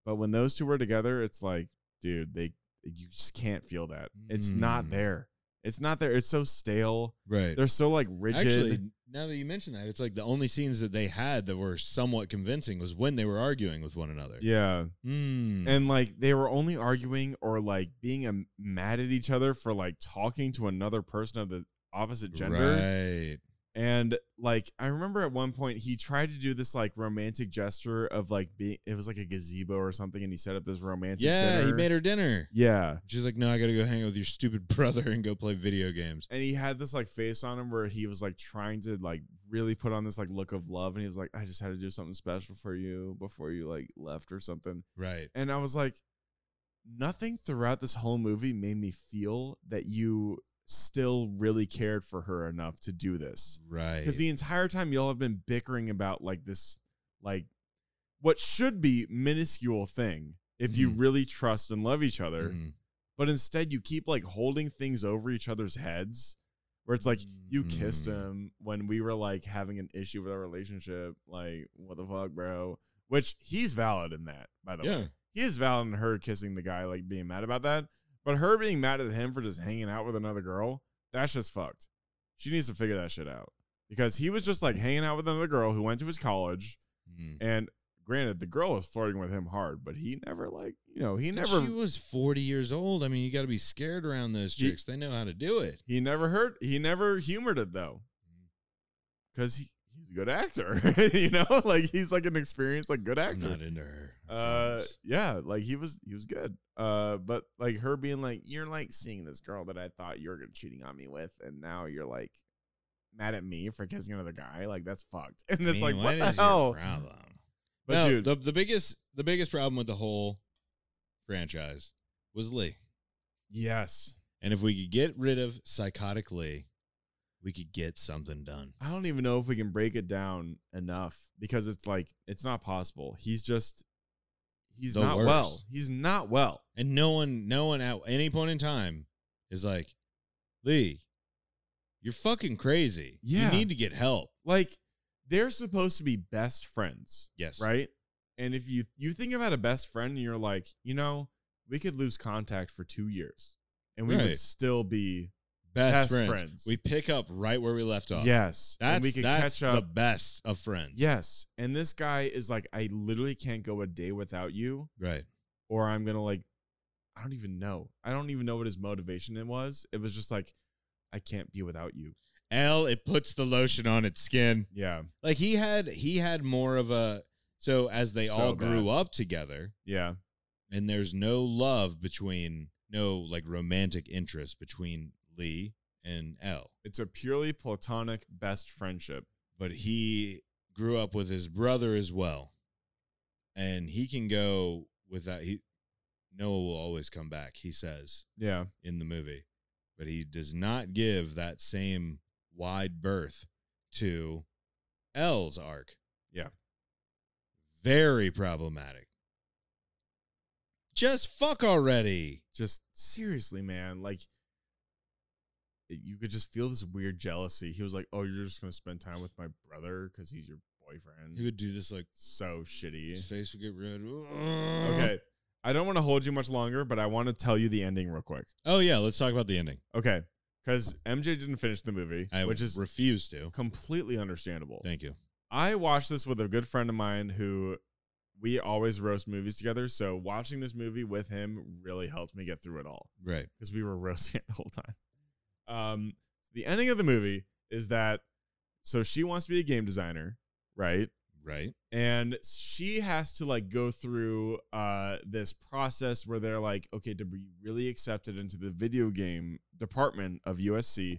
Speaker 1: but when those two are together, it's like, dude, they you just can't feel that. It's not
Speaker 2: Mm.
Speaker 1: there. It's not there. It's so stale.
Speaker 2: Right.
Speaker 1: They're so like rigid.
Speaker 2: Actually, now that you mention that, it's like the only scenes that they had that were somewhat convincing was when they were arguing with one another.
Speaker 1: yeah.
Speaker 2: Hmm.
Speaker 1: and like they were only arguing or like being um mad at each other for like talking to another person of the opposite gender
Speaker 2: Right.
Speaker 1: and like i remember at one point he tried to do this like romantic gesture of like being it was like a gazebo or something and he set up this romantic
Speaker 2: yeah,
Speaker 1: dinner.
Speaker 2: he made her dinner.
Speaker 1: yeah
Speaker 2: She's like, no, I gotta go hang out with your stupid brother and go play video games.
Speaker 1: and he had this like face on him where he was like trying to like really put on this like look of love and he was like i just had to do something special for you before you like left or something
Speaker 2: Right.
Speaker 1: and I was like, nothing throughout this whole movie made me feel that you still really cared for her enough to do this.
Speaker 2: Right.
Speaker 1: Because the entire time y'all have been bickering about like this, like what should be minuscule thing if you
Speaker 2: Mhm.
Speaker 1: really trust and love each other,
Speaker 2: Mhm.
Speaker 1: but instead you keep like holding things over each other's heads. Where it's like you kissed
Speaker 2: Mhm.
Speaker 1: him when we were like having an issue with our relationship, like what the fuck, bro? Which he's valid in that, by the way
Speaker 2: Yeah.
Speaker 1: he is valid in her kissing the guy, like being mad about that. But her being mad at him for just hanging out with another girl, that's just fucked. She needs to figure that shit out. Because he was just like hanging out with another girl who went to his college.
Speaker 2: Mhm.
Speaker 1: And granted, the girl was flirting with him hard, but he never, like, you know, he
Speaker 2: And
Speaker 1: never,
Speaker 2: She was forty years old. I mean, you got to be scared around those
Speaker 1: Ye-
Speaker 2: chicks. they know how to do it.
Speaker 1: he never hurt, he never humored it though.
Speaker 2: Mm.
Speaker 1: Cause he, he's a good actor, you know, like he's like an experienced, like good
Speaker 2: I'm
Speaker 1: actor.
Speaker 2: not into her. I
Speaker 1: Uh,
Speaker 2: promise.
Speaker 1: yeah, like he was, he was good. Uh, but like her being like, you're like seeing this girl that I thought you were gonna cheating on me with, and now you're like mad at me for kissing another guy. Like that's fucked. And
Speaker 2: I
Speaker 1: it's
Speaker 2: mean,
Speaker 1: like, what the
Speaker 2: is your
Speaker 1: hell?
Speaker 2: problem?
Speaker 1: But
Speaker 2: no,
Speaker 1: dude,
Speaker 2: the the biggest the biggest problem with the whole franchise was Lee.
Speaker 1: yes,
Speaker 2: And if we could get rid of psychotic Lee, we could get something done.
Speaker 1: I don't even know if we can break it down enough because it's like it's not possible. He's just, he's
Speaker 2: The
Speaker 1: not well.
Speaker 2: worst.
Speaker 1: He's not well.
Speaker 2: And no one no one at any point in time is like, Lee, you're fucking crazy.
Speaker 1: Yeah.
Speaker 2: You need to get help.
Speaker 1: Like they're supposed to be best friends.
Speaker 2: Yes.
Speaker 1: right? And if you you think about a best friend and you're like, you know, we could lose contact for two years and we
Speaker 2: Right.
Speaker 1: would still be Best
Speaker 2: Best, friends.
Speaker 1: friends.
Speaker 2: We pick up right where we left off.
Speaker 1: yes,
Speaker 2: That's,
Speaker 1: and we could
Speaker 2: that's
Speaker 1: catch up.
Speaker 2: the best of friends.
Speaker 1: yes, and this guy is like, I literally can't go a day without you,
Speaker 2: Right.
Speaker 1: or I'm gonna like, I don't even know. I don't even know what his motivation it was. It was just like, I can't be without you.
Speaker 2: L, it puts the lotion on its skin.
Speaker 1: Yeah,
Speaker 2: Like he had he had more of a so as they
Speaker 1: So
Speaker 2: all grew
Speaker 1: bad.
Speaker 2: up together
Speaker 1: yeah,
Speaker 2: and there's no love between no like romantic interest between Lee and L.
Speaker 1: it's a purely platonic best friendship.
Speaker 2: But he grew up with his brother as well. And he can go without he Noah will always come back, he says
Speaker 1: Yeah.
Speaker 2: in the movie. But he does not give that same wide berth to L's arc.
Speaker 1: Yeah.
Speaker 2: Very problematic. Just fuck already.
Speaker 1: Just seriously, man. Like, you could just feel this weird jealousy. He was like, "Oh, you're just gonna spend time with my brother because he's your boyfriend."
Speaker 2: He would do this like
Speaker 1: so shitty.
Speaker 2: his face would get red.
Speaker 1: Okay. I don't want to hold you much longer, but I want to tell you the ending real quick.
Speaker 2: Oh yeah, let's talk about the ending.
Speaker 1: Okay. Because MJ didn't finish the movie,
Speaker 2: I
Speaker 1: which is
Speaker 2: refuse to.
Speaker 1: completely understandable.
Speaker 2: Thank you.
Speaker 1: I watched this with a good friend of mine who we always roast movies together. So watching this movie with him really helped me get through it all
Speaker 2: Right.
Speaker 1: because we were roasting it the whole time. Um, the ending of the movie is that so she wants to be a game designer, right?
Speaker 2: Right.
Speaker 1: and she has to like go through uh this process where they're like okay to be really accepted into the video game department of USC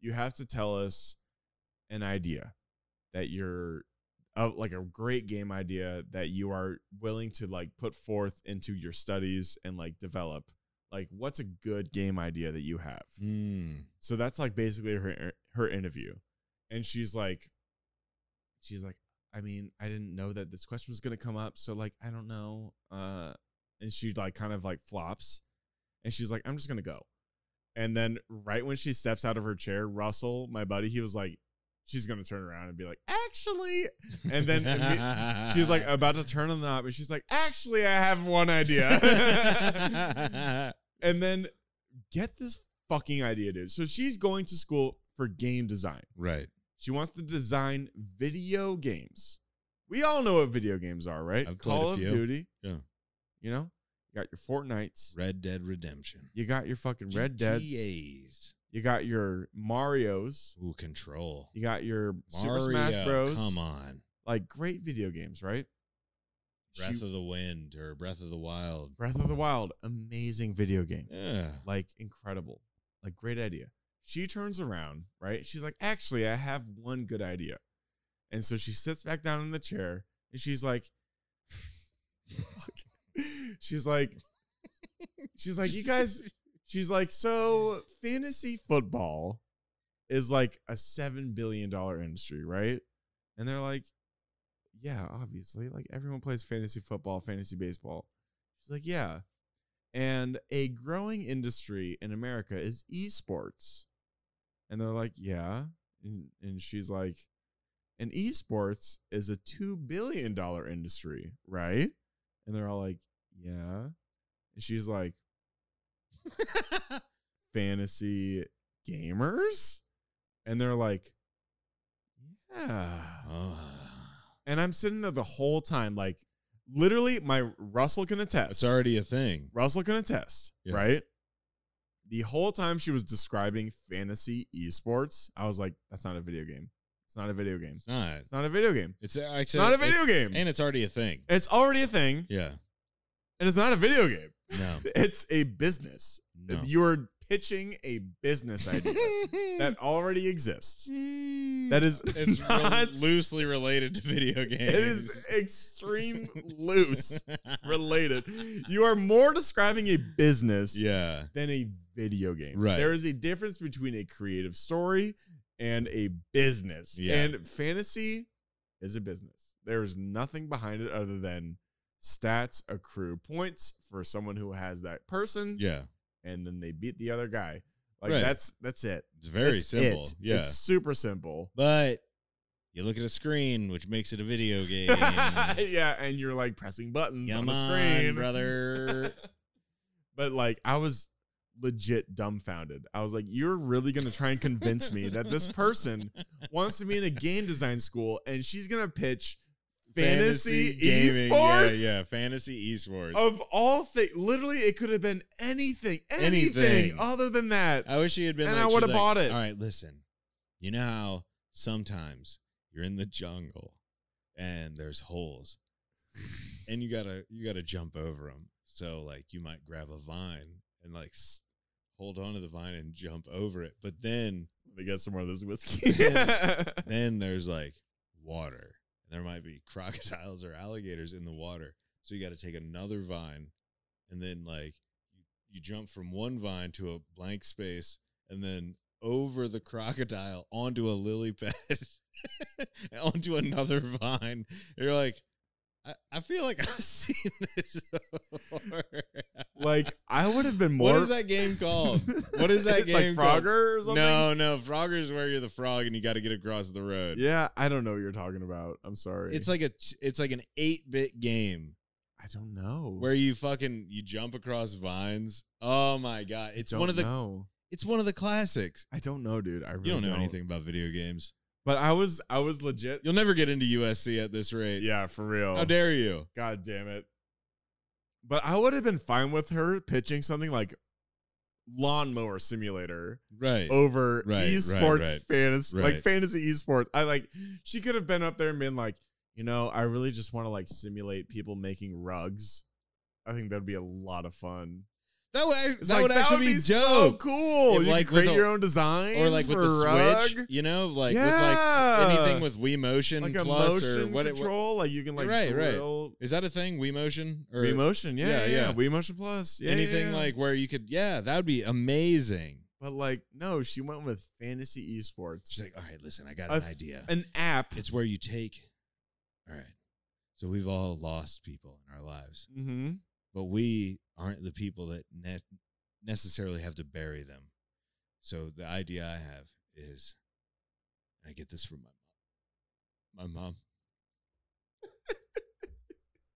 Speaker 1: you have to tell us an idea that you're of like a great game idea that you are willing to like put forth into your studies and like develop like what's a good game idea that you have
Speaker 2: Mm.
Speaker 1: so that's like basically her her interview, and she's like, she's like, I mean, I didn't know that this question was gonna come up, so like, I don't know. Uh, and she like kind of like flops, and she's like, I'm just gonna go. And then right when she steps out of her chair, Russell, my buddy, he was like, she's gonna turn around and be like, actually, and then imme- she's like oh. about to turn on the knob, and she's like, actually, I have one idea. and then get this fucking idea, dude. So she's going to school for game design.
Speaker 2: right.
Speaker 1: She wants to design video games. We all know what video games are, right?
Speaker 2: I've played
Speaker 1: Call
Speaker 2: a
Speaker 1: of
Speaker 2: few.
Speaker 1: Duty.
Speaker 2: Yeah.
Speaker 1: You know, you got your Fortnites.
Speaker 2: Red Dead Redemption.
Speaker 1: You got your fucking Red Deads.
Speaker 2: GTAs.
Speaker 1: You got your Mario's.
Speaker 2: Ooh, control.
Speaker 1: You got your
Speaker 2: Mario,
Speaker 1: Super Smash Bros.
Speaker 2: Come on.
Speaker 1: Like great video games, right?
Speaker 2: Breath
Speaker 1: She-
Speaker 2: of the Wind or Breath of the Wild.
Speaker 1: Breath of the Wild, amazing video game.
Speaker 2: Yeah.
Speaker 1: like incredible like great idea she turns around right she's like actually i have one good idea and so she sits back down in the chair and she's like fuck. she's like she's like you guys she's like so fantasy football is like a 7 billion dollar industry right and they're like yeah obviously like everyone plays fantasy football fantasy baseball she's like yeah and a growing industry in America is esports. And they're like, yeah. And, and she's like, and esports is a $2 billion industry, right? And they're all like, yeah. And she's like, fantasy gamers? And they're like, yeah.
Speaker 2: Ah.
Speaker 1: And I'm sitting there the whole time, like, literally, my Russell can attest.
Speaker 2: It's already a thing.
Speaker 1: Russell can attest,
Speaker 2: Yeah.
Speaker 1: right? The whole time she was describing fantasy esports, I was like, that's not a video game. It's not a video game.
Speaker 2: It's not.
Speaker 1: It's not a video game.
Speaker 2: It's uh, actually
Speaker 1: It's not a video game.
Speaker 2: And it's already a thing.
Speaker 1: it's already a thing,
Speaker 2: Yeah.
Speaker 1: and it's not a video game.
Speaker 2: No.
Speaker 1: It's a business.
Speaker 2: No.
Speaker 1: You're pitching a business idea that already exists. That is
Speaker 2: it's re-
Speaker 1: not.
Speaker 2: loosely related to video games.
Speaker 1: It is extreme loose related. You are more describing a business
Speaker 2: yeah.
Speaker 1: than a video game.
Speaker 2: Right.
Speaker 1: There is a difference between a creative story and a business.
Speaker 2: Yeah.
Speaker 1: And fantasy is a business. There is nothing behind it other than stats accrue points for someone who has that person
Speaker 2: Yeah.
Speaker 1: and then they beat the other guy. Like
Speaker 2: Right.
Speaker 1: that's that's it.
Speaker 2: It's very
Speaker 1: That's
Speaker 2: simple.
Speaker 1: it.
Speaker 2: Yeah.
Speaker 1: It's super simple.
Speaker 2: but you look at a screen, which makes it a video game.
Speaker 1: yeah, and you're like pressing buttons
Speaker 2: Come
Speaker 1: on the screen.
Speaker 2: on, brother.
Speaker 1: But like I was legit dumbfounded. I was like, you're really gonna try and convince me that this person wants to be in a game design school and she's gonna pitch fantasy,
Speaker 2: gaming.
Speaker 1: esports Oh,
Speaker 2: Yeah, yeah, fantasy esports.
Speaker 1: of all things. Literally, it could have been anything, anything,
Speaker 2: Anything.
Speaker 1: other than that.
Speaker 2: I wish she had been.
Speaker 1: And
Speaker 2: like,
Speaker 1: I
Speaker 2: she's
Speaker 1: would've
Speaker 2: like,
Speaker 1: bought it.
Speaker 2: All right, listen. You know how sometimes you're in the jungle and there's holes, and you gotta you gotta jump over them. So like you might grab a vine and like s- hold onto the vine and jump over it, but then
Speaker 1: Let me get some more of this whiskey.
Speaker 2: then there's like water. There might be crocodiles or alligators in the water, so you got to take another vine and then like you, you jump from one vine to a blank space and then over the crocodile onto a lily pad and onto another vine. And you're like, I, I feel like I've seen this before.
Speaker 1: Like I would have been more.
Speaker 2: what is that game called? What is that game
Speaker 1: like
Speaker 2: called?
Speaker 1: Frogger or something?
Speaker 2: No, no, Frogger's where you're the frog and you got to get across the road.
Speaker 1: Yeah, I don't know what you're talking about. I'm sorry.
Speaker 2: It's like a t- it's like an 8-bit game
Speaker 1: I don't know.
Speaker 2: where you fucking you jump across vines. Oh my god, it's one of the
Speaker 1: Know.
Speaker 2: it's one of the classics.
Speaker 1: I don't know, dude. I really
Speaker 2: You don't know anything about video games.
Speaker 1: But I was I was legit.
Speaker 2: You'll never get into USC at this rate.
Speaker 1: Yeah, for real.
Speaker 2: How dare you?
Speaker 1: God damn it. But I would have been fine with her pitching something like lawnmower simulator
Speaker 2: Right.
Speaker 1: over
Speaker 2: Right, right,
Speaker 1: esports
Speaker 2: right,
Speaker 1: fantasy like
Speaker 2: right.
Speaker 1: fantasy esports. I like she could have been up there and been like, you know, I really just want to like simulate people making rugs. I think that'd be a lot of fun.
Speaker 2: That would act-
Speaker 1: It's
Speaker 2: that
Speaker 1: like,
Speaker 2: would actually
Speaker 1: be,
Speaker 2: be
Speaker 1: so
Speaker 2: dope.
Speaker 1: cool.
Speaker 2: If,
Speaker 1: you
Speaker 2: like,
Speaker 1: like
Speaker 2: with
Speaker 1: create
Speaker 2: a-
Speaker 1: your own design
Speaker 2: Or like with
Speaker 1: for
Speaker 2: the
Speaker 1: rug,
Speaker 2: Switch, you know, like with like
Speaker 1: Yeah.
Speaker 2: s- anything with Wii Motion
Speaker 1: like a
Speaker 2: Plus
Speaker 1: motion
Speaker 2: or what it what,
Speaker 1: control. like you can like
Speaker 2: Right, right.
Speaker 1: swirl-
Speaker 2: is that a thing? Wii Motion or
Speaker 1: Wii Motion, yeah,
Speaker 2: yeah,
Speaker 1: yeah,
Speaker 2: yeah.
Speaker 1: Wii Motion Plus, yeah,
Speaker 2: anything
Speaker 1: yeah, yeah.
Speaker 2: like where you could? Yeah, that would be amazing.
Speaker 1: But like, no, she went with fantasy esports,
Speaker 2: She's like, all right, listen, I got
Speaker 1: A
Speaker 2: an
Speaker 1: th-
Speaker 2: idea.
Speaker 1: an app.
Speaker 2: It's where you take. All right. So we've all lost people in our lives,
Speaker 1: hmm
Speaker 2: but we aren't the people that ne- necessarily have to bury them. So the idea I have is, and I get this from my mom. My mom.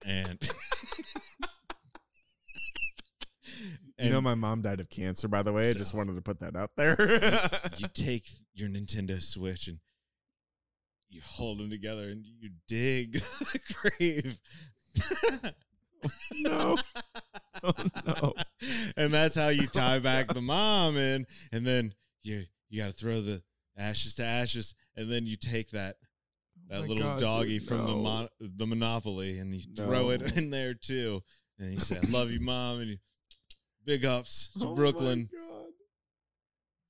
Speaker 2: and.
Speaker 1: You know, my mom died of cancer, by the way. I just
Speaker 2: So-
Speaker 1: wanted to put that out there.
Speaker 2: you take your Nintendo Switch and you hold them together and you dig the grave.
Speaker 1: no, Oh, no. Oh,
Speaker 2: And that's how you tie back the mom in, and then you you got to throw the ashes to ashes, and then you take that that
Speaker 1: Oh My
Speaker 2: little
Speaker 1: God,
Speaker 2: doggy
Speaker 1: dude,
Speaker 2: from the
Speaker 1: no.
Speaker 2: mon- the Monopoly, and you throw
Speaker 1: No.
Speaker 2: it in there too, and you say, "I love you, mom," and you big ups to
Speaker 1: Oh my
Speaker 2: Brooklyn.
Speaker 1: God.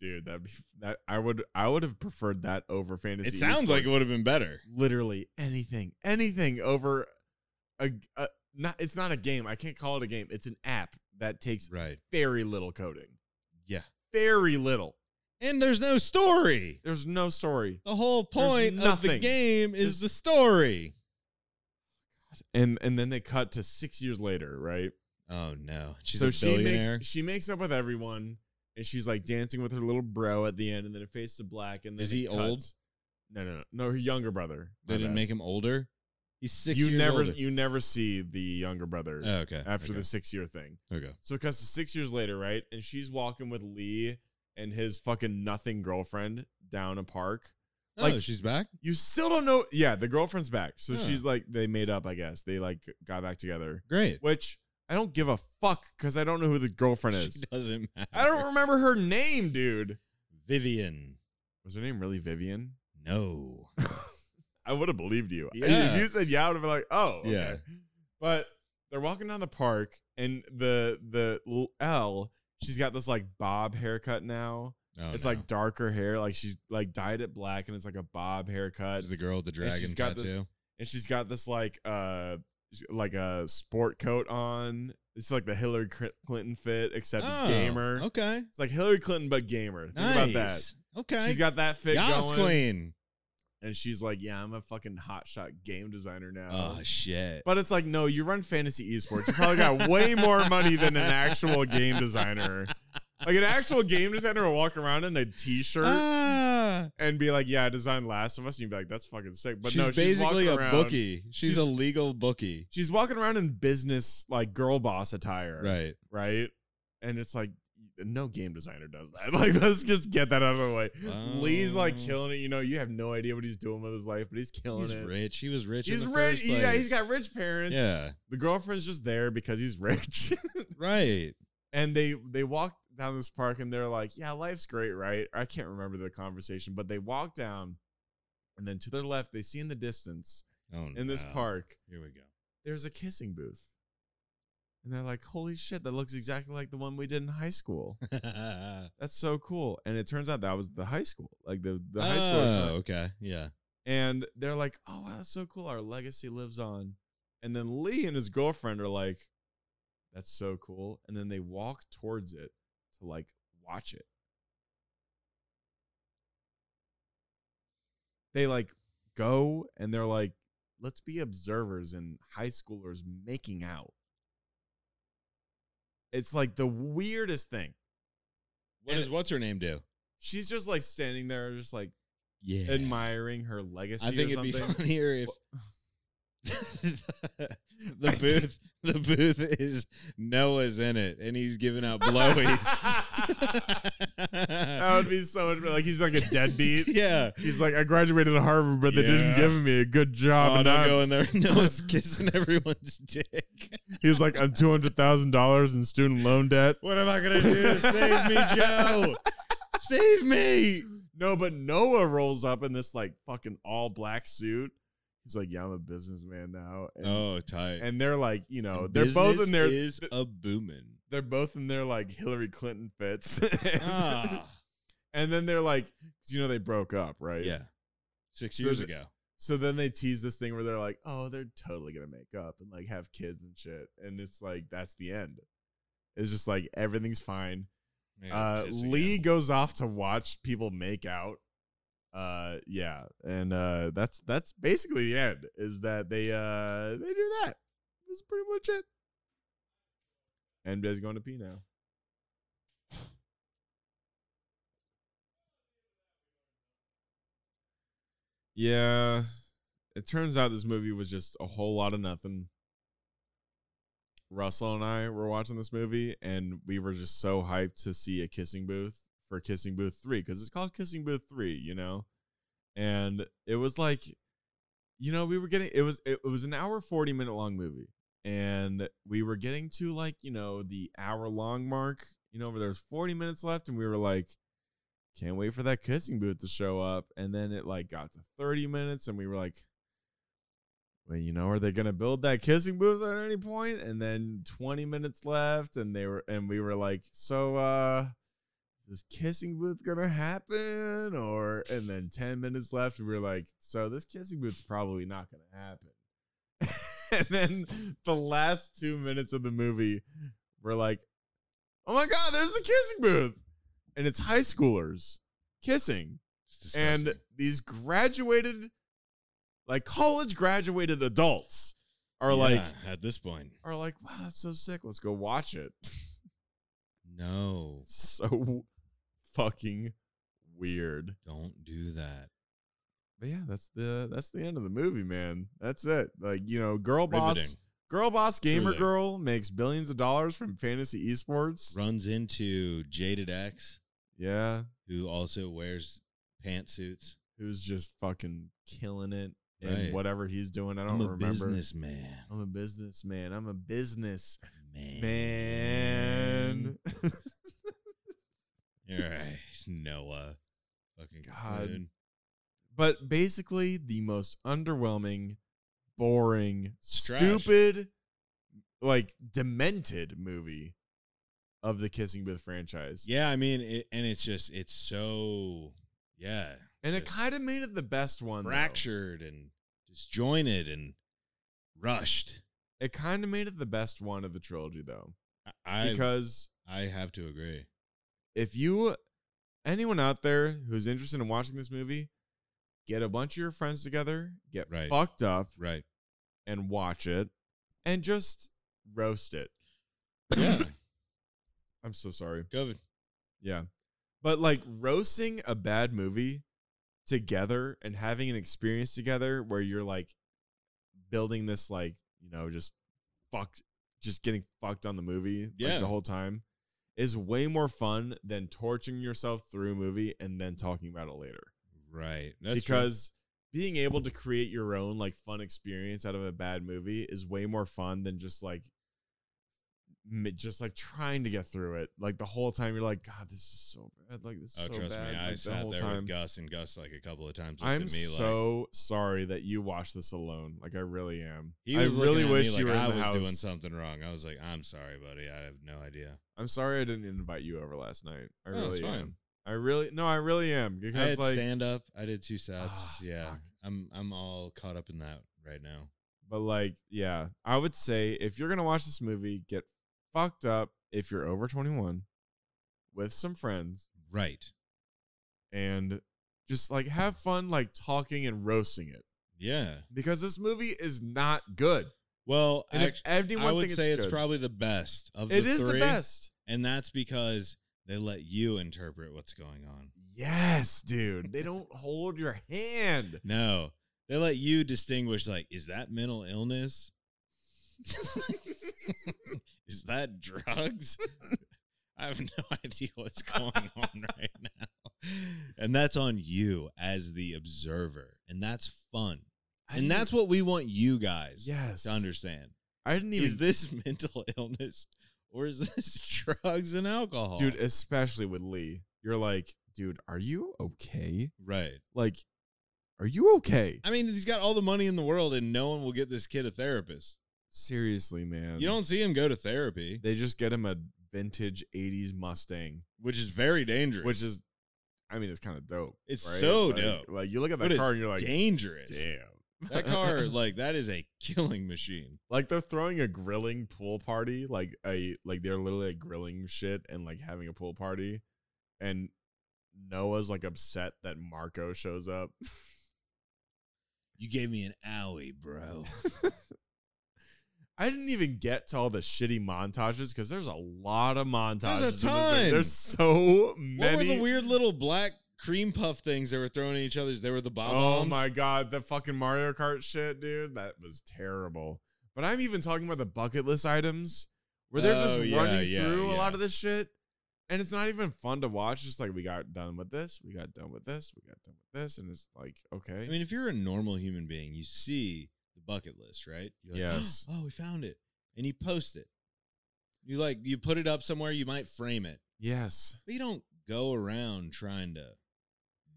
Speaker 1: Dude, that'd be that. I would, I would have preferred that over fantasy.
Speaker 2: It sounds like it
Speaker 1: esports.
Speaker 2: would have been better.
Speaker 1: literally anything, anything over a, a not. It's not a game. I can't call it a game. It's an app that takes
Speaker 2: Right.
Speaker 1: very little coding.
Speaker 2: Yeah.
Speaker 1: Very little.
Speaker 2: And there's no story.
Speaker 1: There's no story.
Speaker 2: The whole point of the
Speaker 1: nothing.
Speaker 2: game
Speaker 1: There's-
Speaker 2: is the story.
Speaker 1: And and then they cut to six years later, right?
Speaker 2: Oh no. She's
Speaker 1: so
Speaker 2: a
Speaker 1: she
Speaker 2: billionaire.
Speaker 1: makes she makes up with everyone, and she's like dancing with her little bro at the end, and then it fades to black. And then
Speaker 2: Is
Speaker 1: it
Speaker 2: he old?
Speaker 1: cuts. No, no, no, no. Her younger brother. My
Speaker 2: they didn't
Speaker 1: bad.
Speaker 2: make him older. He's six
Speaker 1: you
Speaker 2: years
Speaker 1: never
Speaker 2: older.
Speaker 1: you never see the younger brother
Speaker 2: Oh, okay.
Speaker 1: after
Speaker 2: okay.
Speaker 1: the six year thing.
Speaker 2: Okay.
Speaker 1: So it cuts to six years later, right? And she's walking with Lee and his fucking nothing girlfriend down a park.
Speaker 2: Like
Speaker 1: Like-
Speaker 2: oh, she's back?
Speaker 1: You still don't know. Yeah, the girlfriend's back. So
Speaker 2: Huh.
Speaker 1: she's like, they made up, I guess. They like got back together,
Speaker 2: Great.
Speaker 1: which I don't give a fuck because I don't know who the girlfriend
Speaker 2: She
Speaker 1: is.
Speaker 2: doesn't matter.
Speaker 1: I don't remember her name, dude.
Speaker 2: Vivian.
Speaker 1: Was her name really Vivian?
Speaker 2: No.
Speaker 1: I would have believed you.
Speaker 2: Yeah.
Speaker 1: If you said yeah, I would have been like, oh, okay.
Speaker 2: Yeah.
Speaker 1: But they're walking down the park, and the the l- L, she's got this like bob haircut now.
Speaker 2: Oh,
Speaker 1: it's
Speaker 2: no.
Speaker 1: like darker hair, like she's like dyed it black, and it's like a bob haircut.
Speaker 2: She's the girl with the dragon
Speaker 1: she's got this-
Speaker 2: tattoo.
Speaker 1: and she's got this like uh sh- like a sport coat on. It's like the Hillary Cl- Clinton fit, except
Speaker 2: oh,
Speaker 1: it's gamer.
Speaker 2: Okay.
Speaker 1: It's like Hillary Clinton but gamer. Think
Speaker 2: nice.
Speaker 1: about that.
Speaker 2: Okay.
Speaker 1: She's got that fit
Speaker 2: Yas
Speaker 1: going,
Speaker 2: queen.
Speaker 1: and she's like, "Yeah, I'm a fucking hotshot game designer now."
Speaker 2: Oh shit.
Speaker 1: but it's like, no, you run fantasy esports. You probably got way more money than an actual game designer. Like an actual game designer will walk around in a t-shirt
Speaker 2: Ah.
Speaker 1: and be like, "Yeah, I designed Last of Us," and you'd be like, "That's fucking sick." But
Speaker 2: she's
Speaker 1: no, she's
Speaker 2: basically
Speaker 1: walking
Speaker 2: a
Speaker 1: around,
Speaker 2: bookie. She's,
Speaker 1: She's-
Speaker 2: a legal bookie.
Speaker 1: She's walking around in business like girl boss attire,
Speaker 2: Right.
Speaker 1: Right, and it's like no game designer does that. Like, let's just get that out of the way. Lee's like
Speaker 2: Wow.
Speaker 1: killing it. You know, you have no idea what he's doing with his life, but he's killing
Speaker 2: Um. He's
Speaker 1: it.
Speaker 2: rich. He was rich. in
Speaker 1: He's
Speaker 2: the
Speaker 1: rich.
Speaker 2: first
Speaker 1: Yeah,
Speaker 2: place.
Speaker 1: he's got rich parents.
Speaker 2: Yeah.
Speaker 1: The girlfriend's just there because he's rich.
Speaker 2: Right.
Speaker 1: and they they walk down this park and they're like, "Yeah, life's great, right?" I can't remember the conversation, but they walk down, and then to their left, they see in the distance
Speaker 2: Oh,
Speaker 1: in this
Speaker 2: no.
Speaker 1: park
Speaker 2: Here we go.
Speaker 1: there's a kissing booth, and they're like, "Holy shit, that looks exactly like the one we did in high school. That's so cool!" And it turns out that was the high school, like the the high school.
Speaker 2: Oh,
Speaker 1: was like-
Speaker 2: okay. Yeah.
Speaker 1: And they're like, "Oh wow, that's so cool. Our legacy lives on." And then Lee and his girlfriend are like, That's so cool. And then they walk towards it to like watch it. They like go and they're like, let's be observers and high schoolers making out. It's like the weirdest thing.
Speaker 2: What does what's her name do?
Speaker 1: She's just like standing there, just like
Speaker 2: Yeah.
Speaker 1: admiring her legacy.
Speaker 2: I think
Speaker 1: or
Speaker 2: it'd be
Speaker 1: something.
Speaker 2: funnier if the booth the booth is Noah's in it and he's giving out blowies.
Speaker 1: That would be so much like he's like a deadbeat.
Speaker 2: yeah.
Speaker 1: He's like, I graduated at Harvard, but they didn't
Speaker 2: Yeah.
Speaker 1: give me a good job.
Speaker 2: Oh,
Speaker 1: and
Speaker 2: no,
Speaker 1: I'm-
Speaker 2: go in there. Noah's kissing everyone's dick.
Speaker 1: he's like, I'm two hundred thousand dollars in student loan debt.
Speaker 2: What am I gonna do? Save me, Joe. Save me.
Speaker 1: No, but Noah rolls up in this like fucking all black suit. He's like, Yeah, I'm a businessman now. And,
Speaker 2: Oh, tight.
Speaker 1: and they're like, you know, they're both in their
Speaker 2: is a booming.
Speaker 1: they're both in their like Hillary Clinton fits.
Speaker 2: ah,
Speaker 1: And then they're like, 'cause, you know, they broke up, right?
Speaker 2: yeah. Six
Speaker 1: So
Speaker 2: years
Speaker 1: the-
Speaker 2: ago.
Speaker 1: So then they tease this thing where they're like, oh, they're totally gonna make up and like have kids and shit. And it's like that's the end. It's just like everything's fine.
Speaker 2: Man,
Speaker 1: Uh,
Speaker 2: piss again.
Speaker 1: Lee goes off to watch people make out. Uh, yeah, and uh, that's that's basically the end. Is that they uh they do that? This is pretty much it. And NBA's going to pee now. Yeah, it turns out this movie was just a whole lot of nothing. Russell and I were watching this movie, and we were just so hyped to see a kissing booth for Kissing Booth 3 because it's called Kissing Booth 3, you know? And it was like, you know, we were getting it was it, it was an hour 40 minute long movie, and we were getting to like, you know, the hour long mark, you know, where there's 40 minutes left, and we were like, can't wait for that kissing booth to show up. And then it like got to 30 minutes, and we were like, well, you know, are they gonna build that kissing booth at any point? And then 20 minutes left, and they were and we were like, so uh is this kissing booth gonna happen? Or and then 10 minutes left, and we were like, so this kissing booth's probably not gonna happen. and then the last two minutes of the movie, we're like, oh my god, there's the kissing booth. And it's high schoolers kissing
Speaker 2: It's disgusting.
Speaker 1: and these graduated like college graduated adults are like
Speaker 2: Yeah, at this point,
Speaker 1: are like wow that's so sick let's go watch it
Speaker 2: no,
Speaker 1: so fucking weird
Speaker 2: don't do that.
Speaker 1: but yeah that's the that's the end of the movie man that's it like you know girl boss
Speaker 2: Riveting.
Speaker 1: girl boss gamer
Speaker 2: Truly.
Speaker 1: girl makes billions of dollars from fantasy esports
Speaker 2: Runs into Jaded X,
Speaker 1: yeah
Speaker 2: who also wears pantsuits.
Speaker 1: who's just fucking killing it and
Speaker 2: Right.
Speaker 1: whatever he's doing i don't
Speaker 2: I'm a
Speaker 1: remember Oh,
Speaker 2: businessman.
Speaker 1: i'm a businessman i'm a business
Speaker 2: Man.
Speaker 1: man.
Speaker 2: All right, Noah. Fucking
Speaker 1: God.
Speaker 2: coon.
Speaker 1: but basically, the most underwhelming, boring,
Speaker 2: It's trash.
Speaker 1: stupid, like demented movie of the Kissing Booth franchise.
Speaker 2: Yeah, I mean, it, and it's just it's so yeah,
Speaker 1: and it
Speaker 2: just
Speaker 1: kind of made it the best one. though.
Speaker 2: fractured and disjointed and rushed.
Speaker 1: It kind of made it the best one of the trilogy, though,
Speaker 2: I
Speaker 1: because
Speaker 2: I have to agree.
Speaker 1: if you anyone out there who's interested in watching this movie, get a bunch of your friends together, get
Speaker 2: Right.
Speaker 1: fucked up,
Speaker 2: Right.
Speaker 1: and watch it, and just roast it.
Speaker 2: Yeah.
Speaker 1: I'm so sorry.
Speaker 2: COVID.
Speaker 1: Yeah. But like roasting a bad movie together and having an experience together where you're like building this like, you know, just fucked just getting fucked on the movie like
Speaker 2: Yeah.
Speaker 1: the whole time is way more fun than torturing yourself through a movie and then talking about it later.
Speaker 2: Right. That's
Speaker 1: because being able to create your own like fun experience out of a bad movie is way more fun than just like m- just like trying to get through it like the whole time you're like god this is so bad like this
Speaker 2: true.
Speaker 1: is
Speaker 2: Oh,
Speaker 1: so
Speaker 2: trust
Speaker 1: bad
Speaker 2: me, I
Speaker 1: like, the
Speaker 2: sat
Speaker 1: whole
Speaker 2: there
Speaker 1: time
Speaker 2: with Gus, and Gus like a couple of times looked
Speaker 1: i'm
Speaker 2: at me like
Speaker 1: so sorry that you watched this alone like i really am
Speaker 2: he
Speaker 1: i
Speaker 2: was looking
Speaker 1: really
Speaker 2: at
Speaker 1: wish
Speaker 2: me
Speaker 1: you
Speaker 2: like
Speaker 1: were
Speaker 2: I
Speaker 1: in the
Speaker 2: was
Speaker 1: house
Speaker 2: doing something wrong. I was like, I'm sorry, buddy. I have no idea.
Speaker 1: i'm sorry i didn't invite you over last night i
Speaker 2: No, it's
Speaker 1: really
Speaker 2: fine.
Speaker 1: am i really no i really am
Speaker 2: I
Speaker 1: because
Speaker 2: had
Speaker 1: like
Speaker 2: stand up. I did two sets.
Speaker 1: Ah,
Speaker 2: yeah,
Speaker 1: fuck.
Speaker 2: I'm I'm all caught up in that right now.
Speaker 1: But like, yeah, I would say if you're gonna watch this movie, get fucked up if you're over 21 with some friends
Speaker 2: Right.
Speaker 1: and just like have fun like talking and roasting it
Speaker 2: Yeah.
Speaker 1: because this movie is not good.
Speaker 2: Well,
Speaker 1: And
Speaker 2: act-
Speaker 1: if anyone
Speaker 2: I would
Speaker 1: thinks
Speaker 2: say
Speaker 1: it's,
Speaker 2: it's,
Speaker 1: good,
Speaker 2: probably the best of
Speaker 1: it
Speaker 2: the
Speaker 1: is
Speaker 2: three,
Speaker 1: the best.
Speaker 2: and that's because they let you interpret what's going on.
Speaker 1: Yes, dude. They don't hold your hand.
Speaker 2: No, they let you distinguish. Like, is that mental illness? is that drugs? I have no idea what's going on right now, and that's on you as the observer, and that's fun,
Speaker 1: I
Speaker 2: and
Speaker 1: didn't-
Speaker 2: that's what we want you guys
Speaker 1: yes.
Speaker 2: to understand.
Speaker 1: I didn't
Speaker 2: Is
Speaker 1: even
Speaker 2: this mental illness or is this drugs and alcohol?
Speaker 1: dude, especially with Lee. You're like, dude, are you okay?
Speaker 2: right.
Speaker 1: Like, are you okay?
Speaker 2: I mean, he's got all the money in the world and no one will get this kid a therapist.
Speaker 1: Seriously, man.
Speaker 2: You don't see him go to therapy,
Speaker 1: They just get him a vintage '80s Mustang,
Speaker 2: which is very dangerous.
Speaker 1: which is, I mean, it's kind of dope.
Speaker 2: It's
Speaker 1: right?
Speaker 2: so
Speaker 1: Like-
Speaker 2: dope.
Speaker 1: Like you look at
Speaker 2: but
Speaker 1: that
Speaker 2: it's
Speaker 1: car and you're like,
Speaker 2: dangerous.
Speaker 1: damn.
Speaker 2: That car, like, that is a killing machine.
Speaker 1: like they're throwing a grilling pool party, like a like they're literally like, grilling shit and like having a pool party, and Noah's like upset that Marco shows up.
Speaker 2: You gave me an owie, bro.
Speaker 1: I didn't even get to all the shitty montages because there's a lot of montages. in this thing.
Speaker 2: ton.
Speaker 1: There's so
Speaker 2: what were
Speaker 1: many.
Speaker 2: the weird little black cream puff things they were throwing at each other's? They were the bomb
Speaker 1: Oh my god, the fucking Mario Kart shit, dude. That was terrible. But I'm even talking about the bucket list items where they're just
Speaker 2: Oh, yeah,
Speaker 1: running
Speaker 2: yeah,
Speaker 1: through a
Speaker 2: yeah.
Speaker 1: lot of this shit. And it's not even fun to watch. It's like we got done with this, we got done with this, we got done with this, and it's like, okay.
Speaker 2: I mean, if you're a normal human being, you see the bucket list, right? You're like,
Speaker 1: Yes.
Speaker 2: Oh, we found it, and you post it. You like you put it up somewhere. You might frame it,
Speaker 1: yes.
Speaker 2: but you don't go around trying to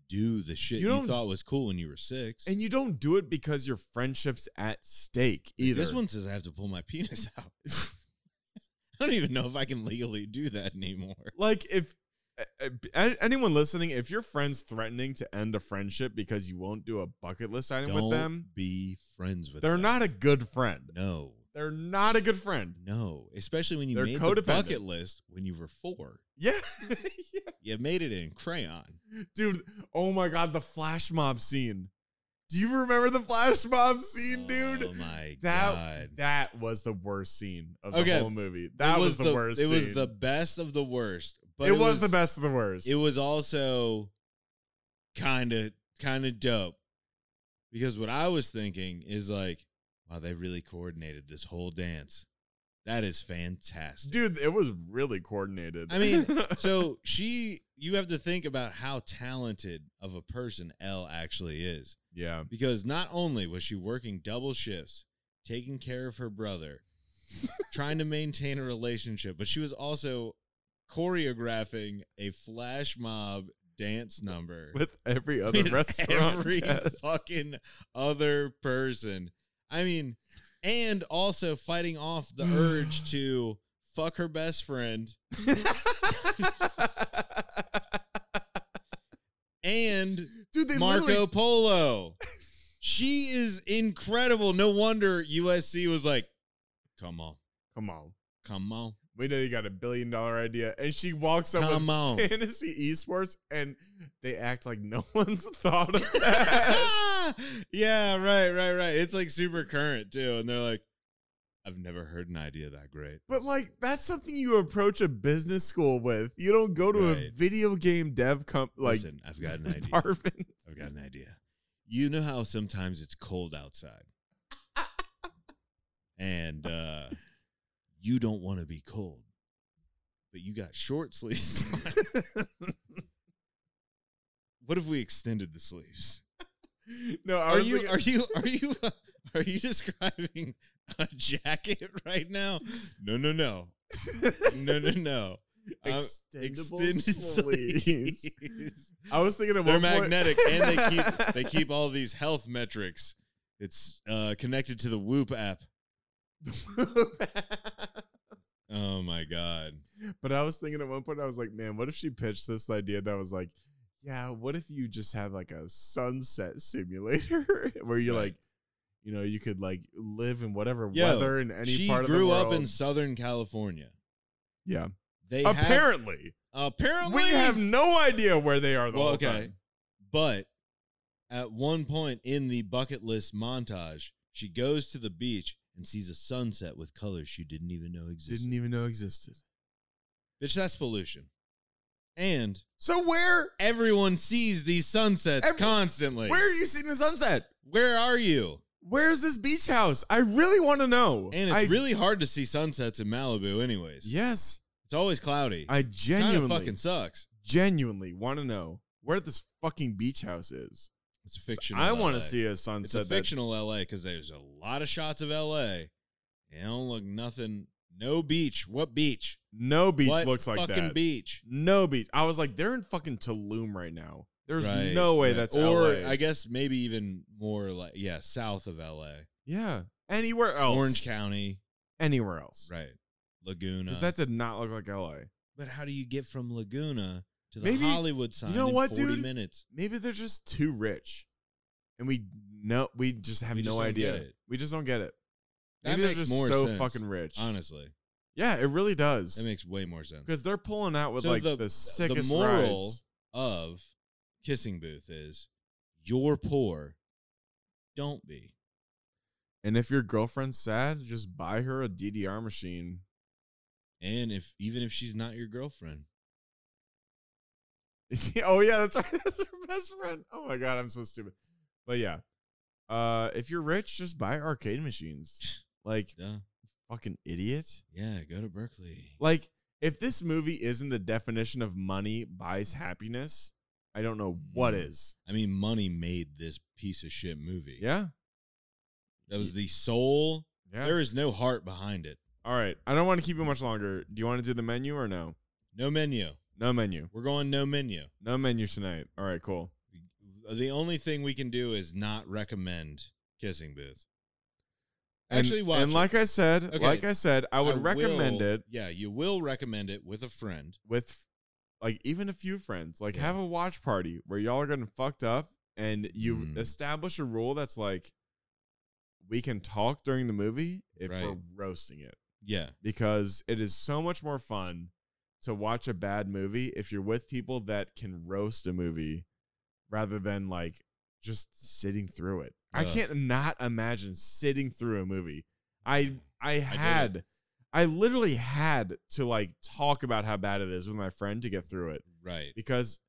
Speaker 2: do the shit
Speaker 1: You
Speaker 2: you,
Speaker 1: don't-
Speaker 2: thought was cool when you were six.
Speaker 1: And you don't do it because your friendship's at stake
Speaker 2: Like,
Speaker 1: either.
Speaker 2: This one says I have to pull my penis out. I don't even know if I can legally do that anymore.
Speaker 1: like if a- a- anyone listening, if your friend's threatening to end a friendship because you won't do a bucket list item
Speaker 2: don't
Speaker 1: with them,
Speaker 2: be friends with.
Speaker 1: they're
Speaker 2: them.
Speaker 1: not a good friend.
Speaker 2: No,
Speaker 1: They're not a good friend.
Speaker 2: no, especially when you
Speaker 1: They're
Speaker 2: made the
Speaker 1: codependent.
Speaker 2: bucket list when you were four.
Speaker 1: Yeah.
Speaker 2: You made it in crayon.
Speaker 1: Dude, oh my god, the flash mob scene. Do you remember the flash mob scene,
Speaker 2: Oh
Speaker 1: dude?
Speaker 2: my
Speaker 1: That
Speaker 2: god.
Speaker 1: that was the worst scene of
Speaker 2: Okay.
Speaker 1: the whole movie. That was, the, worst
Speaker 2: It was
Speaker 1: scene.
Speaker 2: the best of the worst. But
Speaker 1: it, was, the best of the worst.
Speaker 2: It was also kind of kind of dope because what I was thinking is like, wow, they really coordinated this whole dance. That is fantastic.
Speaker 1: dude, it was really coordinated.
Speaker 2: I mean, so she, you have to think about how talented of a person Elle actually is
Speaker 1: yeah.
Speaker 2: because not only was she working double shifts, taking care of her brother, trying to maintain a relationship, but she was also choreographing a flash mob dance number
Speaker 1: With every other
Speaker 2: with
Speaker 1: restaurant.
Speaker 2: every
Speaker 1: guest.
Speaker 2: fucking other person. I mean, and also fighting off the urge to fuck her best friend and
Speaker 1: dude, they
Speaker 2: Marco
Speaker 1: literally
Speaker 2: Polo. She is incredible. No wonder USC was like, come on,
Speaker 1: Come on.
Speaker 2: come on,
Speaker 1: We know you got a billion dollar idea. And she walks up with
Speaker 2: come on.
Speaker 1: fantasy esports and they act like no one's thought of that.
Speaker 2: yeah, right, right, right. It's like super current too. And they're like, I've never heard an idea that great.
Speaker 1: but like that's something you approach a business school with. You don't go to a
Speaker 2: Right.
Speaker 1: video game dev comp like
Speaker 2: Listen, I've got an idea.
Speaker 1: department.
Speaker 2: I've got an idea. You know how sometimes it's cold outside. and uh you don't want to be cold. But you got short sleeves. on. what if we extended the sleeves?
Speaker 1: No, I
Speaker 2: Are
Speaker 1: was
Speaker 2: you
Speaker 1: thinking-
Speaker 2: are you are you uh, are you describing a jacket right now? No, no, no. No, no, no. Uh,
Speaker 1: extendable
Speaker 2: extended
Speaker 1: sleeves.
Speaker 2: sleeves.
Speaker 1: I was thinking at
Speaker 2: They're
Speaker 1: one point-
Speaker 2: magnetic, and they keep they keep all these health metrics. It's uh, connected to the Whoop app. Oh my god!
Speaker 1: But I was thinking at one point, I was like, man, what if she pitched this idea that was like, yeah, what if you just have like a sunset simulator where you're
Speaker 2: Right.
Speaker 1: like, you know, you could like live in whatever
Speaker 2: Yo,
Speaker 1: weather in any
Speaker 2: she
Speaker 1: part of the
Speaker 2: grew
Speaker 1: world.
Speaker 2: up in Southern California.
Speaker 1: Yeah.
Speaker 2: They have-
Speaker 1: Apparently,
Speaker 2: apparently
Speaker 1: we have no idea where they are the
Speaker 2: Well,
Speaker 1: whole
Speaker 2: okay.
Speaker 1: time.
Speaker 2: But at one point in the bucket list montage, she goes to the beach and sees a sunset with colors she didn't even know existed.
Speaker 1: Didn't even know existed.
Speaker 2: Bitch, that's pollution. And
Speaker 1: So where
Speaker 2: everyone sees these sunsets
Speaker 1: Every-
Speaker 2: constantly.
Speaker 1: where are you seeing the sunset?
Speaker 2: Where are you?
Speaker 1: Where's this beach house? I really want to know.
Speaker 2: And it's
Speaker 1: I-
Speaker 2: really hard to see sunsets in Malibu, anyways.
Speaker 1: yes.
Speaker 2: It's always cloudy.
Speaker 1: I
Speaker 2: kind of
Speaker 1: genuinely,
Speaker 2: fucking sucks.
Speaker 1: genuinely want to know where this fucking beach house is.
Speaker 2: It's a fictional.
Speaker 1: I want
Speaker 2: LA.
Speaker 1: to see a
Speaker 2: It's
Speaker 1: sunset.
Speaker 2: a fictional LA because there's a lot of shots of LA. And don't look nothing. No beach. What beach?
Speaker 1: that no beach
Speaker 2: What
Speaker 1: looks like
Speaker 2: fucking
Speaker 1: that.
Speaker 2: beach.
Speaker 1: No beach. I was like, they're in fucking Tulum right now. There's
Speaker 2: Right,
Speaker 1: no way
Speaker 2: right.
Speaker 1: that's
Speaker 2: or
Speaker 1: LA.
Speaker 2: I guess maybe even more like yeah, south of LA,
Speaker 1: yeah, anywhere else.
Speaker 2: Orange County,
Speaker 1: Anywhere else.
Speaker 2: right? Laguna.
Speaker 1: Because that did not look like LA.
Speaker 2: but how do you get from Laguna to the
Speaker 1: Maybe-
Speaker 2: Hollywood sign?
Speaker 1: know
Speaker 2: in
Speaker 1: what,
Speaker 2: 40
Speaker 1: dude?
Speaker 2: Minutes.
Speaker 1: Maybe they're just too rich, and we no, we just have
Speaker 2: We just
Speaker 1: no
Speaker 2: don't
Speaker 1: idea.
Speaker 2: get it.
Speaker 1: We just don't get it.
Speaker 2: That
Speaker 1: Maybe they're
Speaker 2: makes
Speaker 1: just
Speaker 2: more
Speaker 1: so
Speaker 2: sense,
Speaker 1: fucking rich.
Speaker 2: Honestly,
Speaker 1: Yeah, it really does.
Speaker 2: that makes way more sense.
Speaker 1: Because they're pulling out with
Speaker 2: So
Speaker 1: like
Speaker 2: the-
Speaker 1: the,
Speaker 2: the
Speaker 1: sickest
Speaker 2: moral-
Speaker 1: rides.
Speaker 2: Of kissing booth is you're poor. Don't be.
Speaker 1: And if your girlfriend's sad, just buy her a DDR machine.
Speaker 2: And if even if she's not your girlfriend,
Speaker 1: oh yeah, that's right. That's her best friend. Oh my god, I'm so stupid. But yeah, uh, if you're rich, just buy arcade machines. Like
Speaker 2: duh.
Speaker 1: fucking idiot.
Speaker 2: yeah, go to Berkeley.
Speaker 1: Like if this movie isn't the definition of money buys happiness, I don't know what
Speaker 2: Mhm.
Speaker 1: is.
Speaker 2: I mean, money made this piece of shit movie.
Speaker 1: Yeah,
Speaker 2: That was the soul.
Speaker 1: yeah.
Speaker 2: There is no heart behind it.
Speaker 1: All right, I don't want to keep you much longer. Do you want to do the menu or no?
Speaker 2: No menu.
Speaker 1: No menu.
Speaker 2: We're going no menu.
Speaker 1: No menu tonight. All right, cool.
Speaker 2: The only thing we can do is not recommend Kissing Booth.
Speaker 1: And-
Speaker 2: Actually, watch
Speaker 1: And
Speaker 2: it.
Speaker 1: like I said,
Speaker 2: Okay.
Speaker 1: like I said, I would recommend
Speaker 2: will-
Speaker 1: it
Speaker 2: Yeah, you will recommend it with a friend.
Speaker 1: with like even a few friends. Like
Speaker 2: Yeah.
Speaker 1: have a watch party where y'all are getting fucked up and you
Speaker 2: Mm.
Speaker 1: establish a rule that's like we can talk during the movie if we're
Speaker 2: Right.
Speaker 1: roasting it.
Speaker 2: Yeah,
Speaker 1: Because it is so much more fun to watch a bad movie if you're with people that can roast a movie rather than like just sitting through it. I
Speaker 2: Ugh.
Speaker 1: can't not imagine sitting through a movie. I I
Speaker 2: get it.
Speaker 1: had I literally had to like talk about how bad it is with my friend to get through it
Speaker 2: right.
Speaker 1: because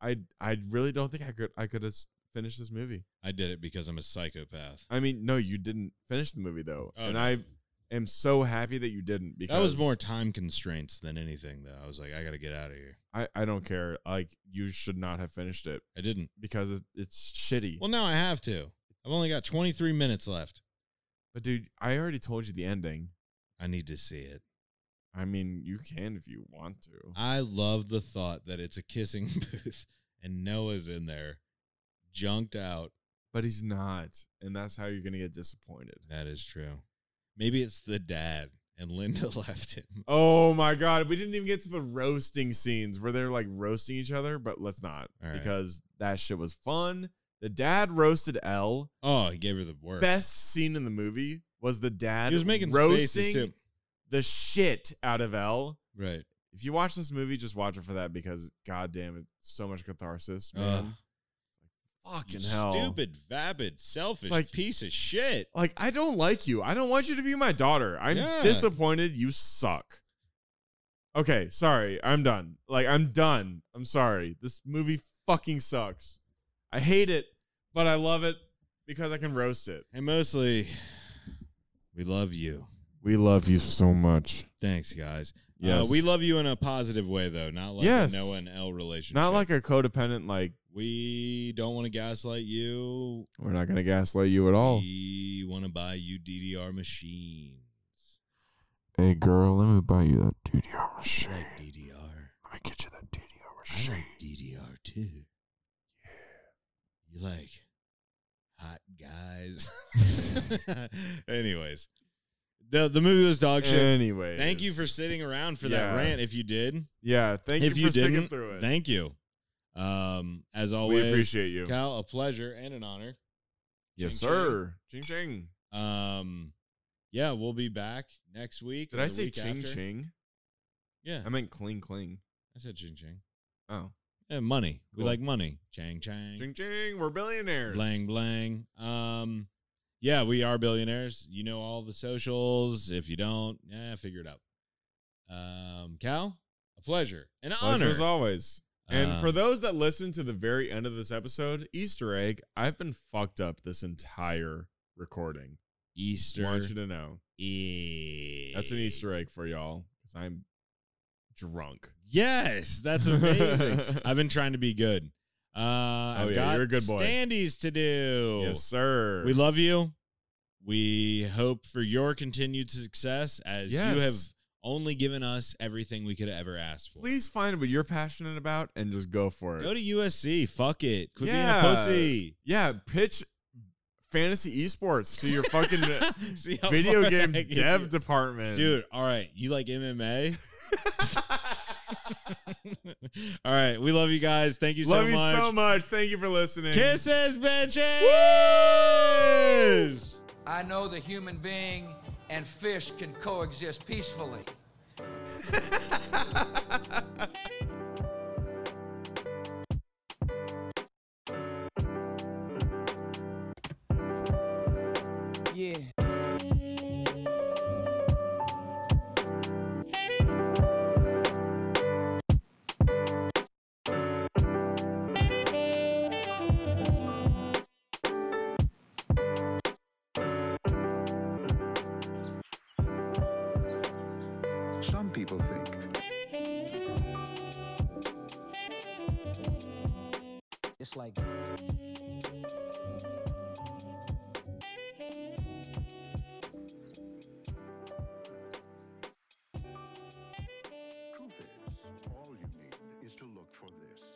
Speaker 1: I I really don't think I could I could have s- finished this movie.
Speaker 2: I did it because I'm a psychopath.
Speaker 1: I mean, no, you didn't finish the movie though,
Speaker 2: Oh,
Speaker 1: and
Speaker 2: no.
Speaker 1: I am so happy that you didn't because
Speaker 2: that was more time constraints than anything, though. I was like, I got to get out of here.
Speaker 1: I I don't care. Like you should not have finished it
Speaker 2: I didn't.
Speaker 1: because it, it's shitty.
Speaker 2: Well, now I have to. I've only got 23 minutes left.
Speaker 1: but dude, I already told you the ending.
Speaker 2: I need to see it.
Speaker 1: I mean, you can if you want to.
Speaker 2: I love the thought that it's a kissing booth and Noah's in there, junked out.
Speaker 1: But he's not, and that's how you're gonna get disappointed.
Speaker 2: That is true. Maybe it's the dad and Linda left him.
Speaker 1: Oh my god, we didn't even get to the roasting scenes where they're like roasting each other, but let's not
Speaker 2: All right.
Speaker 1: because that shit was fun. The dad roasted L.
Speaker 2: Oh, he gave her the work.
Speaker 1: Best scene in the movie was the dad
Speaker 2: he was making faces
Speaker 1: roasting
Speaker 2: too.
Speaker 1: the shit out of L.
Speaker 2: Right.
Speaker 1: If you watch this movie, just watch it for that because goddamn it, so much catharsis, man.
Speaker 2: You
Speaker 1: Fucking hell.
Speaker 2: Stupid, vapid, selfish
Speaker 1: like-
Speaker 2: piece of shit.
Speaker 1: Like, I don't like you. I don't want you to be my daughter. I'm
Speaker 2: Yeah.
Speaker 1: disappointed. You suck. Okay, sorry. I'm done. Like, I'm done. I'm sorry. This movie fucking sucks. I hate it, but I love it because I can roast it.
Speaker 2: And mostly, we love you.
Speaker 1: We love you so much.
Speaker 2: Thanks, guys.
Speaker 1: Yes.
Speaker 2: Uh, we love you in a positive way, though, not like
Speaker 1: Yes.
Speaker 2: a Noah and L relationship.
Speaker 1: Not like a codependent, like,
Speaker 2: we don't want to gaslight you.
Speaker 1: we're not going to gaslight you at all.
Speaker 2: We want to buy you DDR machines.
Speaker 1: Hey, girl, let me buy you that DDR
Speaker 2: I
Speaker 1: machine.
Speaker 2: like DDR.
Speaker 1: Let me get you that DDR
Speaker 2: I like DDR too. You like hot guys. Anyways, the the movie was dog shit.
Speaker 1: Anyway.
Speaker 2: Thank you for sitting around for
Speaker 1: Yeah.
Speaker 2: that rant. If you did,
Speaker 1: Yeah, thank
Speaker 2: if
Speaker 1: you for sticking
Speaker 2: didn't,
Speaker 1: through it.
Speaker 2: thank you. Um, as
Speaker 1: we
Speaker 2: always,
Speaker 1: appreciate you.
Speaker 2: Cal, a pleasure and an honor.
Speaker 1: Yes,
Speaker 2: Ching,
Speaker 1: sir. Ching ching.
Speaker 2: ching. Um, yeah, we'll be back next week.
Speaker 1: Did
Speaker 2: or
Speaker 1: I
Speaker 2: the
Speaker 1: say
Speaker 2: week
Speaker 1: ching
Speaker 2: after.
Speaker 1: ching?
Speaker 2: Yeah.
Speaker 3: I meant cling cling.
Speaker 2: I said ching ching.
Speaker 3: Oh.
Speaker 2: Yeah, money.
Speaker 3: Cool.
Speaker 2: We like money. Chang chang.
Speaker 3: Ching ching, we're billionaires.
Speaker 2: Blang blang. Um, yeah, we are billionaires. You know all the socials. If you don't, yeah, figure it out. Um, Cal, a pleasure, an
Speaker 1: Pleasure
Speaker 2: honor.
Speaker 1: as always. And for
Speaker 2: Um,
Speaker 1: those that listen to the very end of this episode, Easter egg, I've been fucked up this entire recording.
Speaker 2: Easter,
Speaker 1: Want you to know.
Speaker 2: egg.
Speaker 1: That's an Easter egg for y'all because I'm drunk.
Speaker 2: Yes, that's amazing. I've been trying to be good. Uh, I've
Speaker 1: Oh, yeah,
Speaker 2: got
Speaker 1: you're a good boy.
Speaker 2: standees to do.
Speaker 1: yes, sir.
Speaker 2: We love you. We hope for your continued success as you have
Speaker 1: Yes.
Speaker 2: only given us everything we could have ever asked for.
Speaker 1: Please find what you're passionate about and just go for it.
Speaker 2: Go to USC. Fuck it. Quit
Speaker 1: Yeah.
Speaker 2: being
Speaker 1: yeah, pitch fantasy esports to your fucking
Speaker 2: a pussy. See how
Speaker 1: video
Speaker 2: far
Speaker 1: game
Speaker 2: I get
Speaker 1: dev
Speaker 2: you.
Speaker 1: department.
Speaker 2: Dude, all right. You like MMA? all right. We love you guys. Thank you
Speaker 1: love
Speaker 2: so
Speaker 1: you
Speaker 2: much.
Speaker 1: so much. Thank you for listening.
Speaker 2: Kisses, bitches.
Speaker 4: I know the human being and fish can coexist peacefully.
Speaker 5: Yeah.
Speaker 6: Some people think
Speaker 5: It's like
Speaker 6: truth is all you need is to look for this.